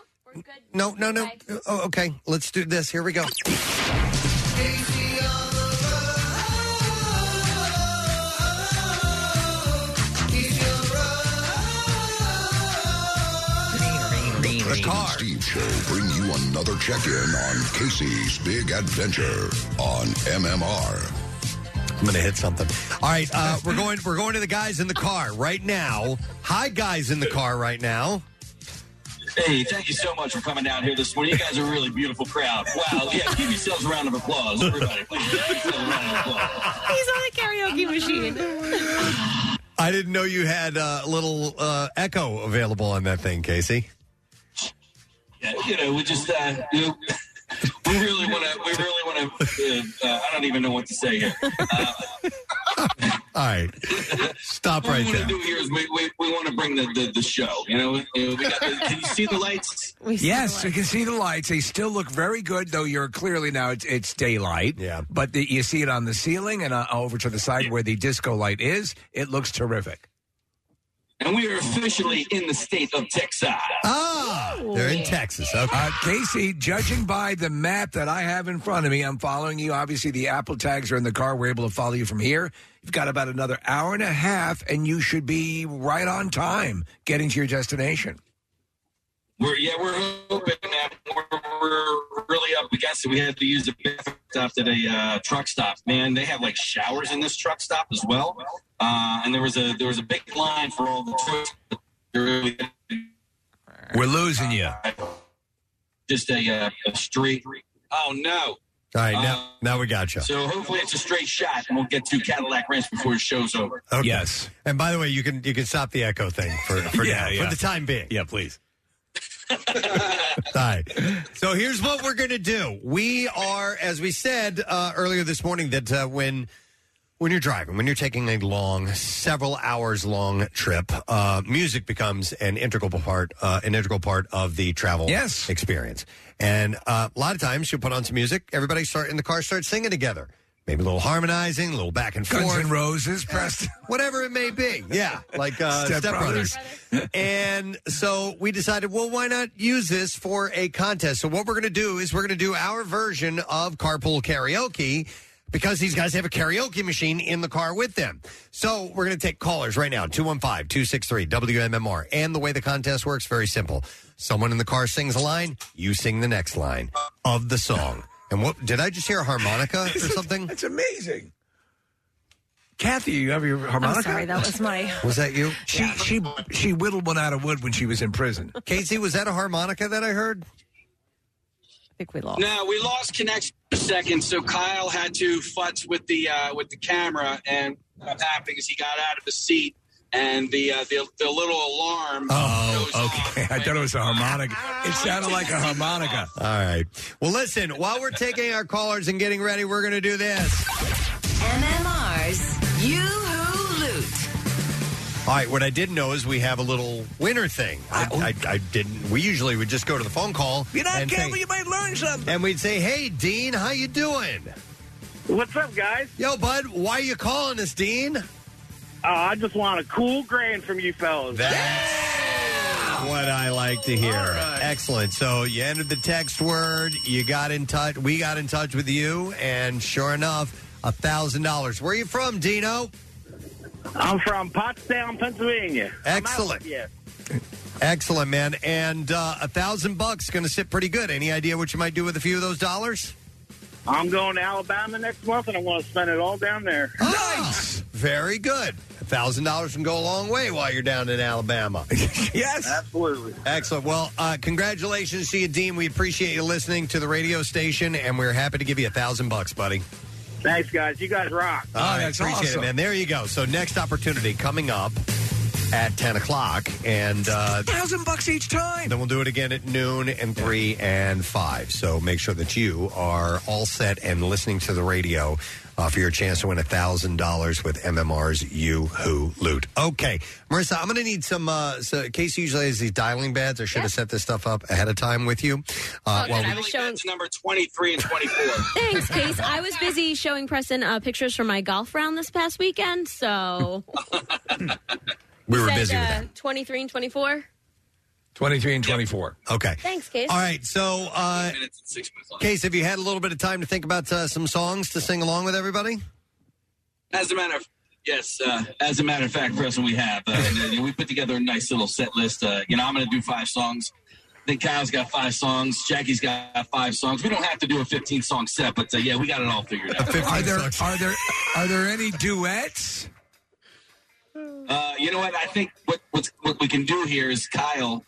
no, no, no. Oh, okay, let's do this. Here we go. The car. Steve Show bring you another check-in on Casey's Big Adventure on MMR. I'm gonna hit something. All right, uh, we're going. We're going to the guys in the car right now. Hi, guys in the car right now. Hey, thank you so much for coming down here this morning. You guys are a really beautiful crowd. Wow, yeah, give yourselves a round of applause, everybody. Please give yourselves a round of applause. He's on the karaoke machine. I didn't know you had a little uh, echo available on that thing, Casey. Yeah, you know, we just uh, you know, we really want to. We really want to. Uh, uh, I don't even know what to say here. Uh, All right, stop what right we there. want to do here is we, we, we want to bring the, the, the show. You know, You know, we got the, can you see the lights? yes, you can see the lights. They still look very good, though. You're clearly now it's, it's daylight. Yeah, but the, you see it on the ceiling and uh, over to the side where the disco light is. It looks terrific. And we are officially in the state of Texas. Ah, they're in Texas. Okay. Uh, Casey, judging by the map that I have in front of me, I'm following you. Obviously, the Apple tags are in the car. We're able to follow you from here. You've got about another hour and a half, and you should be right on time getting to your destination. We're yeah, we're hoping, man. We're, we're really up against it. We had to use the bathroom stop at a uh, truck stop. Man, they have like showers in this truck stop as well. Uh, and there was a there was a big line for all the trucks. We're losing you. Just a, uh, a street. Oh no! All right, Uh, now now we got you. So hopefully it's a straight shot, and we'll get to Cadillac Ranch before the show's over. Yes. And by the way, you can you can stop the echo thing for for Yeah, now, yeah. for the time being. Yeah, please. All right. So here's what we're going to do. We are, as we said uh, earlier this morning, that uh, when when you're driving, when you're taking a long, several hours long trip, uh, music becomes an integral part, uh, an integral part of the travel yes. experience. And uh, a lot of times, you put on some music. Everybody start in the car, start singing together. Maybe a little harmonizing, a little back and Guns forth. N' Roses, Preston. Whatever it may be. Yeah, like uh, Step Step, Brothers. and so we decided, well, why not use this for a contest? So what we're going to do is we're going to do our version of carpool karaoke because these guys have a karaoke machine in the car with them. So we're going to take callers right now, 215-263-WMMR. And the way the contest works, very simple. Someone in the car sings a line, you sing the next line of the song. And what did I just hear a harmonica or something? That's amazing. Kathy, you have your harmonica? I'm sorry, that was my. Was that you? She she she whittled one out of wood when she was in prison. Casey, was that a harmonica that I heard? I think we lost. No, we lost connection for a second, so Kyle had to futz with the uh, with the camera, and what happened is he got out of his seat, and the uh, the, the little alarm. uh, Oh, okay. I thought it was a harmonica. It sounded like a harmonica. All right. Well, listen, while we're taking our callers and getting ready, we're going to do this. MMR's Yoo-Hoo Loot. All right. What I didn't know is we have a little winner thing. I, I, I didn't. We usually would just go to the phone call. You're not and say- careful, Ah, you might learn something. And we'd say, "Hey, Dean, how you doing? What's up, guys? Yo, bud, why you calling us, Dean? Uh, I just want a cool grand from you fellas. What I like to hear. Excellent. So you entered the text word. You got in touch. We got in touch with you, and sure enough, a thousand dollars. Where are you from, Dino? I'm from Pottstown, Pennsylvania. Excellent. Yeah. Excellent, man. And uh, a thousand bucks going to sit pretty good. Any idea what you might do with a few of those dollars? I'm going to Alabama next month, and I'm going to spend it all down there. Nice. Very good. A thousand dollars can go a long way while you're down in Alabama. yes, absolutely. Excellent. Well, uh, congratulations to you, Dean. We appreciate you listening to the radio station, and we're happy to give you a thousand bucks, buddy. Thanks, guys. You guys rock. Ah, All right, appreciate it, man. There you go. So next opportunity coming up at ten o'clock, and uh, Thousand bucks each time. then we'll do it again at noon and three and five. So make sure that you are all set and listening to the radio uh, for your chance to win a thousand dollars with MMR's You Who Loot. Okay, Marissa, I'm going to need some. Uh, so Casey usually has these dialing pads. I should have set this stuff up ahead of time with you. Oh, Uh, while we- That's number 23 and 24. Thanks, Case. I was busy showing Preston uh, pictures from my golf round this past weekend, so we You were said, busy with that. uh, Twenty-three and twenty-four. 23 and 24. Okay. Thanks, Case. All right, so uh, Case, have you had a little bit of time to think about uh, some songs to sing along with everybody? As a matter of yes, uh, as a matter of fact, Preston, we have uh, and, uh, we put together a nice little set list. Uh, you know, I'm going to do five songs. I think Kyle's got five songs. Jackie's got five songs. We don't have to do a 15 song set, but uh, yeah, we got it all figured out. Are there are there are there any duets? Uh, you know what? I think what what's, what we can do here is Kyle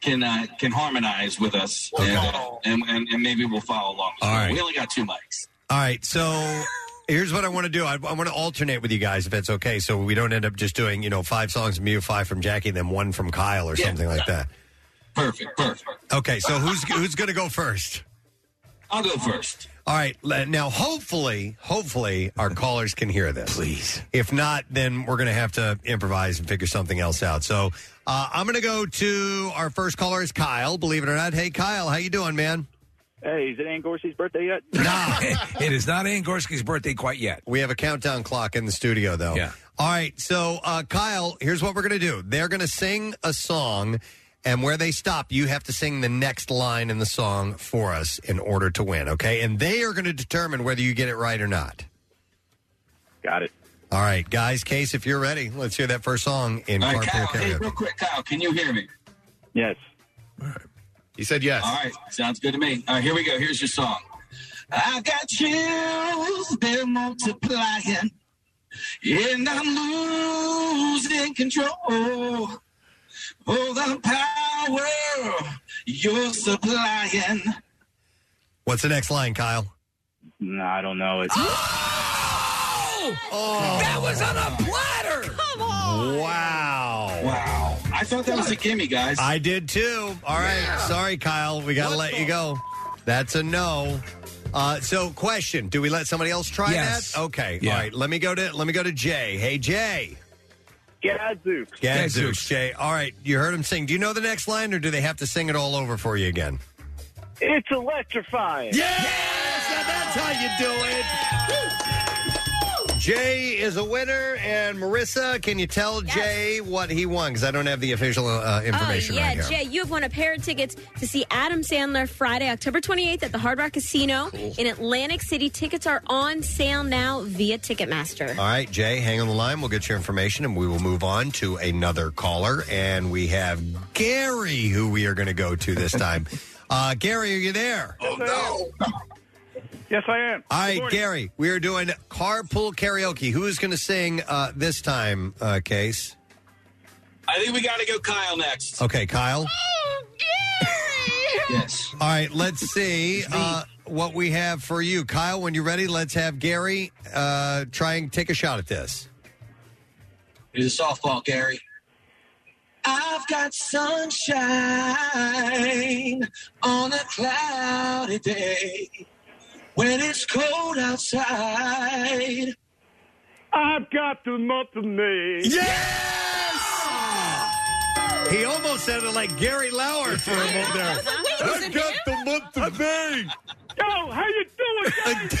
can uh, can harmonize with us, and, uh, and, and and maybe we'll follow along. All right. We only got two mics. All right, so here's what I want to do. I, I want to alternate with you guys, if it's okay, so we don't end up just doing you know five songs from you, five from Jackie, and then one from Kyle or something like that. Perfect. Perfect. Okay, so who's who's going to go first? I'll go first. All right, le- now hopefully, hopefully our callers can hear this. Please. If not, then we're going to have to improvise and figure something else out. So uh, I'm going to go to our first caller is Kyle. Believe it or not, hey Kyle, how you doing, man? Hey, is it Ann Gorsey's birthday yet? it is not Ann Gorski's birthday quite yet. We have a countdown clock in the studio, though. Yeah. All right. So, uh, Kyle, here's what we're going to do they're going to sing a song, and where they stop, you have to sing the next line in the song for us in order to win, okay? And they are going to determine whether you get it right or not. Got it. All right, guys, Case, if you're ready, let's hear that first song in All right, Carpool Kyle, hey, Karaoke. real quick, Kyle, can you hear me? Yes. He said yes. All right, sounds good to me. All right, here we go. Here's your song. I got chills, they're multiplying, and I'm losing control. Oh, the power you're supplying. What's the next line, Kyle? No, I don't know. It's Oh, that was on a platter. Come on. Wow. Wow. I thought that was a gimme, guys. I did too. All right. Sorry, Kyle. We got to let you go. That's a no. Uh, so, question: Do we let somebody else try Yes. that? Okay. Yeah. All right. Let me go to let me go to Jay. Hey, Jay. Gadzooks. Gadzooks. Jay. All right. You heard him sing. Do you know the next line, or do they have to sing it all over for you again? It's electrifying. Yes, now that's how you do it. Jay is a winner, and Marissa, can you tell Jay what he won? Because I don't have the official uh, information oh, yeah, right here. Jay, you have won a pair of tickets to see Adam Sandler Friday, October 28th at the Hard Rock Casino in Atlantic City. Tickets are on sale now via Ticketmaster. All right, Jay, hang on the line. We'll get your information and we will move on to another caller. And we have Gary, who we are going to go to this time. uh, Gary, are you there? Oh, no. Yes, I am. All right, Gary, we are doing carpool karaoke. Who is going to sing uh, this time, uh, Case? I think we got to go Kyle next. Okay, Kyle. Yes. All right, let's see uh, what we have for you. Kyle, when you're ready, let's have Gary uh, try and take a shot at this. Here's a softball, Gary. I've got sunshine on a cloudy day. When it's cold outside, I've got the month of May. Yes! He almost sounded like Gary Lauer for a moment there. I got the month of May. Yo, how you doing? guys?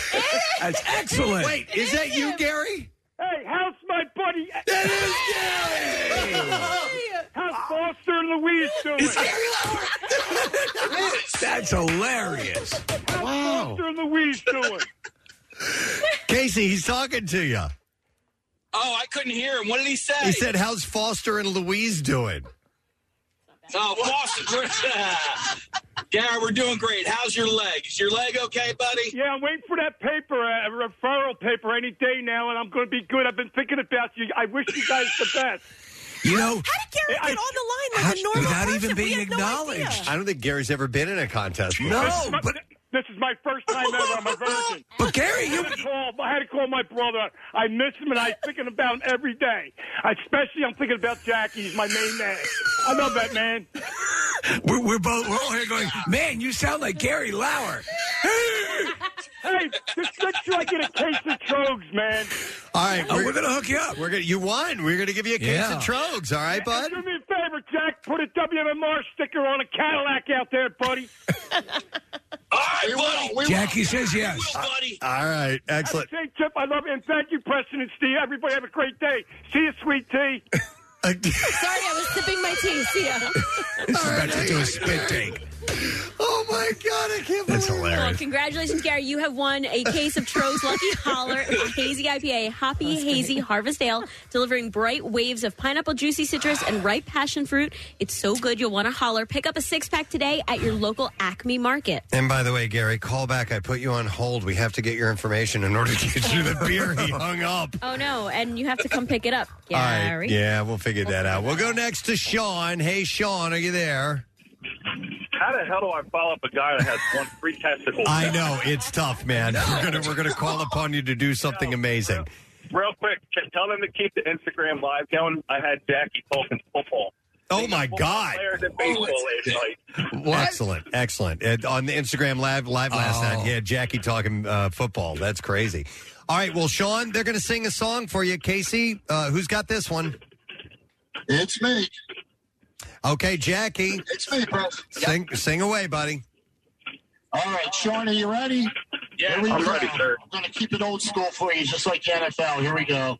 That's excellent. Wait, is that you, Gary? Hey, how's my buddy? That is Gary. how's Foster and Louise doing? It's Gary Lauer. That's hilarious. how's Foster and Louise doing? Casey, he's talking to you. Oh, I couldn't hear him. What did he say? He said, "How's Foster and Louise doing?" Oh, Boston. Gary, we're doing great. How's your leg? Is your leg okay, buddy? Yeah, I'm waiting for that paper, uh, a referral paper, any day now, and I'm going to be good. I've been thinking about you. I wish you guys the best. You How know, did Gary get on the line without even being acknowledged. I don't think Gary's ever been in a contest. before. No, but This is my first time ever. I'm a virgin. But Gary, you I had, to call, I had to call my brother. I miss him, and I'm thinking about him every day. Especially, I'm thinking about Jackie. He's my main man. I love that man. we're, we're both we're all here going, man, you sound like Gary Lauer. hey, just make sure I get a case of Trogs, man. All right, Oh, we're gonna hook you up. We're gonna you won. We're gonna give you a case Yeah. of Trogs. All right, bud. Do me a favor, Jack. Put a WMMR sticker on a Cadillac out there, buddy. All right, buddy. Jackie says yes. Uh, All right, excellent. Have a safe trip. I love you, and thank you, Preston and Steve. Everybody have a great day. See you, sweet tea. Sorry, I was sipping my tea. See ya. This is about to do a spit take. Oh my god, I can't That's Well, hilarious. congratulations, Gary. You have won a case of Tro's Lucky Holler Hazy IPA, Hoppy Hazy Harvest Ale, delivering bright waves of pineapple, juicy citrus, and ripe passion fruit. It's so good you'll want to holler. Pick up a six pack today at your local Acme Market. And by the way, Gary, call back. I put you on hold. We have to get your information in order to get you the beer he hung up. Oh no, and you have to come pick it up, All right, Gary. yeah, we'll figure that out. We'll go next to Sean. Hey, Sean, are you there? How the hell do I follow up a guy that has one free testicle? I know it's tough, man. We're gonna we're gonna call upon you to do something amazing. Real quick, t- tell them to keep the Instagram live going. I had Jackie talking football. Oh my God! Player than baseball last night. Excellent, excellent. And on the Instagram live live last night, yeah, Jackie talking uh, football. That's crazy. All right, well, Sean, they're going to sing a song for you. Casey, uh, who's got this one? It's me. Okay, Jackie. It's me, bro. Sing, sing away, buddy. All right, Sean, are you ready? Yeah, Here we I'm go. ready, sir. I'm going to keep it old school for you, just like the NFL. Here we go.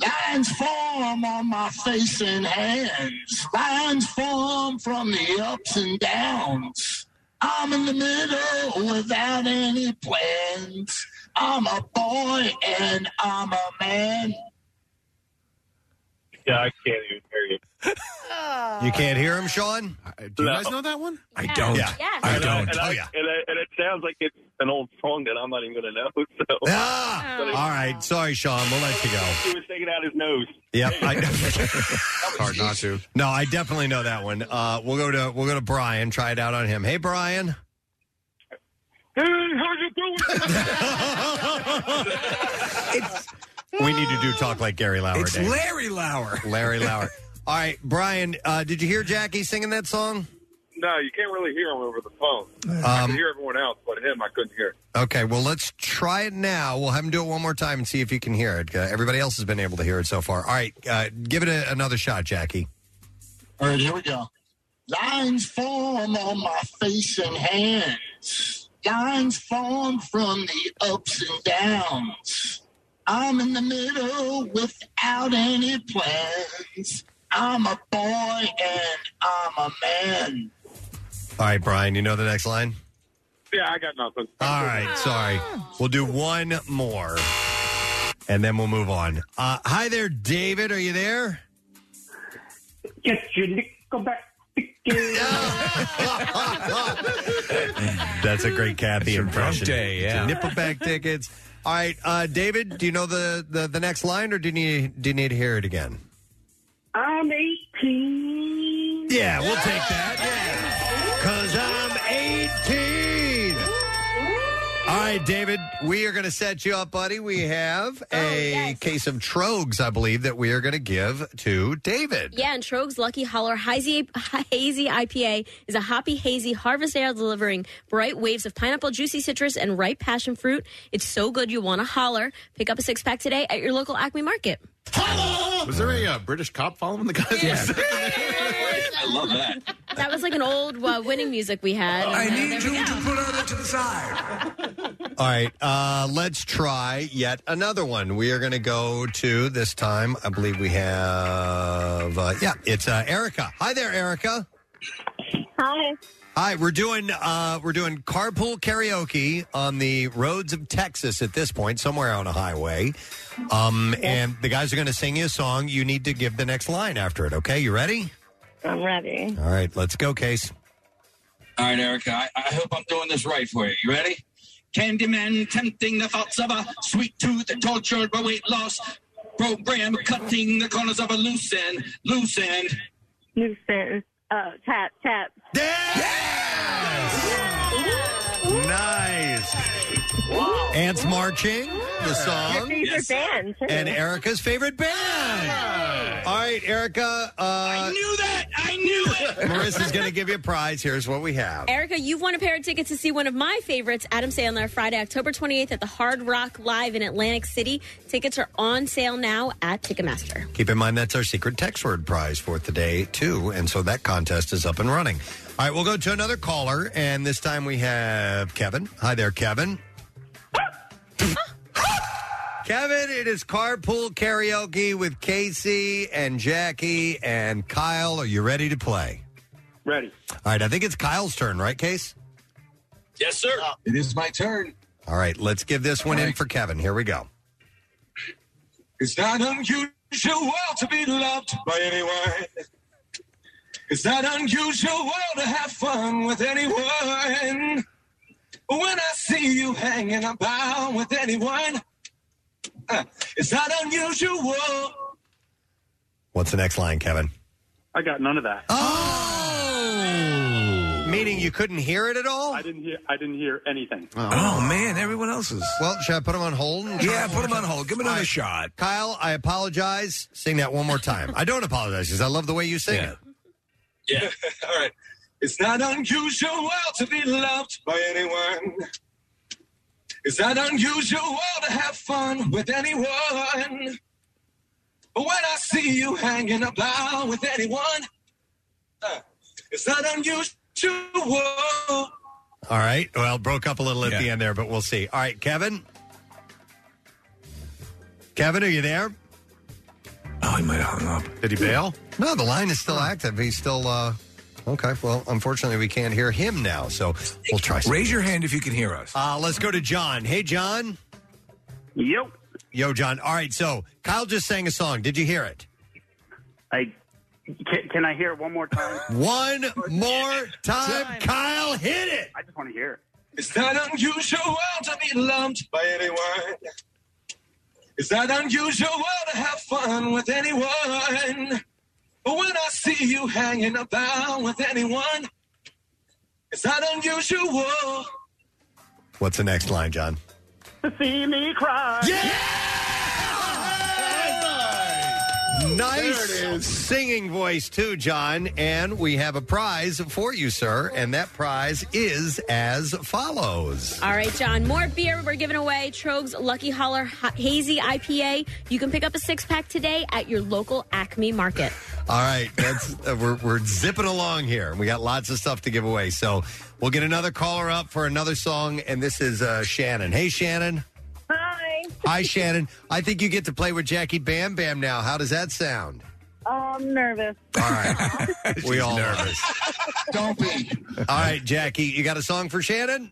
Lines form on my face and hands. Lines form from the ups and downs. I'm in the middle without any plans. I'm a boy and I'm a man. Yeah, I can't even hear you. You can't hear him, Sean? do you No. guys know that one? I don't. Yeah. And I- don't. And, I, Oh, yeah. and, I, and it sounds like it's an old song that I'm not even going to know. So. Ah! All right, sorry, Sean. We'll let you go. He was taking out his nose. Yep. I, Hard not to. No, I definitely know that one. Uh, we'll go to we'll go to Brian. Try it out on him. Hey, Brian. Hey, how you doing? We need to do talk like Gary Lauer. It's Dave. Larry Lauer. Larry Lauer. All right, Brian. Uh, did you hear Jackie singing that song? Um, No, you can't really hear him over the phone. I could hear everyone else, but him, I couldn't hear. Okay, well, let's try it now. We'll have him do it one more time and see if you can hear it. Uh, everybody else has been able to hear it so far. All right, uh, give it a, another shot, Jackie. All right, here we go. Lines form on my face and hands. Lines form from the ups and downs. I'm in the middle without any plans. I'm a boy and I'm a man. All right, Brian, you know the next line? Yeah, I got nothing. All right, sorry. We'll do one more and then we'll move on. Uh, hi there, David. Are you there? Get your nickelback. That's a great Kathy impression. day, yeah. Nickelback tickets. All right, uh, David, do you know the, the, the next line or do you, need, do you need to hear it again? I'm 18. Yeah, we'll take that. Yeah. Because I'm 18. All right, David, we are going to set you up, buddy. We have a case of Trogs, I believe, that we are going to give to David. Yeah, and Trogue's Lucky Holler Hazy, Hazy IPA is a hoppy, hazy harvest ale delivering bright waves of pineapple, juicy citrus, and ripe passion fruit. It's so good you want to holler. Pick up a six pack today at your local Acme Market. Was there a uh, British cop following the guys? I love that. That was like an old uh, winning music we had. I And, uh, need there you we to go. put on it to the side. All right, uh, let's try yet another one. We are going to go to this time. I believe we have, uh, yeah, it's uh, Erica. Hi there, Erica. Hi. All right, we're doing uh, we're doing carpool karaoke on the roads of Texas at this point, somewhere on a highway. Um, and the guys are going to sing you a song. You need to give the next line after it. Okay, you ready? I'm ready. All right, let's go, Case. All right, Erica, I, I hope I'm doing this right for you. You ready? Candyman tempting the thoughts of a sweet tooth tortured by weight loss program, cutting the corners of a loose end, loose end. New sentence. Uh, tap, tap. Nice. Ants marching the Your song. favorite band. too. And Erica's favorite band. All right, Erica. Uh, I knew that. I knew it. Marissa's going to give you a prize. Here's what we have. Erica, you've won a pair of tickets to see one of my favorites, Adam Sandler, Friday, October 28th at the Hard Rock Live in Atlantic City. Tickets are on sale now at Ticketmaster. Keep in mind that's our secret text word prize for today too, and so that contest is up and running. All right, we'll go to another caller, and this time we have Kevin. Hi there, Kevin. Kevin, it is carpool karaoke with Casey and Jackie and Kyle. Are you ready to play? Ready. All right, I think it's Kyle's turn, right, Case? Yes, sir. It is my turn. All right, let's give this one in for Kevin. Here we go. It's not unusual well to be loved by anyone. It's not unusual well to have fun with anyone. When I see you hanging about with anyone, uh, it's not unusual. What's the next line, Kevin? I got none of that. Oh, meaning you couldn't hear it at all? I didn't hear. I didn't hear anything. Oh, man, everyone else is. Well, should I put him on hold? Yeah, put him on hold. Give him another shot. Kyle, I apologize. Sing that one more time. I don't apologize because I love the way you sing it. Yeah, all right. It's not unusual well to be loved by anyone. It's not unusual well to have fun with anyone. But when I see you hanging about with anyone, uh, it's not unusual. All right. Well, broke up a little at the end there, but we'll see. All right, Kevin. Kevin, are you there? Oh, he might have hung up. Did he bail? No, the line is still active. He's still. uh Okay. Well, unfortunately, we can't hear him now, so we'll try. Raise your hand if you can hear us. Uh, let's go to John. Hey, John. Yo. Yo, John. All right. So Kyle just sang a song. Did you hear it? I can, can I hear it one more time? One more time. Kyle, hit it. I just want to hear it. It's not unusual well to be loved by anyone. It's not unusual well to have fun with anyone. But when I see you hanging about with anyone, it's not unusual. What's the next line, John? See me cry. Nice singing voice, too, John. And we have a prize for you, sir. And that prize is as follows. All right, John, more beer we're giving away. Trogues Lucky Holler Ha- Hazy IPA. You can pick up a six pack today at your local Acme Market. All right, that's uh, we're, we're zipping along here. We got lots of stuff to give away, so we'll get another caller up for another song. And this is uh, Shannon. Hey, Shannon. Hi. Hi, Shannon. I think you get to play with Jackie Bam Bam now. How does that sound? Oh, I'm nervous. we all nervous. Don't be. All right, Jackie, you got a song for Shannon?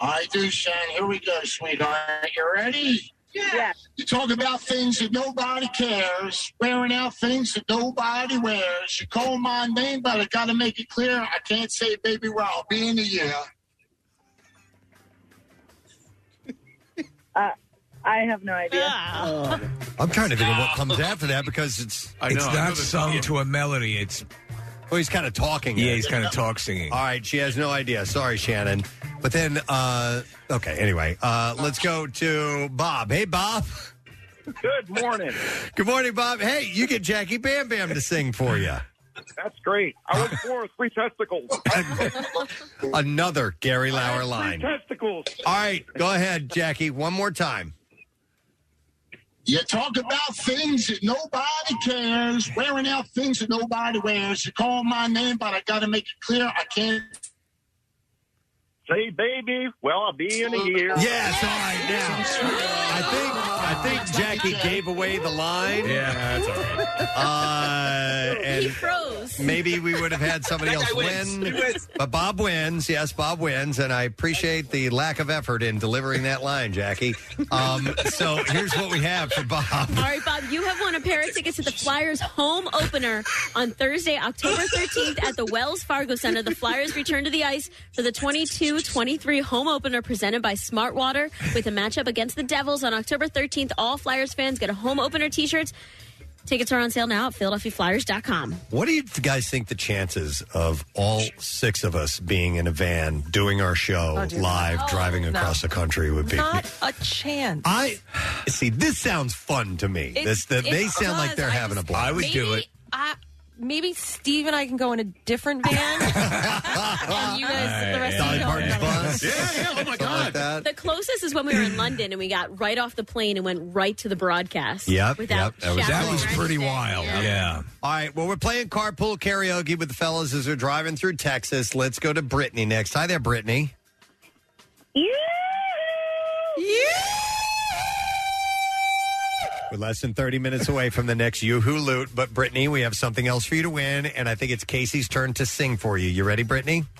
I do, Sean. Here we go, sweetheart. You ready? Yeah. You talk about things that nobody cares, wearing out things that nobody wears. You call my name, but I gotta make it clear I can't say baby where I'll be in a year. Uh, I have no idea. I'm trying to think of what comes after that because it's I it's know, I know not the sung song. to a melody. It's well, he's kind of talking. Yeah, it. he's kinda talk singing. All right, she has no idea. Sorry, Shannon. But then, uh okay. Anyway, uh let's go to Bob. Hey, Bob. Good morning. Good morning, Bob. Hey, you get Jackie Bam Bam to sing for you. That's great. I was born with three testicles. Another Gary Lauer line. Three testicles. All right, go ahead, Jackie. One more time. You talk about things that nobody cares, wearing out things that nobody wears. You call my name, but I gotta make it clear I can't Say, baby, well, I'll be in a year. Yes, all right, now. I think I think Jackie gave away the line. Yeah, that's all right. Uh, and froze. maybe we would have had somebody That guy else wins. win, He wins. but Bob wins. Yes, Bob wins, and I appreciate the lack of effort in delivering that line, Jackie. Um, so here's what we have for Bob. All right, Bob, you have won a pair of tickets to the Flyers home opener on Thursday, October 13th at the Wells Fargo Center. The Flyers return to the ice for the 22 23 home opener presented by Smartwater with a matchup against the Devils on October 13th. All Flyers fans get a home opener t shirts. Tickets are on sale now at PhiladelphiaFlyers.com. What do you guys think the chances of all six of us being in a van doing our show Oh, dear. live, Oh, driving no. across the country would be? Not a chance. I see. This sounds fun to me. It- this that it they sound like does. they're I having a just- blast. Maybe I- maybe Steve and I can go in a different van. and you guys, sit the rest of you go in another van. Oh my god. The closest is when we were in London and we got right off the plane and went right to the broadcast. Yep, Without yep. That was, showering or pretty anything. wild. Yeah. All right. Well, we're playing carpool karaoke with the fellas as we're driving through Texas. Let's go to Brittany next. Hi there, Brittany. Yeah. We're less than 30 minutes away from the next Yoo-Hoo Loot. But, Brittany, we have something else for you to win, and I think it's Casey's turn to sing for you. You ready, Brittany?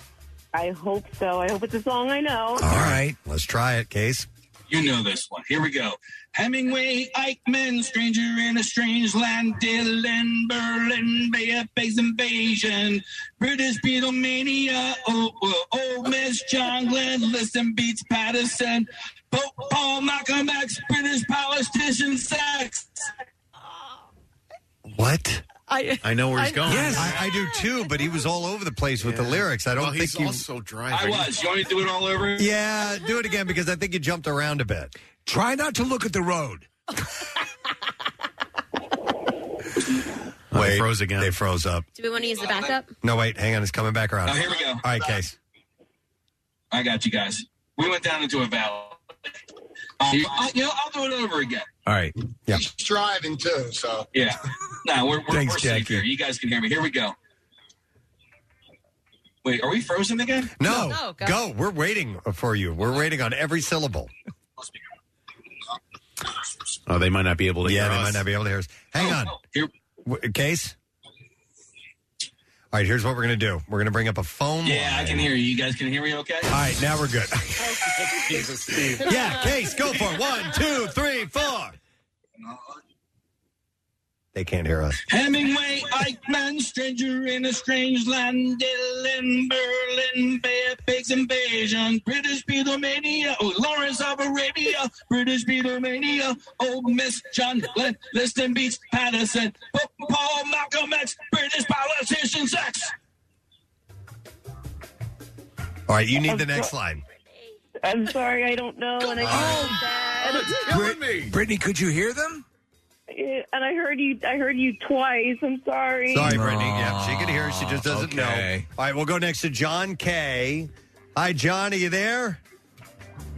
I hope so. I hope it's a song I know. All right. Let's try it, Case. You know this one. Here we go. Hemingway, Eichmann, stranger in a strange land, Dylan, Berlin, Bay of Pigs invasion, British Beatlemania, oh, oh, oh, Miss John Glenn, listen, beats Patterson, Pope Paul Malcolm X, British politician sex. What? I, I know where he's I- going. Yes, I, I do too, but he was all over the place with the lyrics. I don't Well, think he's you. also I was. You want me to do it all over? Yeah, do it again because I think you jumped around a bit. Try not to look at the road. Oh, Wait, they froze again. They froze up. Do we want to use the backup? No, wait, hang on. It's coming back around. Oh, here we go. All right, Case. I got you guys. We went down into a valley. Uh, you I- you know, I'll do it over again. All right. Yeah. He's driving too, so yeah. No, we're we're, Thanks, we're safe Jackie. here. You guys can hear me. Here we go. Wait, are we frozen again? No, go. We're waiting for you. We're waiting on every syllable. Oh, they might not be able to. Yeah, hear they us. might not be able to hear us. Hang on. Oh, Here. W- Case? All right, here's what we're going to do we're going to bring up a phone Yeah, I can hear you. You guys can hear me okay? All right, now we're good. Jesus, Steve. yeah, Case, go for it. One, two, three, four. They can't hear us. Hemingway, Eichmann, stranger in a strange land, Dylan, Berlin, Bay of Pigs invasion, British Beatlemania, oh, Lawrence of Arabia, British Beatlemania, old Miss John Glenn, Liston Beats Patterson, Pope Paul Malcolm X, British politician sex. All right, you need the next line. I'm sorry, I don't know. And I Brit- Brittany, could you hear them? Yeah, and I heard you. I heard you twice. I'm sorry. Sorry, Brittany. Yeah, she can hear. She just doesn't Okay. know. All right, we'll go next to John K. Hi, John. Are you there?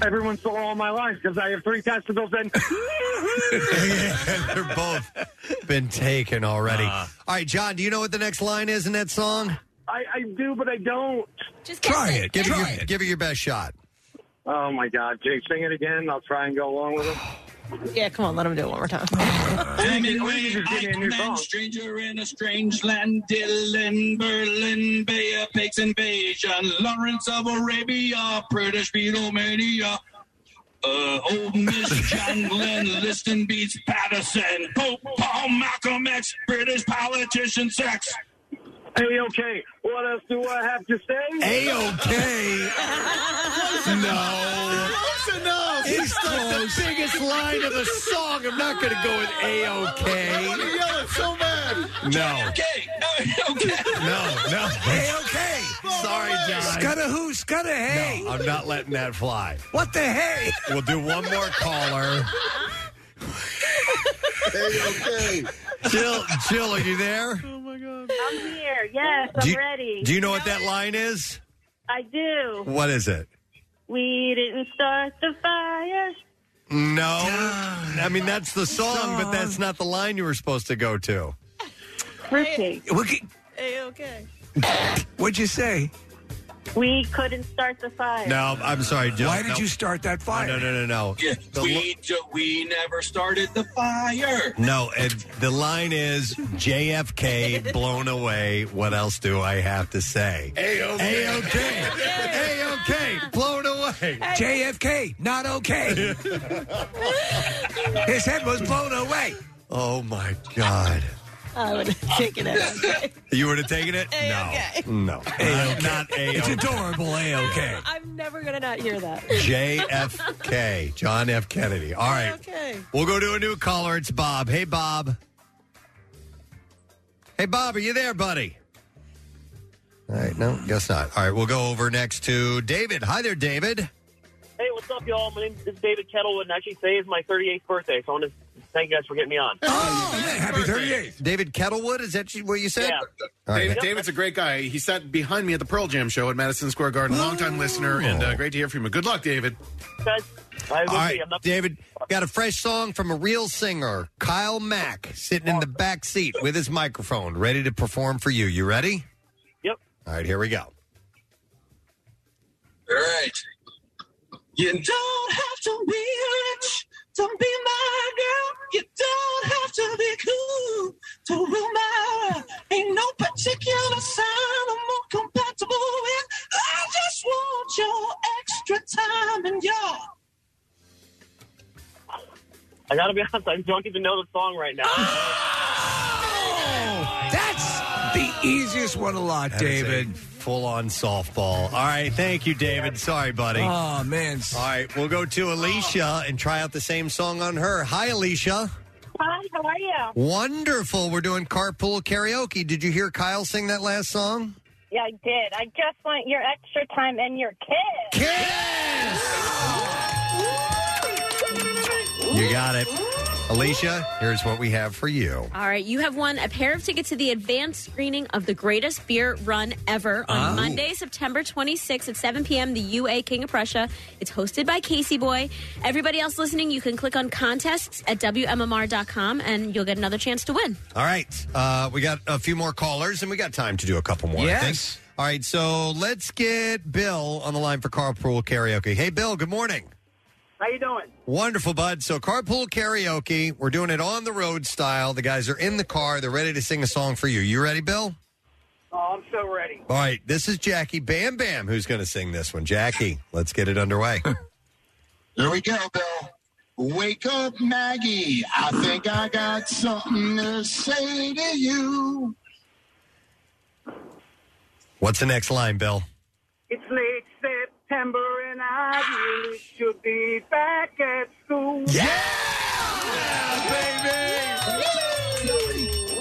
Everyone stole all my lines because I have three testicles and. They're both been taken already. Uh. All right, John. Do you know what the next line is in that song? I, I do, but I don't. Just Try it. Give it your, Give it your best shot. Oh my God, Jake, sing it again. I'll try and go along with it. Yeah, come on, let him do it one more time. Hemingway, Eichmann, stranger in a strange land, Dylan, Berlin, Bay of Pigs invasion, Lawrence of Arabia, British Beatlemania, uh, old Miss John Glenn, Liston beats Patterson, Pope Paul Malcolm X, British politician sex. Hey, okay. What else do I have to say? A-okay. no. Close enough. It's the biggest line of the song. I'm not going to go with A-OK. yell it so bad. No. Okay. No, no. A-OK. Sorry, John. Scudda who? Scudda hey. I'm not letting that fly. What the hey? We'll do one more caller. okay. Jill, Jill, are you there? Oh my God. I'm here. Yes, I'm do you, ready. Do you know what that line is? I do. What is it? We didn't start the fire. No. I mean, that's the song, but that's not the line you were supposed to go to. Ricky. What'd you say? We couldn't start the fire. No, I'm sorry, Joe. Why did No. you start that fire? No, no, no, no. Yeah, The lo- we, ju- we never started the fire. No, and the line is JFK blown away. What else do I have to say? A-OK. A-OK. Blown away. JFK, not okay. His head was blown away. Oh my God! I would have taken it. You would have taken it? A-OK. No, no, Not- not a. It's adorable. A-OK. I'm never going to not hear that. JFK, John F. Kennedy. All right, Okay. we'll go to a new caller. It's Bob. Hey, Bob. Hey, Bob, are you there, buddy? All right, no, guess not. All right, we'll go over next to David. Hi there, David. Hey, what's up, y'all? My name is David Kettlewood, and actually today is my 38th birthday, so I want to thank you guys for getting me on. Oh, Happy 38th. David Kettlewood, is that what you said? All right. David, David's a great guy. He sat behind me at the Pearl Jam show at Madison Square Garden. Longtime listener, and uh, great to hear from you. Good luck, David. All right, David, got a fresh song from a real singer, Kyle Mack, sitting in the back seat with his microphone, ready to perform for you. You ready? Yep. All right, here we go. All right. You don't have to be rich to be my girl. You don't have to be cool to rule my world. Ain't no particular sign I'm more compatible with. I just want your extra time and your. I gotta be honest, I don't even know the song right now. That's the easiest one a lot, David. Full on softball. All right, thank you, David. Sorry, buddy. Oh, man. All right, we'll go to Alicia and try out the same song on her. Hi, Alicia. Hi, how are you? Wonderful. We're doing carpool karaoke. Did you hear Kyle sing that last song? Yeah, I did. I just want your extra time and your kiss. You got it. Alicia, here's what we have for you. All right, you have won a pair of tickets to the advanced screening of the greatest beer run ever on Ah. Monday, September 26th at 7 p.m. The UA King of Prussia. It's hosted by Casey Boy. Everybody else listening, you can click on contests at WMMR.com and you'll get another chance to win. All right. Uh, we got a few more callers, and we got time to do a couple more. I think. Yes. All right. So let's get Bill on the line for carpool karaoke. Hey, Bill. Good morning. How you doing? Wonderful, bud. So carpool karaoke. We're doing it on the road style. The guys are in the car. They're ready to sing a song for you. You ready, Bill? Oh, I'm so ready. All right. This is Jackie Bam Bam who's going to sing this one. Jackie, let's get it underway. There we go, Bill. Wake up, Maggie. I think I got something to say to you. What's the next line, Bill? It's late September and I really should be back at school.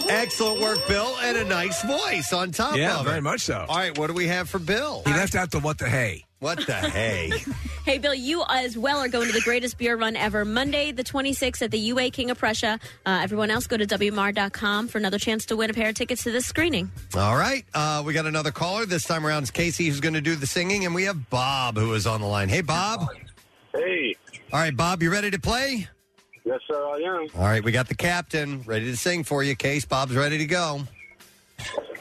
Excellent work, Bill, and a nice voice on top Yeah, of it. very much so. All right, what do we have for Bill? He left out the what the hey. What the hey? Hey, Bill, you as well are going to the greatest beer run ever Monday, the 26th at the UA King of Prussia. Uh, everyone else, go to WMR.com for another chance to win a pair of tickets to this screening. All right, uh, we got another caller. This time around, it's Casey who's going to do the singing, and we have Bob who is on the line. Hey, Bob. Hey. All right, Bob, you ready to play? Yes, sir, I am. All right, we got the captain ready to sing for you. Case, Bob's ready to go.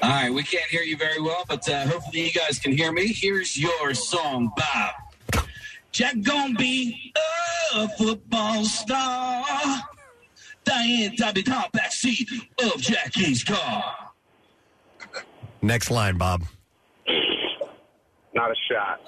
All right, we can't hear you very well, but uh, hopefully you guys can hear me. Here's your song, Bob. Jack gonna be a football star. Diane Dobby top backseat of Jackie's car. Next line, Bob. Not a shot.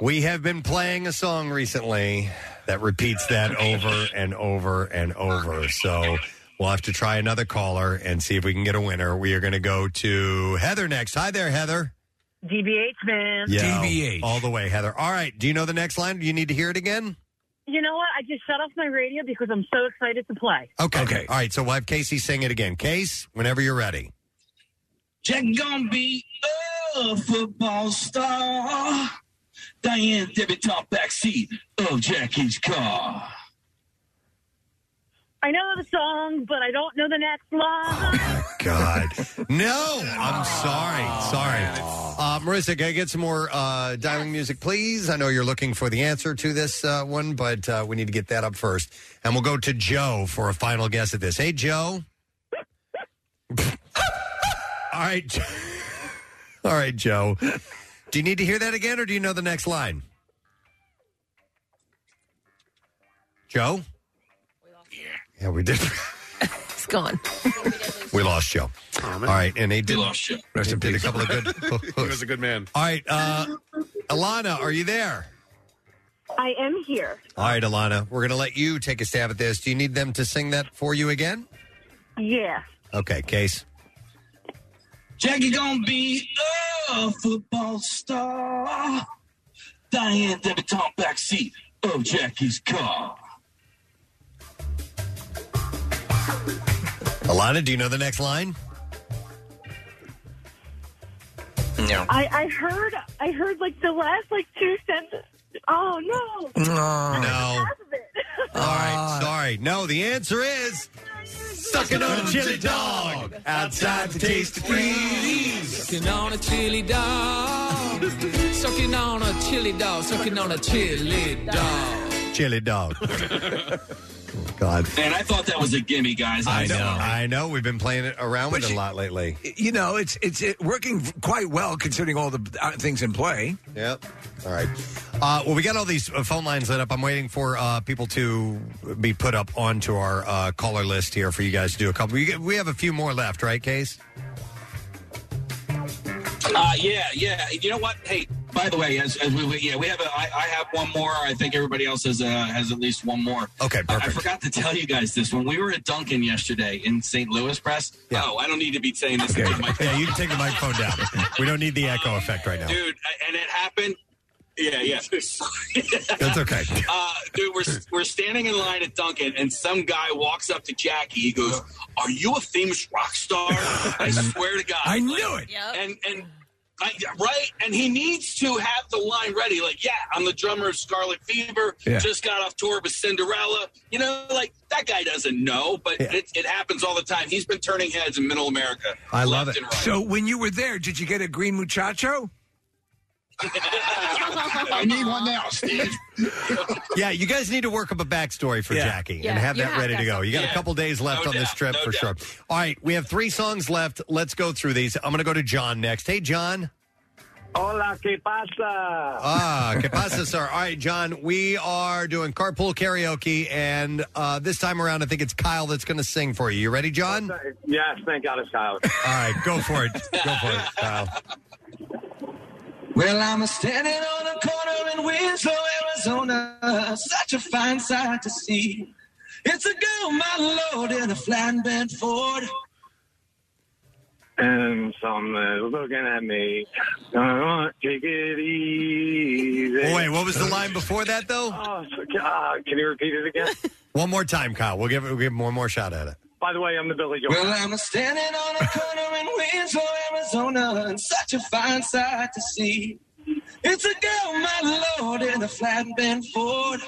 We have been playing a song recently that repeats that over and over and over. So we'll have to try another caller and see if we can get a winner. We are going to go to Heather next. Hi there, Heather. DBH, man. Yeah, All the way, Heather. All right. Do you know the next line? Do you need to hear it again? You know what? I just shut off my radio because I'm so excited to play. Okay. Okay. All right. So we'll have Casey sing it again. Case, whenever you're ready. Jack gonna be a football star. Diane Debbie top backseat of Jackie's car. I know the song, but I don't know the next line. God. no. I'm sorry. Sorry. Uh, Marissa, can I get some more uh, dialing music, please? I know you're looking for the answer to this uh, one, but uh, we need to get that up first. And we'll go to Joe for a final guess at this. Hey, Joe. All right. All right, Joe. Do you need to hear that again, or do you know the next line? Joe? Yeah, we did. It's gone. We lost Joe. All right, and they did. lost Joe. Rest in peace. A couple of good. he was a good man. All right, uh, Alana, are you there? I am here. All right, Alana, we're going to let you take a stab at this. Do you need them to sing that for you again? Yeah. Okay, Case. Jackie gonna be a football star. Diane debutante backseat of Jackie's car. Alana, do you know the next line? No. I, I heard I heard like the last like two sentences. Oh no. No. All Ah. right, sorry. No, the answer is sucking on a chili dog outside to taste the breeze. Sucking on a chili dog. Sucking on a chili dog. Sucking on a chili dog. Chili dog. God. And I thought that was a gimme, guys. I I'm know. sorry. I know. We've been playing it around with But it a you- lot lately. You know, it's it's it working quite well considering all the uh, things in play. Yep. All right. Uh, well, we got all these uh, phone lines lit up. I'm waiting for uh, people to be put up onto our uh, caller list here for you guys to do a couple. We, we have a few more left, right, Case? Uh, yeah, yeah. You know what? Hey, by the way, as, as we, we yeah, we have a, I, I have one more. I think everybody else has uh, has at least one more. Okay, I, I forgot to tell you guys this when we were at Duncan yesterday in St. Louis Press. Oh, I don't need to be saying this. Okay. to my Yeah, you can take the microphone down. We don't need the echo effect right now. dude, I- and it happened. Yeah, yeah. That's okay. Uh, dude, we're we're standing in line at Duncan, and some guy walks up to Jackie. He goes, "Are you a famous rock star?" I swear to God, I knew it. And and I, right, and he needs to have the line ready. Like, yeah, I'm the drummer of Scarlet Fever. Yeah. Just got off tour with Cinderella. You know, like that guy doesn't know, but it, it happens all the time. He's been turning heads in Middle America. I love it. So when you were there, did you get a green muchacho? I need one now, Steve. Yeah, you guys need to work up a backstory for Yeah. Jackie and Yeah, have you that have ready to to have go. You got a something. couple days left No on this doubt, trip no for doubt. sure. All right, we have three songs left. Let's go through these. I'm going to go to John next. Hey, John. Hola, ¿qué pasa? Ah, que pasa, sir? All right, John, we are doing carpool karaoke, and uh, this time around, I think it's Kyle that's going to sing for you. You ready, John? All Yes, thank God it's Kyle. right, go for it. Go for it, Kyle. Well, I'm a standing on a corner in Winslow, Arizona. Such a fine sight to see. It's a girl, my lord, in a flatbed Ford. And someone's looking at me. I want to take it easy. Oh, Wait, what was the line before that, though? Oh, God. Can you repeat it again? One more time, Kyle. We'll give we'll give him one more shot at it. By the way, I'm the Billy Joel. Well, I'm a standing on a corner in Winslow, Arizona. And such a fine sight to see. It's a girl, my lord, in a flatbed Ford.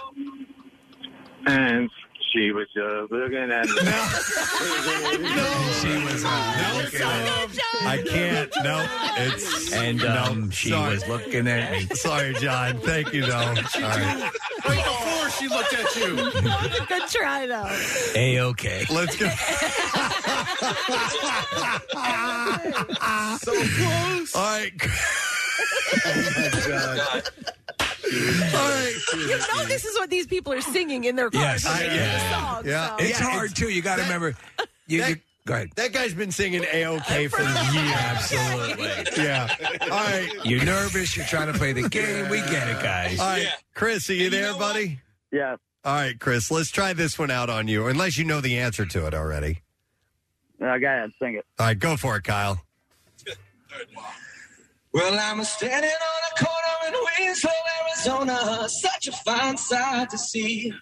And she was just looking at me. She was looking at me. uh, I can't. No, it's and um, she sorry. was looking at me. Sorry, John. Thank you, though. All right. Right before she looked at you. Good try, though. A okay. Let's go. so close. All right. Oh, You know this is what these people are singing in their cars. Yes, I- They're yeah. singing songs, Yeah. so- It's hard too. You got to remember. You, you- go ahead. That guy's been singing A-OK for years. Absolutely. Yeah. All right. You're nervous. You're trying to play the game. We get it, guys. All right, Chris, are you there, buddy? Yeah. All right, Chris, let's try this one out on you, unless you know the answer to it already. I got to sing it. All right, go for it, Kyle. Well, I'm standing on a corner in Winslow, Arizona. Such a fine sight to see.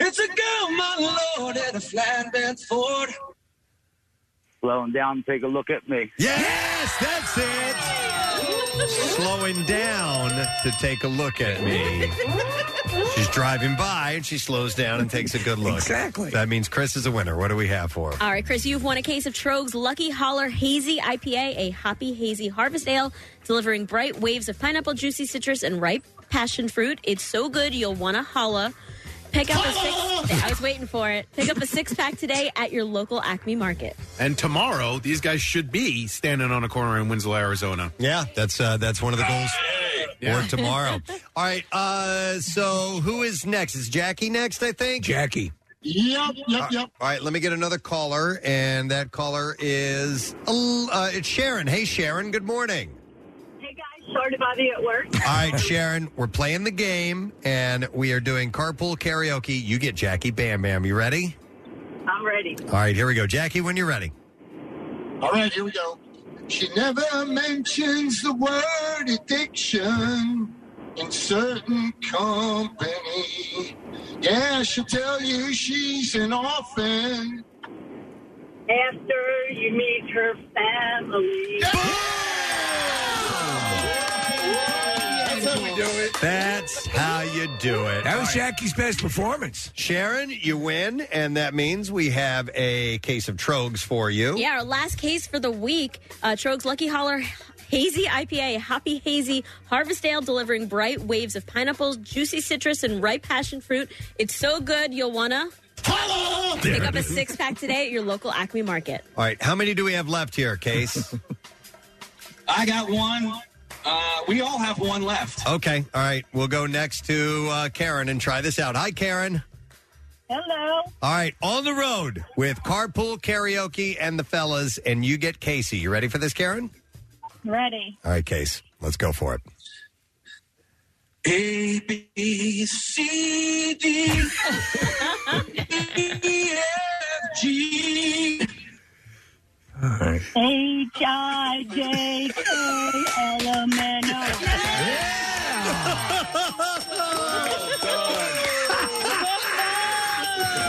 It's a girl, my lord, in a flatbed Ford. Slowing down, take a look at me. Yes, that's it. Slowing down to take a look at me. She's driving by and she slows down and takes a good look. Exactly. That means Chris is a winner. What do we have for him? All right, Chris, you've won a case of Trogue's Lucky Holler Hazy IPA, a hoppy hazy harvest ale, delivering bright waves of pineapple, juicy citrus, and ripe passion fruit. It's so good you'll want to holla. Pick up a six. I was waiting for it. Pick up a six pack today at your local Acme Market. And tomorrow, these guys should be standing on a corner in Winslow, Arizona. Yeah, that's uh, that's one of the goals for tomorrow. All right. Uh, so who is next? Is Jackie next? I think Jackie. Yep, yep, yep. All right, let me get another caller, and that caller is uh, it's Sharon. Hey, Sharon. Good morning. Sorry to bother you at work. All right, Sharon, we're playing the game and we are doing carpool karaoke. You get Jackie Bam Bam. You ready? I'm ready. All right, here we go. Jackie, when you're ready. All right, here we go. She never mentions the word addiction in certain company. Yeah, she'll tell you she's an orphan. After you meet her family. That's how we do it. That's how you do it. That was Jackie's best performance. Sharon, you win, and that means we have a case of trogs for you. Yeah, our last case for the week. Uh, Trogs Lucky Holler Hazy IPA, Hoppy Hazy, Harvest Ale, delivering bright waves of pineapples, juicy citrus, and ripe passion fruit. It's so good, you'll wanna There pick it up a is. six pack today at your local Acme Market. All right, how many do we have left here, Case? I got one. Uh, we all have one left. okay, all right, we'll go next to uh, Karen and try this out. Hi, Karen. Hello. All right, on the road with carpool karaoke and the fellas, and you get Casey. You ready for this, Karen? Ready. All right, Case, let's go for it. A B C D E F G H I J K L M N O.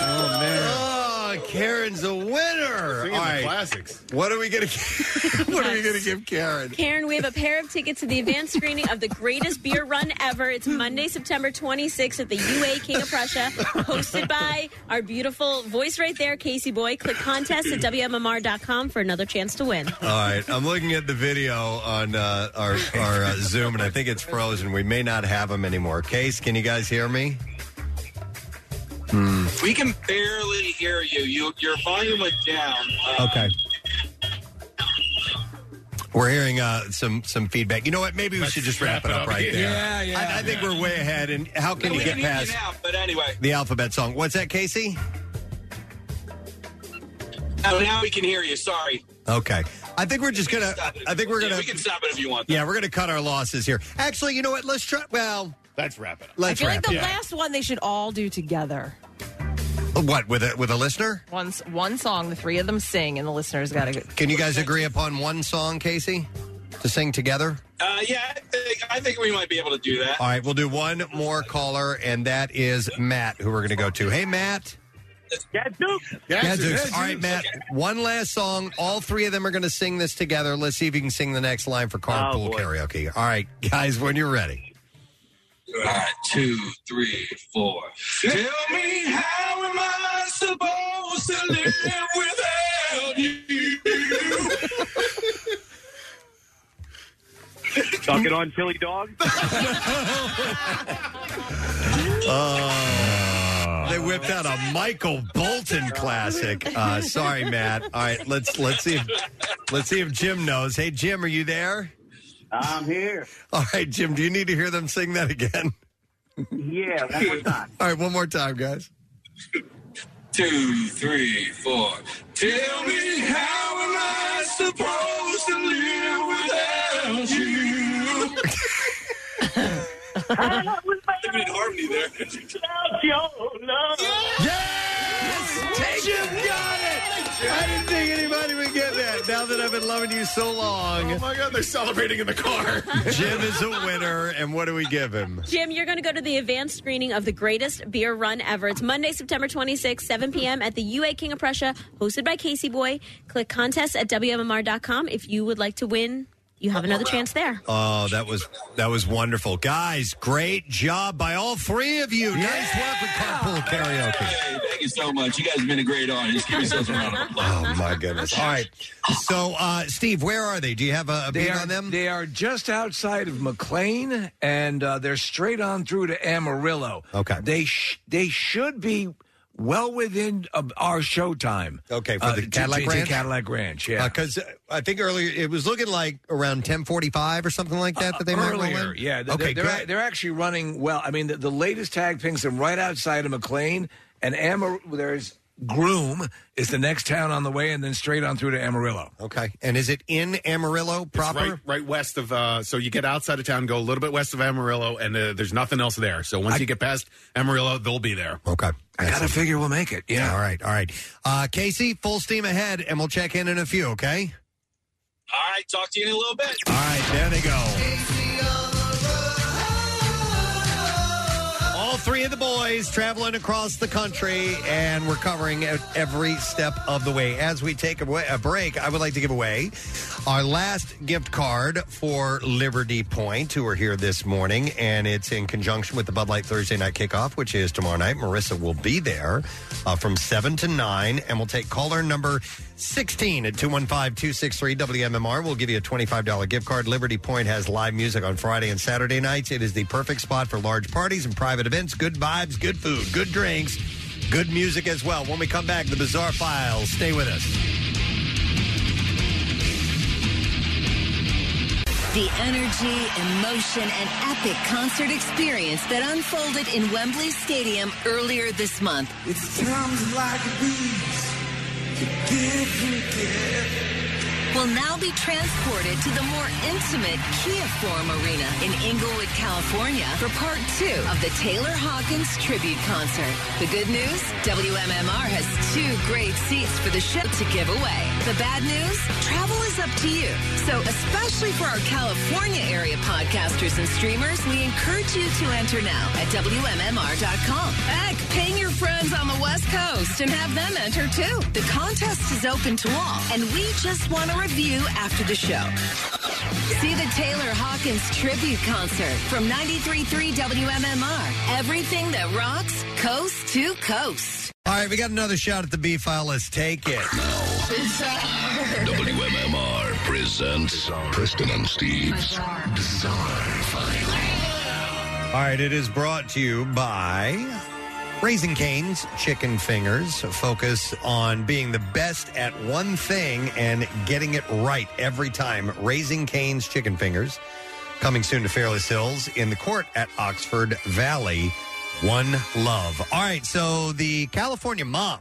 Oh, man. Oh, Karen's a winner. Singing the classics. What are we gonna? what are we gonna give Karen? Karen, we have a pair of tickets to the advanced screening of the greatest beer run ever. It's Monday, September 26th at the UA King of Prussia, hosted by our beautiful voice right there, Casey Boy. Click contest at WMMR.com for another chance to win. All right, I'm looking at the video on uh, our our uh, Zoom, and I think it's frozen. We may not have them anymore. Case, can you guys hear me? Hmm. We can barely hear you. you your volume went down. Uh, Okay. We're hearing uh, some some feedback. You know what? Maybe we should just wrap it up right there. Yeah, yeah, I, I think we're way ahead. And how can we you get hear past now, but anyway, the alphabet song? What's that, Casey? now, now we can hear you. Sorry. Okay. I think we're just gonna. I think we're Yeah, gonna. we can stop it if you want. Yeah, we're gonna cut our losses here. Actually, you know what? Let's try. Well, let's wrap it up. I Let's feel like wrap the it last one they should all do up. together. Uh, What with a with a listener? Once one song, the three of them sing, and the listeners got to. Can you guys agree upon one song, Casey, to sing together? Uh, yeah, I think, I think we might be able to do that. All right, we'll do one more caller, and that is Matt, who we're going to go to. Hey, Matt. Gadzooks. Gadzooks. All right, Matt. One last song. All three of them are going to sing this together. Let's see if you can sing the next line for carpool karaoke. All right, guys, when you're ready. All right, two, three, four. Tell me how am I supposed to live without you? Suck it on, Tilly Dog. Oh, they whipped out a Michael Bolton classic. Uh, sorry, Matt. All right, let's let's see if let's see if Jim knows. Hey, Jim, are you there? I'm here. All right, Jim. Do you need to hear them sing that again? yeah, one more time. All right, one more time, guys. Two, three, four. Tell me how am I supposed to live without you? I'm in harmony there. Yes! Jim got it! I didn't think anybody would get that. Now that I've been loving you so long. Oh my God, they're celebrating in the car. Jim is a winner, and what do we give him? Jim, you're going to go to the advanced screening of the greatest beer run ever. It's Monday, September 26th, 7 p.m. at the UA King of Prussia, hosted by Casey Boy. Click contest at WMMR.com if you would like to win you have another chance there. Oh, that was that was wonderful, guys! Great job by all three of you. Nice work with carpool karaoke. Thank you so much. You guys have been a great audience. Give yourselves a round of applause. Oh my goodness! All right, so uh, Steve, where are they? Do you have a, a They beat are, uh, on them? they are just outside of McLean, and uh, they're straight on through to Amarillo. Okay, they sh- they should be well within uh, our showtime. Okay, for uh, the to- Cadillac to- to Ranch? Uh, Cadillac Ranch, yeah. because I think earlier it was looking like around ten forty-five or something like that that they might roll earlier. in. Yeah, they're, okay, they're, good. they're actually running well. I mean, the, the latest tag pings them right outside of McLean, and Amar- there's Groom is the next town on the way, and then straight on through to Amarillo. Okay, and is it in Amarillo proper? Right, right west of, uh, so you get outside of town, go a little bit west of Amarillo, and uh, there's nothing else there. So once you get past Amarillo, they'll be there. Okay. I gotta figure we'll make it. Yeah. All right. All right. Uh, Casey, full steam ahead, and we'll check in in a few. Okay. All right, talk to you in a little bit. All right. There they go. All three of the boys traveling across the country, and we're covering it every step of the way. As we take away a break, I would like to give away our last gift card for Liberty Point, who are here this morning, and it's in conjunction with the Bud Light Thursday night kickoff, which is tomorrow night. Marissa will be there uh, from 7 to 9, and we'll take caller number 16 at 215 263 WMMR. We'll give you a $25 gift card. Liberty Point has live music on Friday and Saturday nights. It is the perfect spot for large parties and private events, good vibes, good food, good drinks, good music as well. When we come back, the Bizarre Files. Stay with us. The energy, emotion, and epic concert experience that unfolded in Wembley Stadium earlier this month. It's times like these We'll now be transported to the more intimate Kia Forum Arena in Inglewood, California for part two of the Taylor Hawkins Tribute Concert. The good news? WMMR has two great seats for the show to give away. The bad news? Travel is up to you. So especially for our California area podcasters and streamers, we encourage you to enter now at WMMR.com. Heck, ping your friends on the West Coast and have them enter too. The contest is open to all, and we just want a review after the show. See the Taylor Hawkins tribute concert from 93.3 WMMR. Everything that rocks, coast to coast. All right, we got another shot at the B file. Let's take it. WMMR presents Preston and Steve's Bizarre File. All right, it is brought to you by Raising Cane's Chicken Fingers. Focus on being the best at one thing and getting it right every time. Raising Cane's Chicken Fingers. Coming soon to Fairless Hills in the court at Oxford Valley. One love. All right, so the California mom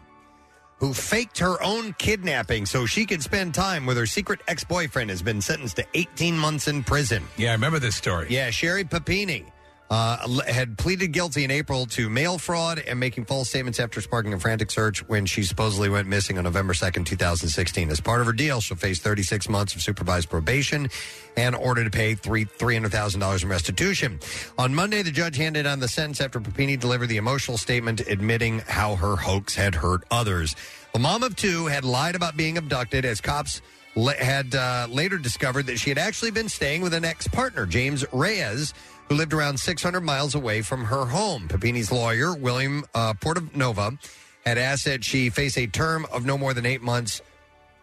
who faked her own kidnapping so she could spend time with her secret ex boyfriend has been sentenced to 18 months in prison. Yeah, I remember this story. Yeah, Sherry Papini uh, l- had pleaded guilty in April to mail fraud and making false statements after sparking a frantic search when she supposedly went missing on November 2nd, 2016. As part of her deal, she'll face 36 months of supervised probation and order to pay three, $300,000 in restitution. On Monday, the judge handed down the sentence after Papini delivered the emotional statement admitting how her hoax had hurt others. The mom of two had lied about being abducted as cops le- had uh, later discovered that she had actually been staying with an ex partner, James Reyes, who lived around 600 miles away from her home. Papini's lawyer, William uh, Portanova, had asked that she face a term of no more than eight months.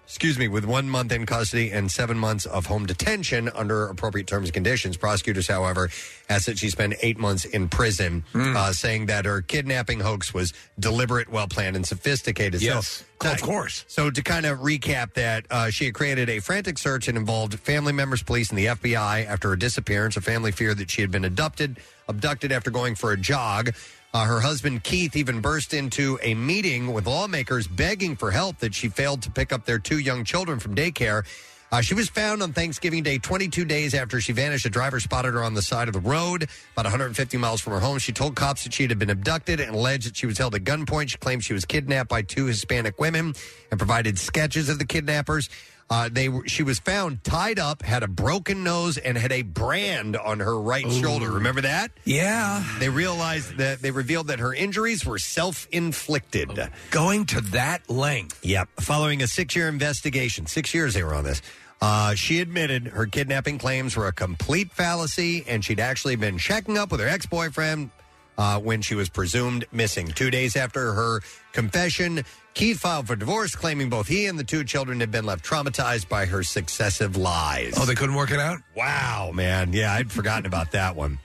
Excuse me, with one month in custody and seven months of home detention under appropriate terms and conditions. Prosecutors, however, asked that she spend eight months in prison, uh, saying that her kidnapping hoax was deliberate, well planned, and sophisticated. Yes. so, of course. So to kind of recap that, uh, she had created a frantic search and involved family members, police, and the FBI after her disappearance. Her family feared that she had been abducted, abducted after going for a jog. Uh, her husband Keith even burst into a meeting with lawmakers begging for help that she failed to pick up their two young children from daycare. Uh, she was found on Thanksgiving Day, 22 days after she vanished. A driver spotted her on the side of the road, about 150 miles from her home. She told cops that she had been abducted and alleged that she was held at gunpoint. She claimed she was kidnapped by two Hispanic women and provided sketches of the kidnappers. Uh, they were- she was found tied up, had a broken nose, and had a brand on her right shoulder. Remember that? Yeah. They realized that they revealed that her injuries were self-inflicted. Going to that length. Yep. Following a six year investigation, six years they were on this. Uh, she admitted her kidnapping claims were a complete fallacy, and she'd actually been checking up with her ex boyfriend uh, when she was presumed missing. Two days after her confession, Keith filed for divorce, claiming both he and the two children had been left traumatized by her successive lies. Oh, they couldn't work it out? Wow, man. Yeah, I'd forgotten about that one.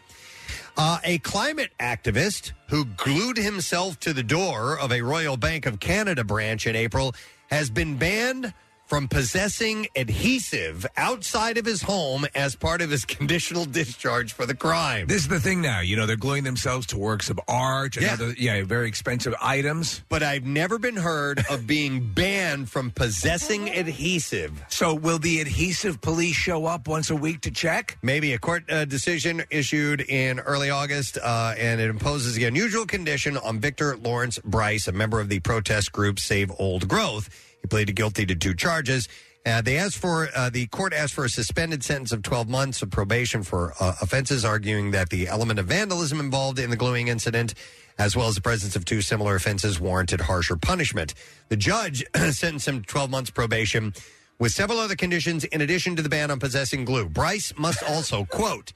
Uh, a climate activist who glued himself to the door of a Royal Bank of Canada branch in April has been banned from possessing adhesive outside of his home as part of his conditional discharge for the crime. This is the thing now. You know, they're gluing themselves to works of art and Yeah. other yeah, very expensive items. But I've never been heard of being banned from possessing adhesive. So will the adhesive police show up once a week to check? Maybe a court uh, decision issued in early August, uh, and it imposes the unusual condition on Victor Lawrence Bryce, a member of the protest group Save Old Growth. He pleaded guilty to two charges. Uh, they asked for uh, the court asked for a suspended sentence of 12 months of probation for uh, offenses, arguing that the element of vandalism involved in the gluing incident, as well as the presence of two similar offenses, warranted harsher punishment. The judge sentenced him to 12 months probation with several other conditions in addition to the ban on possessing glue. Bryce must also, quote,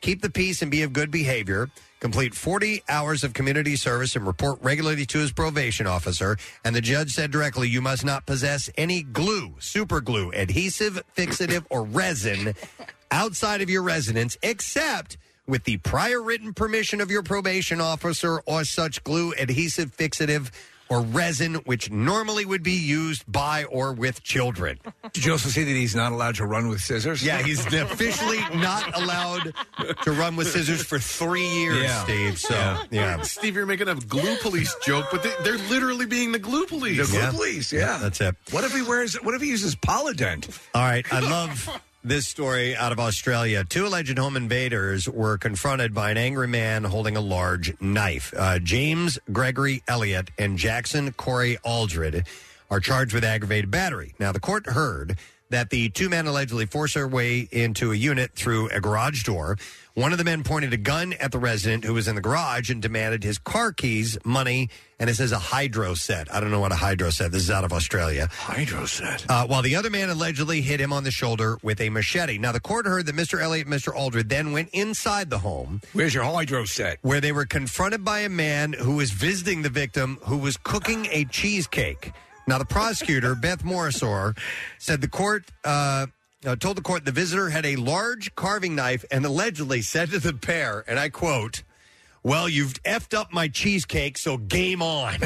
keep the peace and be of good behavior, complete 40 hours of community service and report regularly to his probation officer. And the judge said directly, you must not possess any glue, super glue, adhesive, fixative, or resin outside of your residence, except with the prior written permission of your probation officer or such glue, adhesive, fixative, or resin, which normally would be used by or with children. Did you also see that he's not allowed to run with scissors? Yeah, he's officially not allowed to run with scissors for three years, Yeah. Steve. So, yeah. Steve, you're making a glue police joke, but they, they're literally being the glue police. The glue police, yeah. That's it. What if he wears? What if he uses Polydent? All right, I love this story out of Australia. Two alleged home invaders were confronted by an angry man holding a large knife. Uh, James Gregory Elliott and Jackson Corey Aldred are charged with aggravated battery. Now, the court heard that the two men allegedly forced their way into a unit through a garage door. One of the men pointed a gun at the resident who was in the garage and demanded his car keys, money, and it says a hydro set. I don't know what a hydro set. This is out of Australia. Hydro set. Uh, while the other man allegedly hit him on the shoulder with a machete. Now, the court heard that Mr. Elliott and Mr. Aldred then went inside the home Where's your hydro set? where they were confronted by a man who was visiting the victim who was cooking a cheesecake. Now, the prosecutor, Beth Morrisor, said the court. Uh, uh, told the court the visitor had a large carving knife and allegedly said to the pair, and I quote, Well, you've effed up my cheesecake, so game on.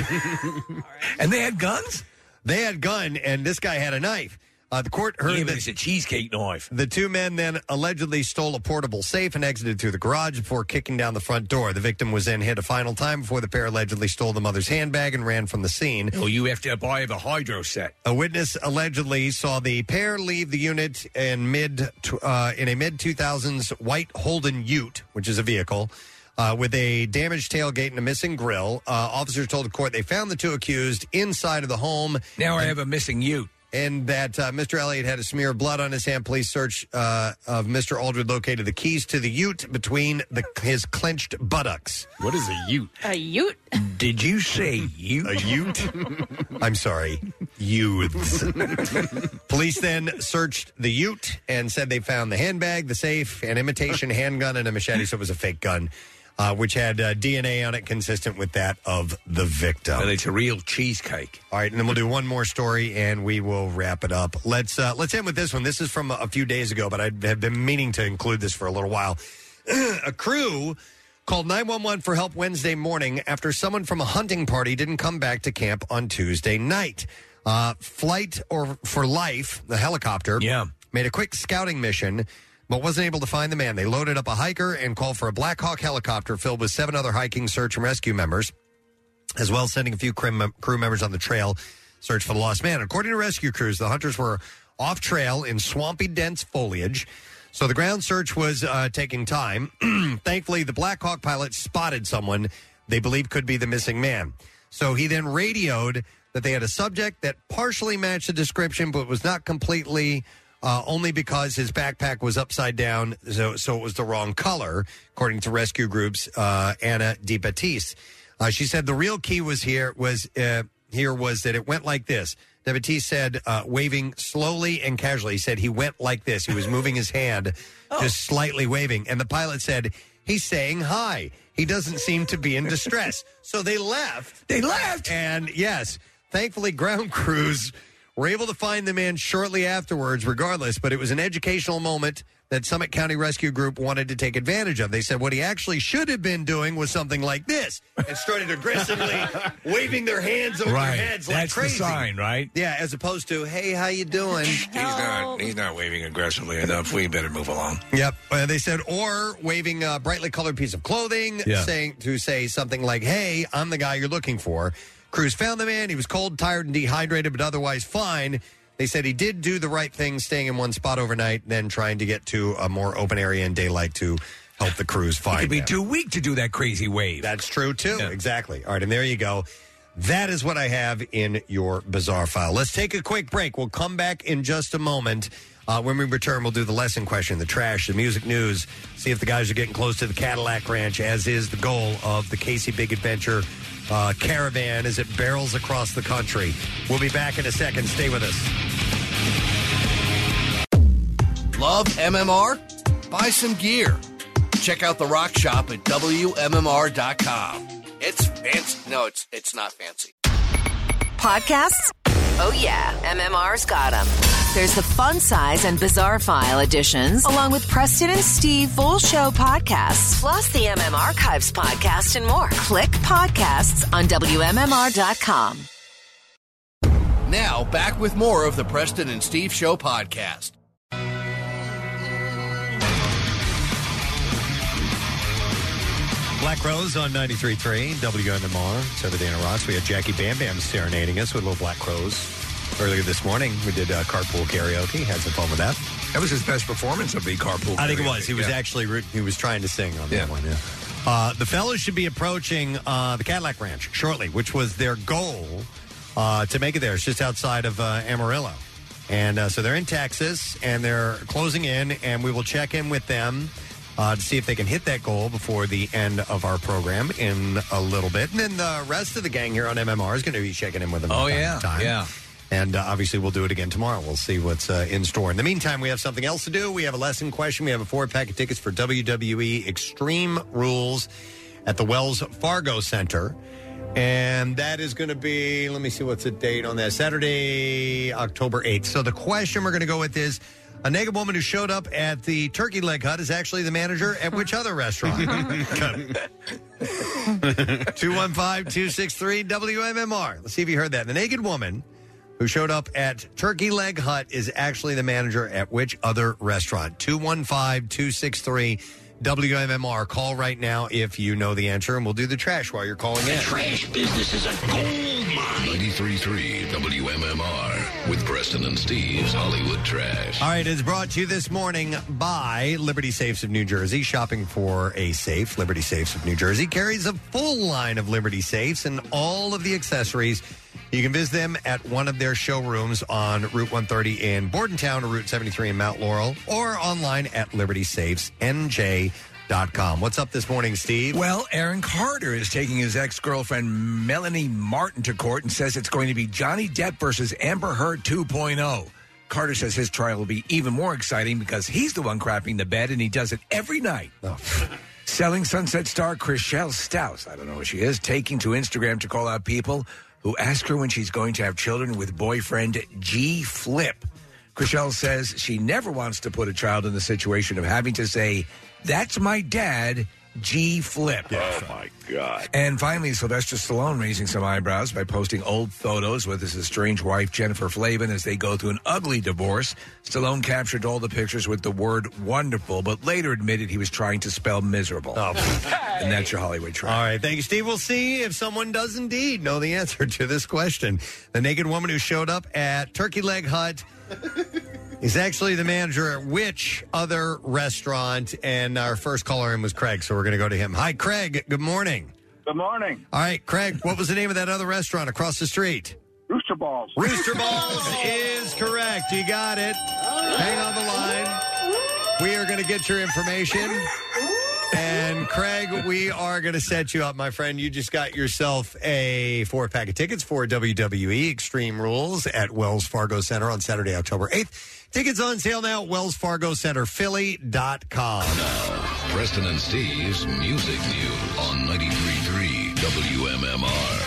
and they had guns? They had gun, and this guy had a knife. Uh, the court heard Yeah, that but it's a cheesecake knife. the two men then allegedly stole a portable safe and exited through the garage before kicking down the front door. The victim was then hit a final time before the pair allegedly stole the mother's handbag and ran from the scene. Oh, you have to buy the hydro set. A witness allegedly saw the pair leave the unit in mid uh, in a mid 2000s white Holden Ute, which is a vehicle. Uh, with a damaged tailgate and a missing grill, uh, officers told the court they found the two accused inside of the home. Now I have a missing Ute. And that uh, Mr. Elliott had a smear of blood on his hand. Police search uh, of Mr. Aldred located the keys to the Ute between the, his clenched buttocks. What is a Ute? A Ute. Did you say Ute? A Ute? I'm sorry, youths. Police then searched the Ute and said they found the handbag, the safe, an imitation handgun, and a machete. So it was a fake gun, uh, which had uh, DNA on it consistent with that of the victim. But it's a real cheesecake. All right, and then we'll do one more story, and we will wrap it up. Let's uh, let's end with this one. This is from a a few days ago, but I have been meaning to include this for a little while. a crew called 911 for help Wednesday morning after someone from a hunting party didn't come back to camp on Tuesday night. Uh, Flight or for Life, the helicopter, yeah. made a quick scouting mission but wasn't able to find the man. They loaded up a hiker and called for a Black Hawk helicopter filled with seven other hiking search and rescue members as well as sending a few crim- crew members on the trail search for the lost man. According to rescue crews, the hunters were off trail in swampy, dense foliage. So the ground search was uh, taking time. Thankfully, the Black Hawk pilot spotted someone they believe could be the missing man. So he then radioed that they had a subject that partially matched the description, but was not completely. Uh, only because his backpack was upside down, so so it was the wrong color, according to rescue groups uh, Anna DeBattiste. Uh, she said the real key was here was uh, here was that it went like this: Debatee said, uh, waving slowly and casually. He said he went like this. He was moving his hand, just slightly waving. And the pilot said, he's saying hi. He doesn't seem to be in distress. so they left. They left. And yes, thankfully, ground crews were able to find the man shortly afterwards, regardless. But it was an educational moment that Summit County Rescue Group wanted to take advantage of. They said what he actually should have been doing was something like this and started aggressively waving their hands over Right. their heads like That's the crazy. sign, right? Yeah, as opposed to, hey, how you doing? He's Oh. not. He's not waving aggressively enough. We better move along. Yep. Uh, they said, or waving a brightly colored piece of clothing, Yeah. saying to say something like, "Hey, I'm the guy you're looking for." Cruz found the man. He was cold, tired, and dehydrated, but otherwise fine. They said he did do the right thing, staying in one spot overnight, then trying to get to a more open area in daylight to help the crews find. It'd be him. too weak to do that crazy wave. That's true too. Exactly. All right, and there you go. That is what I have in your bizarre file. Let's take a quick break. We'll come back in just a moment. Uh, when we return, we'll do the lesson question, the trash, the music news, see if the guys are getting close to the Cadillac Ranch, as is the goal of the Casey Big Adventure uh, caravan as it barrels across the country. We'll be back in a second. Stay with us. Love MMR? Buy some gear. Check out the rock shop at WMMR.com. It's fancy. No, it's it's not fancy. Podcasts? Oh, yeah. MMR's got them. There's the Fun Size and Bizarre File editions, along with Preston and Steve full show podcasts, plus the MM Archives podcast and more. Click podcasts on WMMR.com. Now, back with more of the Preston and Steve Show podcast. Black Rose on 93.3 WMMR. It's over Dana Ross. We had Jackie Bam Bam serenading us with a little Black Rose earlier this morning. We did uh, carpool karaoke. Had some fun with that. That was his best performance of the carpool. I think it karaoke. was. He was Yeah. actually re- he was trying to sing on Yeah. that one. Yeah. Uh, the fellows should be approaching uh, the Cadillac Ranch shortly, which was their goal uh, to make it there. It's just outside of uh, Amarillo, and uh, so they're in Texas and they're closing in. And we will check in with them uh, to see if they can hit that goal before the end of our program in a little bit. And then the rest of the gang here on MMR is going to be checking in with them. Oh from time yeah, to time. yeah. And uh, obviously, we'll do it again tomorrow. We'll see what's uh, in store. In the meantime, we have something else to do. We have a lesson question. We have a four pack of tickets for WWE Extreme Rules at the Wells Fargo Center. And that is going to be, let me see what's the date on that. Saturday, October 8th. So the question we're going to go with is a naked woman who showed up at the turkey leg hut is actually the manager at which other restaurant? 215-263 WMMR. Let's see if you heard that. The naked woman who showed up at Turkey Leg Hut is actually the manager at which other restaurant? 215-263 WMMR. Call right now if you know the answer, and we'll do the trash while you're calling in. Trash business is a gold mine. 93.3 WMMR with Preston and Steve's Hollywood Trash. All right, it's brought to you this morning by Liberty Safes of New Jersey. Shopping for a safe, Liberty Safes of New Jersey carries a full line of Liberty safes and all of the accessories. You can visit them at one of their showrooms on Route 130 in Bordentown or Route 73 in Mount Laurel or online at libertysafesnj.com. What's up this morning, Steve? Well, Aaron Carter is taking his ex girlfriend Melanie Martin to court and says it's going to be Johnny Depp versus Amber Heard 2.0. Carter says his trial will be even more exciting because he's the one crapping the bed and he does it every night. Selling Sunset star Chriselle Staus, I don't know who she is, taking to Instagram to call out people who ask her when she's going to have children with boyfriend G Flip. Chriselle says she never wants to put a child in the situation of having to say, That's my dad, G Flip. Oh my God. And finally, Sylvester Stallone raising some eyebrows by posting old photos with his estranged wife, Jennifer Flavin, as they go through an ugly divorce. Stallone captured all the pictures with the word wonderful, but later admitted he was trying to spell miserable. and that's your Hollywood trash. Oh, All right, thank you, Steve. We'll see if someone does indeed know the answer to this question. The naked woman who showed up at Turkey Leg Hut is actually the manager at which other restaurant? And our first caller in was Craig, so we're going to go to him. Hi, Craig. Good morning. Good morning. All right, Craig. What was the name of that other restaurant across the street? Rooster Balls. Rooster Balls is correct. You got it. Hang on the line. We are going to get your information. And And Craig, we are going to set you up, my friend. You just got yourself a four pack of tickets for WWE Extreme Rules at Wells Fargo Center on Saturday, October 8th. Tickets on sale now at wellsfargocenterphilly.com. Preston and Steve's Music News on 93.3 WMMR.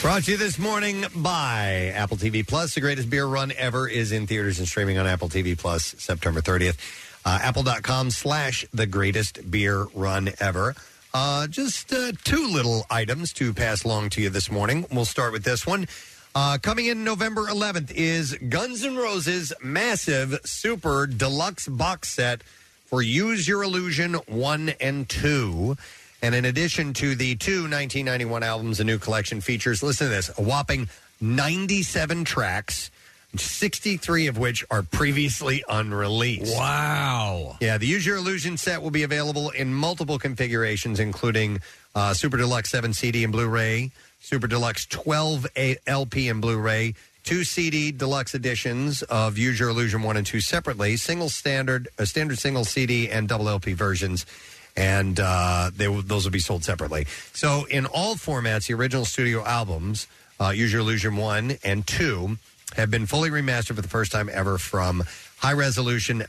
Brought to you this morning by Apple TV Plus. The greatest beer run ever is in theaters and streaming on Apple TV Plus September 30th. Uh, Apple.com slash the greatest beer run ever. Uh, just uh, two little items to pass along to you this morning. We'll start with this one. Uh, coming in November 11th is Guns N' Roses' massive super deluxe box set for Use Your Illusion 1 and 2. And in addition to the two 1991 albums, the new collection features, listen to this, a whopping 97 tracks, 63 of which are previously unreleased. Wow. Yeah, the Use Your Illusion set will be available in multiple configurations, including uh, Super Deluxe 7 CD and Blu ray, Super Deluxe 12 A- LP and Blu ray, two CD deluxe editions of Use Your Illusion 1 and 2 separately, single standard, uh, standard single CD and double LP versions. And uh, they will, those will be sold separately. So, in all formats, the original studio albums, uh, Use Your Illusion 1 and 2, have been fully remastered for the first time ever from high resolution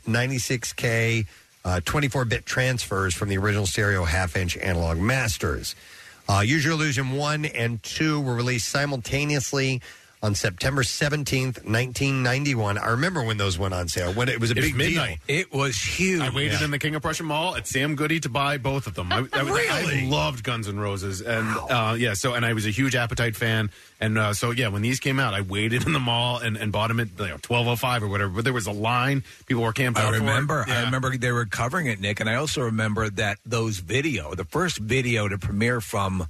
96K 24 bit transfers from the original stereo half inch analog masters. Uh, Use Your Illusion 1 and 2 were released simultaneously on September 17th, 1991. I remember when those went on sale, when it was a big deal. It was huge. I waited Yeah. in the King of Prussia Mall at Sam Goody to buy both of them. I, I, Really? I loved Guns N' Roses, and uh, yeah, so and I was a huge Appetite fan, and uh, so yeah, when these came out, I waited in the mall and, and bought them at you know, twelve oh five or whatever. But there was a line; people were camped out. I for it. remember. Yeah. I remember they were covering it, Nick, and I also remember that those video, the first video to premiere from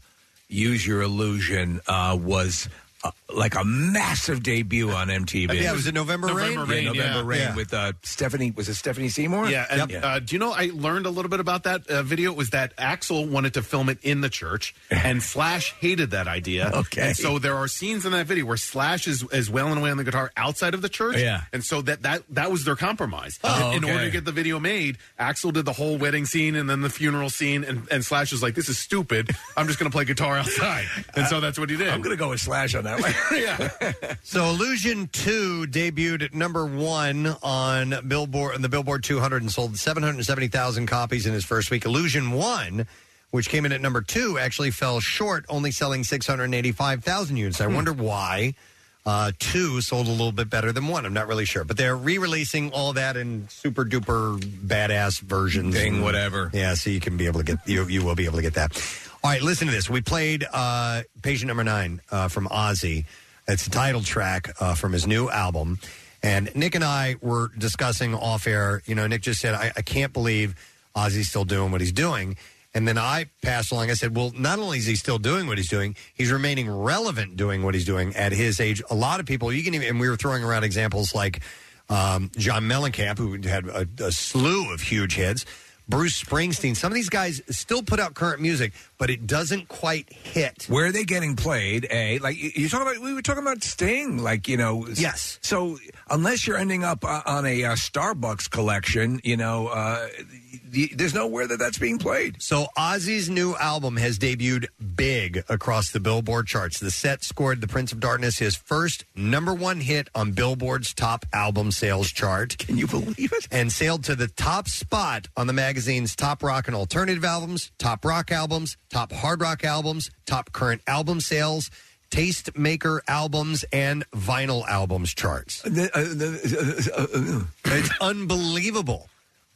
Use Your Illusion, uh, was uh, like a massive debut on MTV. Yeah, it was in November November Rain? Rain, Yeah, November yeah. Rain Yeah. with uh, Stephanie. Was it Stephanie Seymour? Yeah, and uh, do you know I learned a little bit about that uh, video? It was that Axel wanted to film it in the church, and Slash hated that idea. Okay. and so there are scenes in that video where Slash is, is wailing away on the guitar outside of the church. Yeah. and so that that that was their compromise. Oh, in, in okay. order to get the video made, Axel did the whole wedding scene and then the funeral scene, and, and Slash was like, "This is stupid. I'm just going to play guitar outside," and so that's what he did. I'm going to go with Slash on that one. So Illusion 2 debuted at number 1 on Billboard on the Billboard 200 and sold 770,000 copies in its first week. Illusion 1, which came in at number 2, actually fell short, only selling 685,000 units. I wonder why uh, 2 sold a little bit better than 1. I'm not really sure, but they're re-releasing all that in super duper badass versions Thing, and- whatever. Yeah, so you can be able to get you you will be able to get that. All right, listen to this. We played uh, Patient Number Nine uh, from Ozzy. It's the title track uh, from his new album. And Nick and I were discussing off air. You know, Nick just said, I, I can't believe Ozzy's still doing what he's doing. And then I passed along, I said, well, not only is he still doing what he's doing, he's remaining relevant doing what he's doing at his age. A lot of people, you can even, and we were throwing around examples like um, John Mellencamp, who had a, a slew of huge hits, Bruce Springsteen. Some of these guys still put out current music, but it doesn't quite hit. Where are they getting played? A like you- you're talking about. We were talking about Sting. Like you know. s- Yes. So unless you're ending up uh, on a uh, Starbucks collection, you know, uh, y- there's nowhere that that's being played. So Ozzy's new album has debuted big across the Billboard charts. The set scored The Prince of Darkness his first number one hit on Billboard's top album sales chart. Can you believe it? And sailed to the top spot on the magazine's top rock and alternative albums, top rock albums, top hard rock albums, top current album sales, tastemaker albums, and vinyl albums charts. uh, It's unbelievable.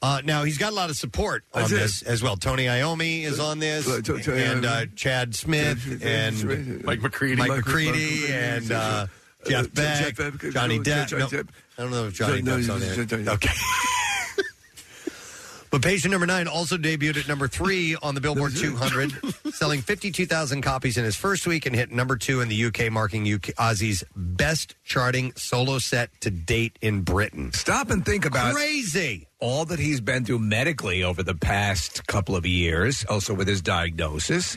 Uh, now he's got a lot of support on That's it. this as well. Tony Iommi is on this, Uh, to- to- and uh, Chad Smith, and Mike McCready, Mike Mike- McCready, Mike- and uh, Jeff Uh, Beck, Jeff Beck, Johnny no, Depp. Johnny No, Depp. I don't know if Johnny No, no, Depp's on he's- he's- there. Okay. But patient number nine also debuted at number three on the Billboard 200, selling 52,000 copies in his first week and hit number two in the UK, marking UK, Ozzy's best charting solo set to date in Britain. Stop and think about crazy all that he's been through medically over the past couple of years, also with his diagnosis.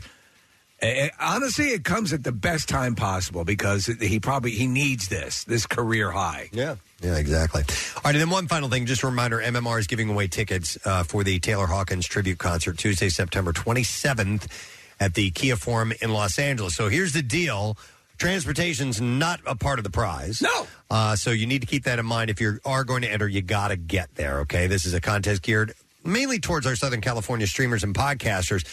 Eh, eh, honestly, it comes at the best time possible because it- he probably he needs this this career high. Yeah. Yeah, exactly. All right, and then one final thing, just a reminder MMR is giving away tickets uh, for the Taylor Hawkins tribute concert Tuesday, September 27th at the Kia Forum in Los Angeles. So here's the deal transportation's not a part of the prize. No. Uh, so you need to keep that in mind. If you are going to enter, you got to get there, okay? This is a contest geared mainly towards our Southern California streamers and podcasters.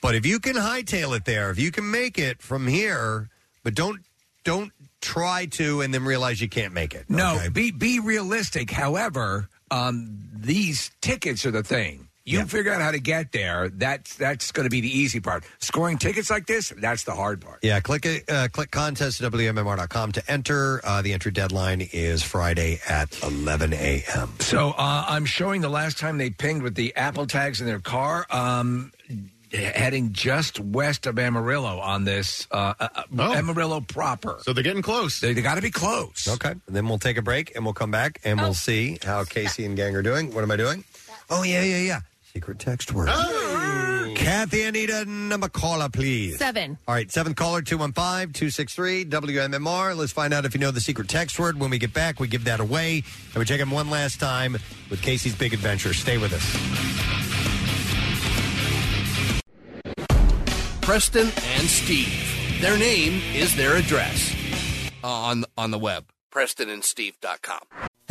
But if you can hightail it there, if you can make it from here, but don't don't try to and then realize you can't make it. No, be be realistic. However, um, these tickets are the thing. You figure out how to get there. That's that's going to be the easy part. Scoring tickets like this, that's the hard part. Yeah, click it, uh, click contest at WMMR.com to enter. Uh, the entry deadline is Friday at 11 a.m. So uh, I'm showing the last time they pinged with the Apple tags in their car, um, heading just west of Amarillo on this uh, uh, uh, Amarillo proper. So Oh. they're getting close. They, got to be close. Okay. And then we'll take a break and we'll come back and we'll see how Casey and gang are doing. What am I doing? Oh, yeah, yeah, yeah. Secret text word. Kathy Anita, number caller, please. Seven. All right, seventh caller, 215 263 WMMR. Let's find out if you know the secret text word. When we get back, we give that away. And we check in one last time with Casey's Big Adventure. Stay with us. Preston and Steve. Their name is their address Uh, on on the web. PrestonandSteve.com.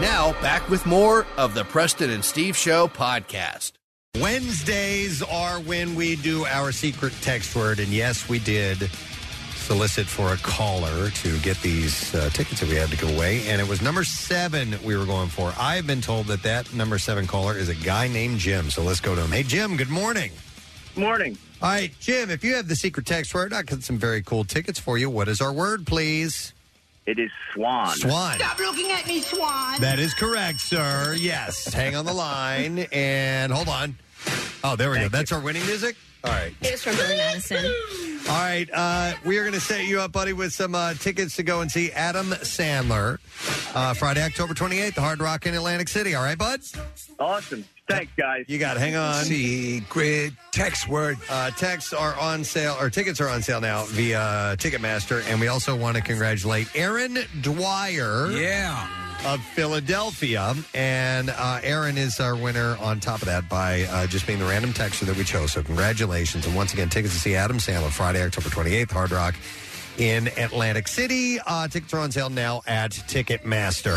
Now back with more of the Preston and Steve Show podcast. Wednesdays are when we do our secret text word, and yes, we did solicit for a caller to get these uh, tickets that we had to give away, and it was number seven we were going for. I've been told that that number seven caller is a guy named Jim, so let's go to him. Hey, Jim, good morning. Morning. All right, Jim, if you have the secret text word, I got some very cool tickets for you. What is our word, please? It is swan. Swan. Stop looking at me, Swan. That is correct, sir. Yes. Hang on the line and hold on. Oh, there we go. That's our winning music. All right. It was from Billy Madison. All right. Uh, we are going to set you up, buddy, with some uh, tickets to go and see Adam Sandler uh, Friday, October 28th, the Hard Rock in Atlantic City. All right, bud? Awesome. Thanks, guys. You got it. Hang on. Secret text word. Uh, texts are on sale, or tickets are on sale now via Ticketmaster. And we also want to congratulate Aaron Dwyer. Yeah. Of Philadelphia. And uh, Aaron is our winner on top of that by uh, just being the random texter that we chose. So, congratulations. And once again, tickets to see Adam Sandler Friday, October 28th, Hard Rock in Atlantic City. Uh, tickets are on sale now at Ticketmaster.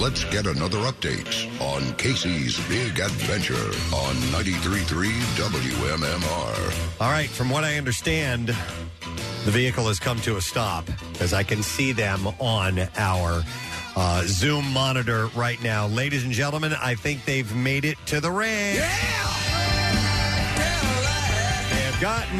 Let's get another update on Casey's Big Adventure on 93.3 WMMR. All right, from what I understand, the vehicle has come to a stop as I can see them on our uh, Zoom monitor right now. Ladies and gentlemen, I think they've made it to the ranch. Yeah! They've gotten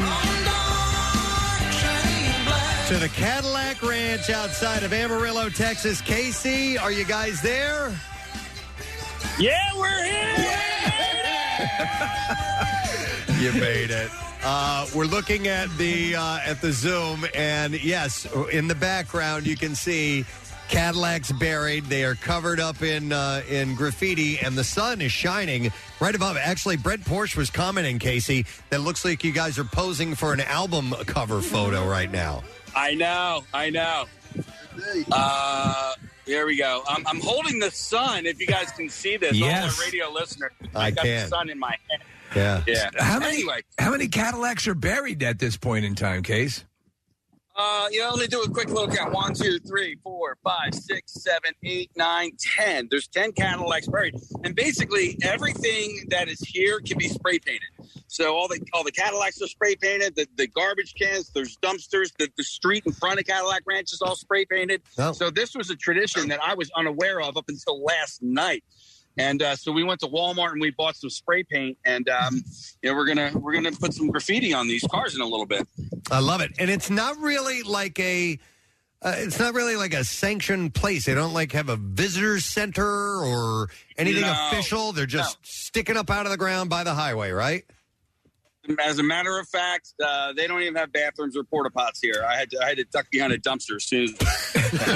to the Cadillac Ranch outside of Amarillo, Texas. Casey, are you guys there? Yeah, we're here. you made it. Uh, we're looking at the uh, at the Zoom, and yes, in the background you can see Cadillacs buried. They are covered up in uh, in graffiti, and the sun is shining right above. Actually, Brett Porsche was commenting, Casey, that looks like you guys are posing for an album cover photo right now. I know, I know. Uh, here we go. I'm, I'm holding the sun. If you guys can see this, all Yes. the radio listeners, I got can. the sun in my hand. Yeah. Yeah. How many Anyway. how many Cadillacs are buried at this point in time, Case? Uh, you know, let me do a quick look at one, two, three, four, five, six, seven, eight, nine, ten. There's ten Cadillacs buried, and basically everything that is here can be spray painted. So all the all the Cadillacs are spray painted. The, the garbage cans, there's dumpsters. The, the street in front of Cadillac Ranch is all spray painted. So this was a tradition that I was unaware of up until last night. And uh, so we went to Walmart and we bought some spray paint, and um, yeah, we're gonna we're gonna put some graffiti on these cars in a little bit. I love it, and it's not really like a. Uh, it's not really like a sanctioned place. They don't like have a visitor center or anything No. official. They're just sticking up out of the ground by the highway, right? As a matter of fact, uh, they don't even have bathrooms or porta pots here. I had to, I had to duck behind a dumpster as soon as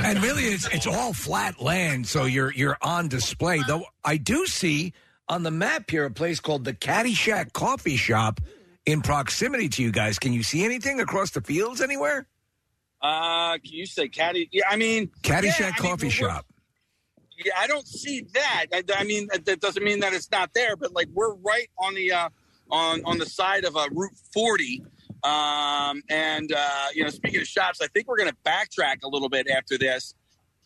and really, it's it's all flat land, so you're you're on display. Though I do see on the map here a place called the Caddyshack Coffee Shop in proximity to you guys. Can you see anything across the fields anywhere? Uh, can you say caddy? Yeah, I mean Caddyshack yeah, I mean, Coffee we're- Shop. Yeah, I don't see that. I, I mean, that- that doesn't mean that it's not there, but like we're right on the uh, on on the side of uh, Route 40. Um, and uh, you know, speaking of shops, I think we're going to backtrack a little bit after this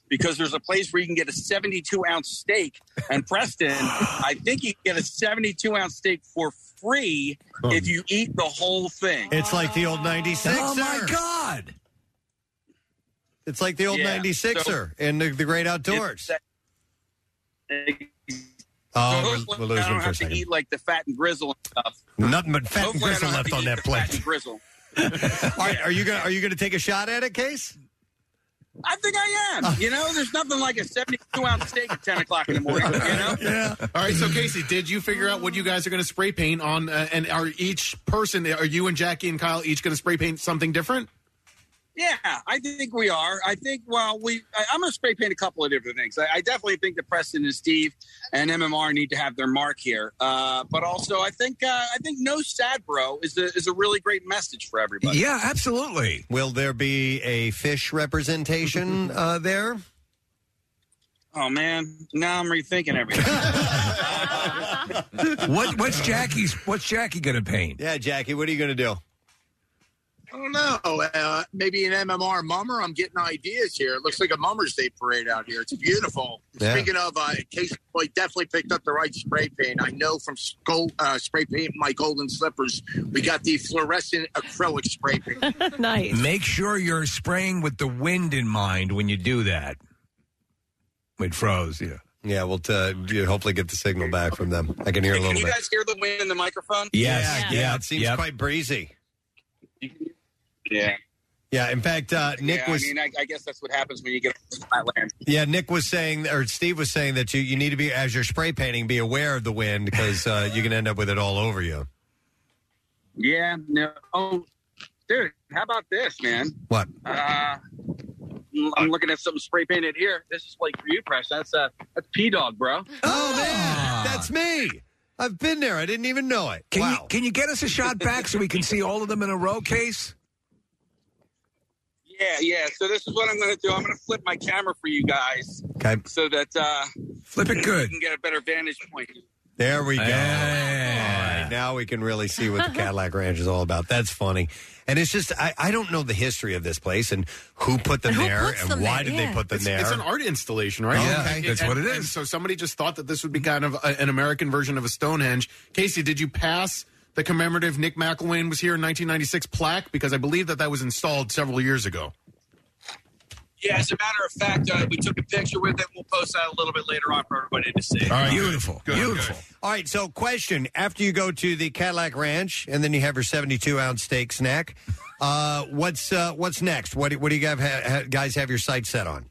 because there's a place where you can get a 72 ounce steak. And Preston, I think you can get a 72 ounce steak for free if you eat the whole thing. It's like the old 96er. Oh, my God. It's like the old Yeah, 96er in the, the great outdoors. Oh, we're- hopefully we're losing I him don't for a have to second. eat like the fat and grizzle and stuff. Nothing but fat and Hopefully I gristle don't have left to on eat the that plate. Fat and grizzle. All right, are you gonna are you gonna take a shot at it, Case? I think I Uh, am. You know, there's nothing like a 72 ounce steak at 10 o'clock in the morning. You know, Yeah. All right. So, Casey, did you figure out what you guys are going to spray paint on? Uh, and are each person, are you and Jackie and Kyle each going to spray paint something different? yeah, I think we are. I think well, we I, I'm going to spray paint a couple of different things. I, I definitely think that Preston and Steve and MMR need to have their mark here. Uh, but also, I think uh, I think no sad bro is a, is a really great message for everybody. absolutely. Will there be a fish representation uh, there? Oh man, now I'm rethinking everything. What what's Jackie's what's Jackie gonna paint? Yeah, Jackie, what are you gonna do? I don't know. Uh, maybe an MMR mummer. I'm getting ideas here. It looks like a Mummer's Day parade out here. It's beautiful. Yeah. Speaking of, uh, Casey Boy definitely picked up the right spray paint. I know from Sco- uh, spray paint my golden slippers, we got the fluorescent acrylic spray paint. nice. Make sure you're spraying with the wind in mind when you do that. It froze. Yeah. Yeah, we'll uh, you hopefully get the signal back from them. I can hear a Can little you bit. guys hear the wind in the microphone? Yeah, yeah, it seems quite breezy. Yeah. Yeah, in fact, uh, Nick yeah, was I mean, I, I guess that's what happens when you get on flat land. yeah Nick was saying or Steve was saying that you you need to be as you're spray painting, be aware of the wind because uh, you can end up with it all over you. Yeah. No. Oh, dude, how about this, man? What? Uh, I'm looking at something spray painted here. This is like for you, Press. That's uh, that's P Dog, bro. Ah! Oh man, that's me. I've been there. I didn't even know it. Can you can you get us a shot back so we can see all of them in a row, Case? Yeah, yeah. So this is what I'm going to do. I'm going to flip my camera for you guys. Okay. So that uh, flip it good. You can get a better vantage point. There we go. All right, now we can really see what the Cadillac Ranch is all about. That's funny. And it's just, I, I don't know the history of this place and who put them And who there puts and them why there, did yeah. they put them It's- there. it's an art installation, right? Yeah, And- that's and- what it and is. so somebody just thought that this would be kind of a, an American version of a Stonehenge. Casey, did you pass the commemorative Nick McElwain was here in 1996 plaque? Because I believe that that was installed several years ago. Yeah, as a matter of fact, uh, we took a picture with it. We'll post that a little bit later on for everybody to see. All right. Beautiful. Beautiful. All right, so question. After you go to the Cadillac Ranch and then you have your 72 ounce steak snack, uh, what's uh, what's next? What, do- what do you guys have, ha- guys have your sights set on?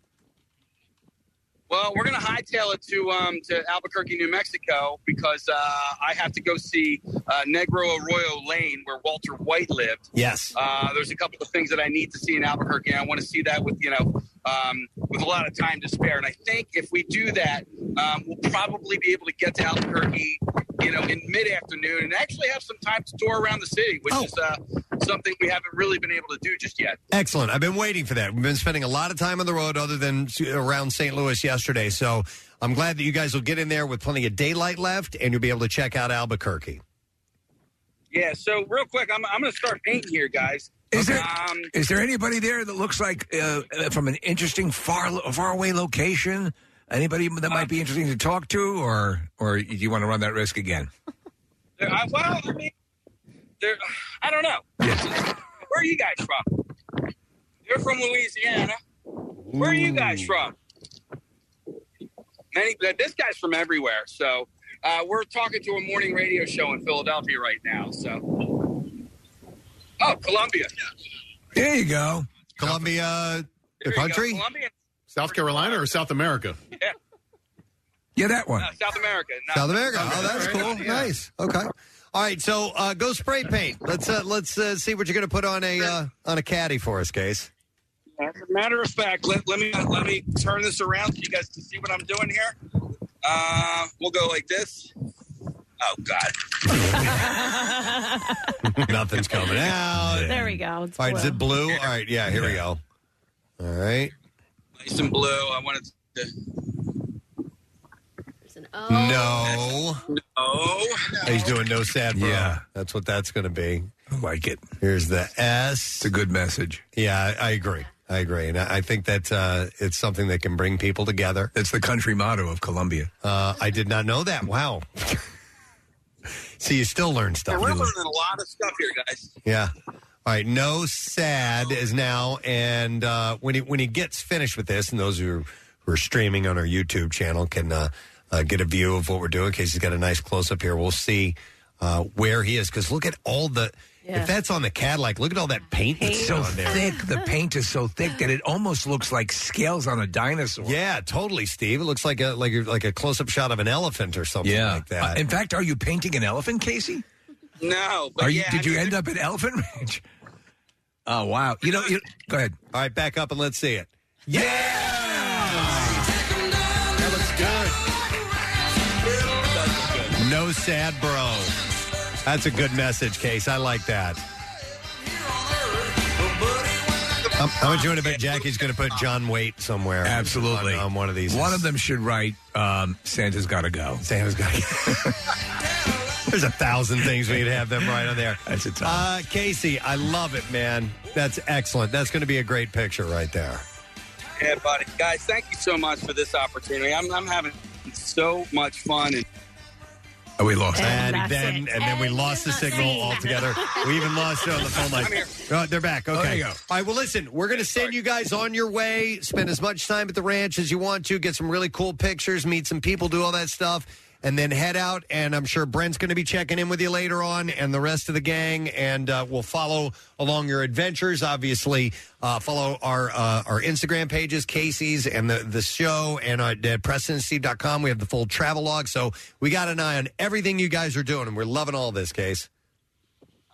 Well, we're going to hightail it to um, to Albuquerque, New Mexico, because uh, I have to go see uh, Negro Arroyo Lane, where Walter White lived. Yes. Uh, there's a couple of things that I need to see in Albuquerque, and I want to see that with you know um, with a lot of time to spare. And I think if we do that, um, we'll probably be able to get to Albuquerque, you know, in mid afternoon, and actually have some time to tour around the city, Oh. which is uh, something we haven't really been able to do just yet. Excellent. I've been waiting for that. We've been spending a lot of time on the road other than s- around St. Louis yesterday. So I'm glad that you guys will get in there with plenty of daylight left and you'll be able to check out Albuquerque. Yeah. So real quick, I'm I'm going to start painting here, guys. Is there Um, is there anybody there that looks like uh, uh, from an interesting far faraway location? Anybody that might be interesting to talk to, or or do you want to run that risk again? There- I, well, I mean, there. I don't know. Where are you guys from? You're from Louisiana. Where are you guys from? many. uh, This guy's from everywhere, so uh, we're talking to a morning radio show in Philadelphia right now. So, oh, Columbia, There you go. Columbia, the There you go. Columbia, uh, South Carolina or South America? Yeah. Yeah, that one. no, South America, no. South America. Oh, that's cool. Nice. Okay. All right. So uh, go spray paint. Let's uh, let's uh, see what you're going to put on a uh, on a caddy for us, Case. As a matter of fact, let, let me let me turn this around so you guys can see what I'm doing here. Uh, we'll go like this. Oh God! Oh, Nothing's coming out. There we go. It's All right. Is blue. it blue? All right. Yeah. Here we go. All right. nice and blue. I wanted to. No. No. He's doing no sad bro. Yeah. That's what that's going to be. I like it. Here's the S. It's a good message. Yeah, I, I agree. I agree. And I I think that uh, it's something that can bring people together. It's the country motto of Columbia. Uh, I did not know that. Wow. See, you still learn stuff. Yeah, You we're learn- learning a lot of stuff here, guys. yeah. All right. No sad is now, and uh, when he when he gets finished with this, and those who are, who are streaming on our YouTube channel can uh, uh, get a view of what we're doing. Casey's got a nice close up here. We'll see uh, where he is because look at all the. Yeah. If that's on the Cadillac, look at all that paint that's It's so on there. thick. The paint is so thick that it almost looks like scales on a dinosaur. Yeah, totally, Steve. It looks like a like a, like a close up shot of an elephant or something Yeah. like that. Uh, in fact, are you painting an elephant, Casey? No. Are you? Did you end up at Elephant Ranch? Oh wow! You know, you, go ahead. All right, back up and let's see it. That looks good. No sad, bro. That's a good message, Case. I like that. How Um, how much you want to bet Jackie's going to put John Waite somewhere? Absolutely. On, on one of these. One of them should write um, Santa's Gotta Go. Santa's Gotta Go. There's a thousand things we'd have them right on there. That's a ton. Uh, Casey, I love it, man. That's excellent. That's going to be a great picture right there. Yeah, buddy. Guys, thank you so much for this opportunity. I'm, I'm having so much fun. And Oh, we lost. And And, that's then and, it. then we lost the signal altogether. we even lost it on the phone line. Oh, they're back. Okay. Oh, there you go. All right. Well, listen, we're going to send you guys on your way. Spend as much time at the ranch as you want to. Get some really cool pictures. Meet some people. Do all that stuff. And then head out. And I'm sure Brent's going to be checking in with you later on, and the rest of the gang. And uh, we'll follow along your adventures. Obviously, uh, follow our uh, our Instagram pages, Casey's, and the the show, and uh, at PrestonandSteve.com. We have the full travel log. So we got an eye on everything you guys are doing, and we're loving all this, Case.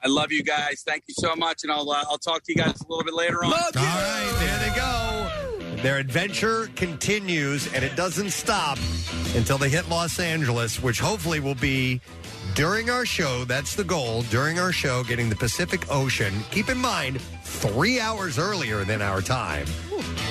I love you guys. Thank you so much. And I'll, uh, I'll talk to you guys a little bit later on. All right, there they go. Their adventure continues and it doesn't stop until they hit Los Angeles, which hopefully will be during our show. That's the goal during our show, getting the Pacific Ocean. Keep in mind, three hours earlier than our time.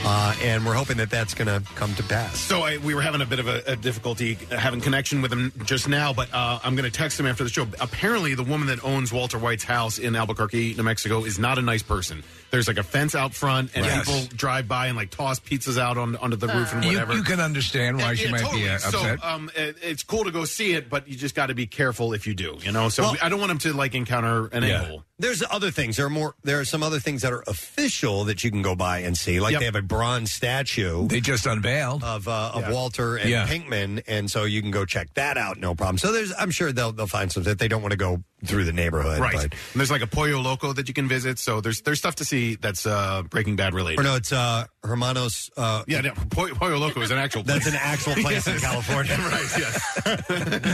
Uh, and we're hoping that that's going to come to pass. So I, we were having a bit of a, a difficulty having connection with him just now, but uh, I'm going to text him after the show. Apparently, the woman that owns Walter White's house in Albuquerque, New Mexico, is not a nice person. There's like a fence out front, and Yes. people drive by and like toss pizzas out on, onto the roof and You- whatever. You, can understand why Yeah, she yeah, might totally. be uh, upset. So um, it- it's cool to go see it, but you just got to be careful if you do. You know, so Well- we- I don't want him to like encounter an a-hole. There's other things. There are more. There are some other things that are official that you can go by and see. Like Yep. they have a bronze statue. They just unveiled of uh, of Walter and Yeah. Pinkman, and so you can go check that out. No problem. So there's. I'm sure they'll they'll find some that they don't want to go through the neighborhood. Right. But, And there's like a Pollo Loco that you can visit. So there's there's stuff to see that's uh, Breaking Bad related. or no, it's uh, Hermanos. Uh, yeah, no, Pollo, Pollo Loco is an actual. That's an actual place in Yes. California. right. Yes.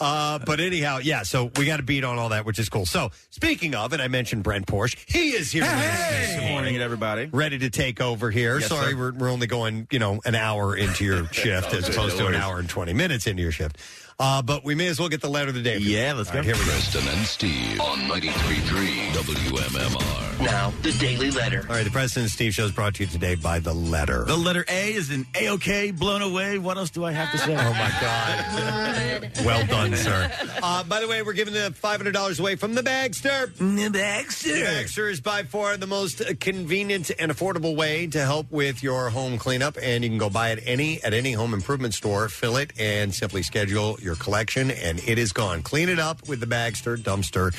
Uh, but anyhow, yeah. So we got a beat on all that, which is cool. So speaking of, and I mentioned Brent Porsche. He is here. Good morning, everybody. Ready to take over here. Yes, Sorry, sir. we're, we're only going you know an hour into your shift as Okay, opposed no to an worries. hour and twenty minutes into your shift. Uh, but we may as well get the letter of the day. Yeah, let's go. Here we go. Preston and Steve on 93.3 WMMR. Now, the Daily Letter. All right, the President and Steve show is brought to you today by the letter. The letter A is an A OK, blown away. What else do I have to say? Oh, my God. Well done, sir. Uh, by the way, we're giving the $500 away from the Bagster. The Bagster. The Bagster is by far the most convenient and affordable way to help with your home cleanup, and you can go buy it any at any home improvement store, fill it, and simply schedule your collection, and it is gone. Clean it up with the Bagster dumpster.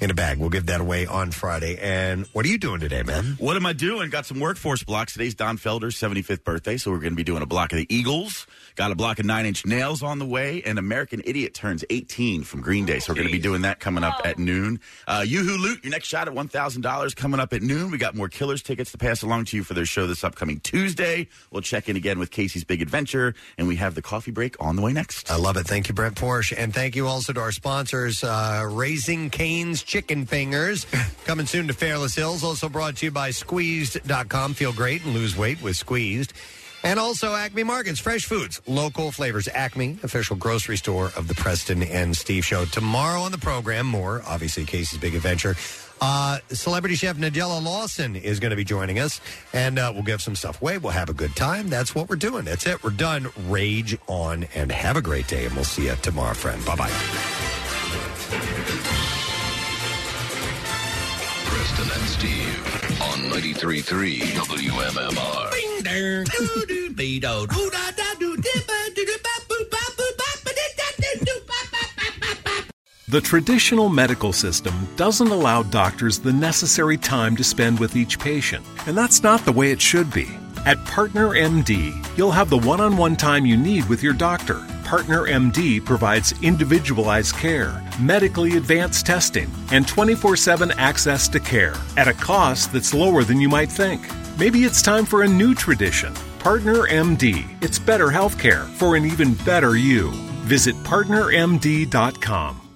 in a bag. We'll give that away on Friday. And what are you doing today, man? What am I doing? Got some workforce blocks. Today's Don Felder's 75th birthday, so we're going to be doing a block of the Eagles. Got a block of Nine Inch Nails on the way, and American Idiot turns 18 from Green Day, so we're going to be doing that coming up at noon. Uh, Yoo-Hoo Loot, your next shot at $1,000 coming up at noon. We got more Killers tickets to pass along to you for their show this upcoming Tuesday. We'll check in again with Casey's Big Adventure, and we have the coffee break on the way next. I love it. Thank you, Brent Porsche. And thank you also to our sponsors, uh, Raising Cane's Chicken Fingers, coming soon to Fairless Hills. Also brought to you by Squeezed.com. Feel great and lose weight with Squeezed. And also Acme Markets, fresh foods, local flavors. Acme, official grocery store of the Preston and Steve Show. Tomorrow on the program, more, obviously, Casey's Big Adventure. Uh, celebrity chef Nadella Lawson is going to be joining us, and uh, we'll give some stuff away. We'll have a good time. That's what we're doing. That's it. We're done. Rage on and have a great day, and we'll see you tomorrow, friend. Bye bye. Preston and Steve on 93.3 WMMR. Bing there. Doo doo be do. Doo da da doo dip a doo doo ba boo ba boo ba ba dee da doo doo ba ba. The traditional medical system doesn't allow doctors the necessary time to spend with each patient, and that's not the way it should be. At Partner MD, you'll have the one on one time you need with your doctor. Partner MD provides individualized care, medically advanced testing, and 24 7 access to care at a cost that's lower than you might think. Maybe it's time for a new tradition Partner MD. It's better healthcare for an even better you. Visit PartnerMD.com.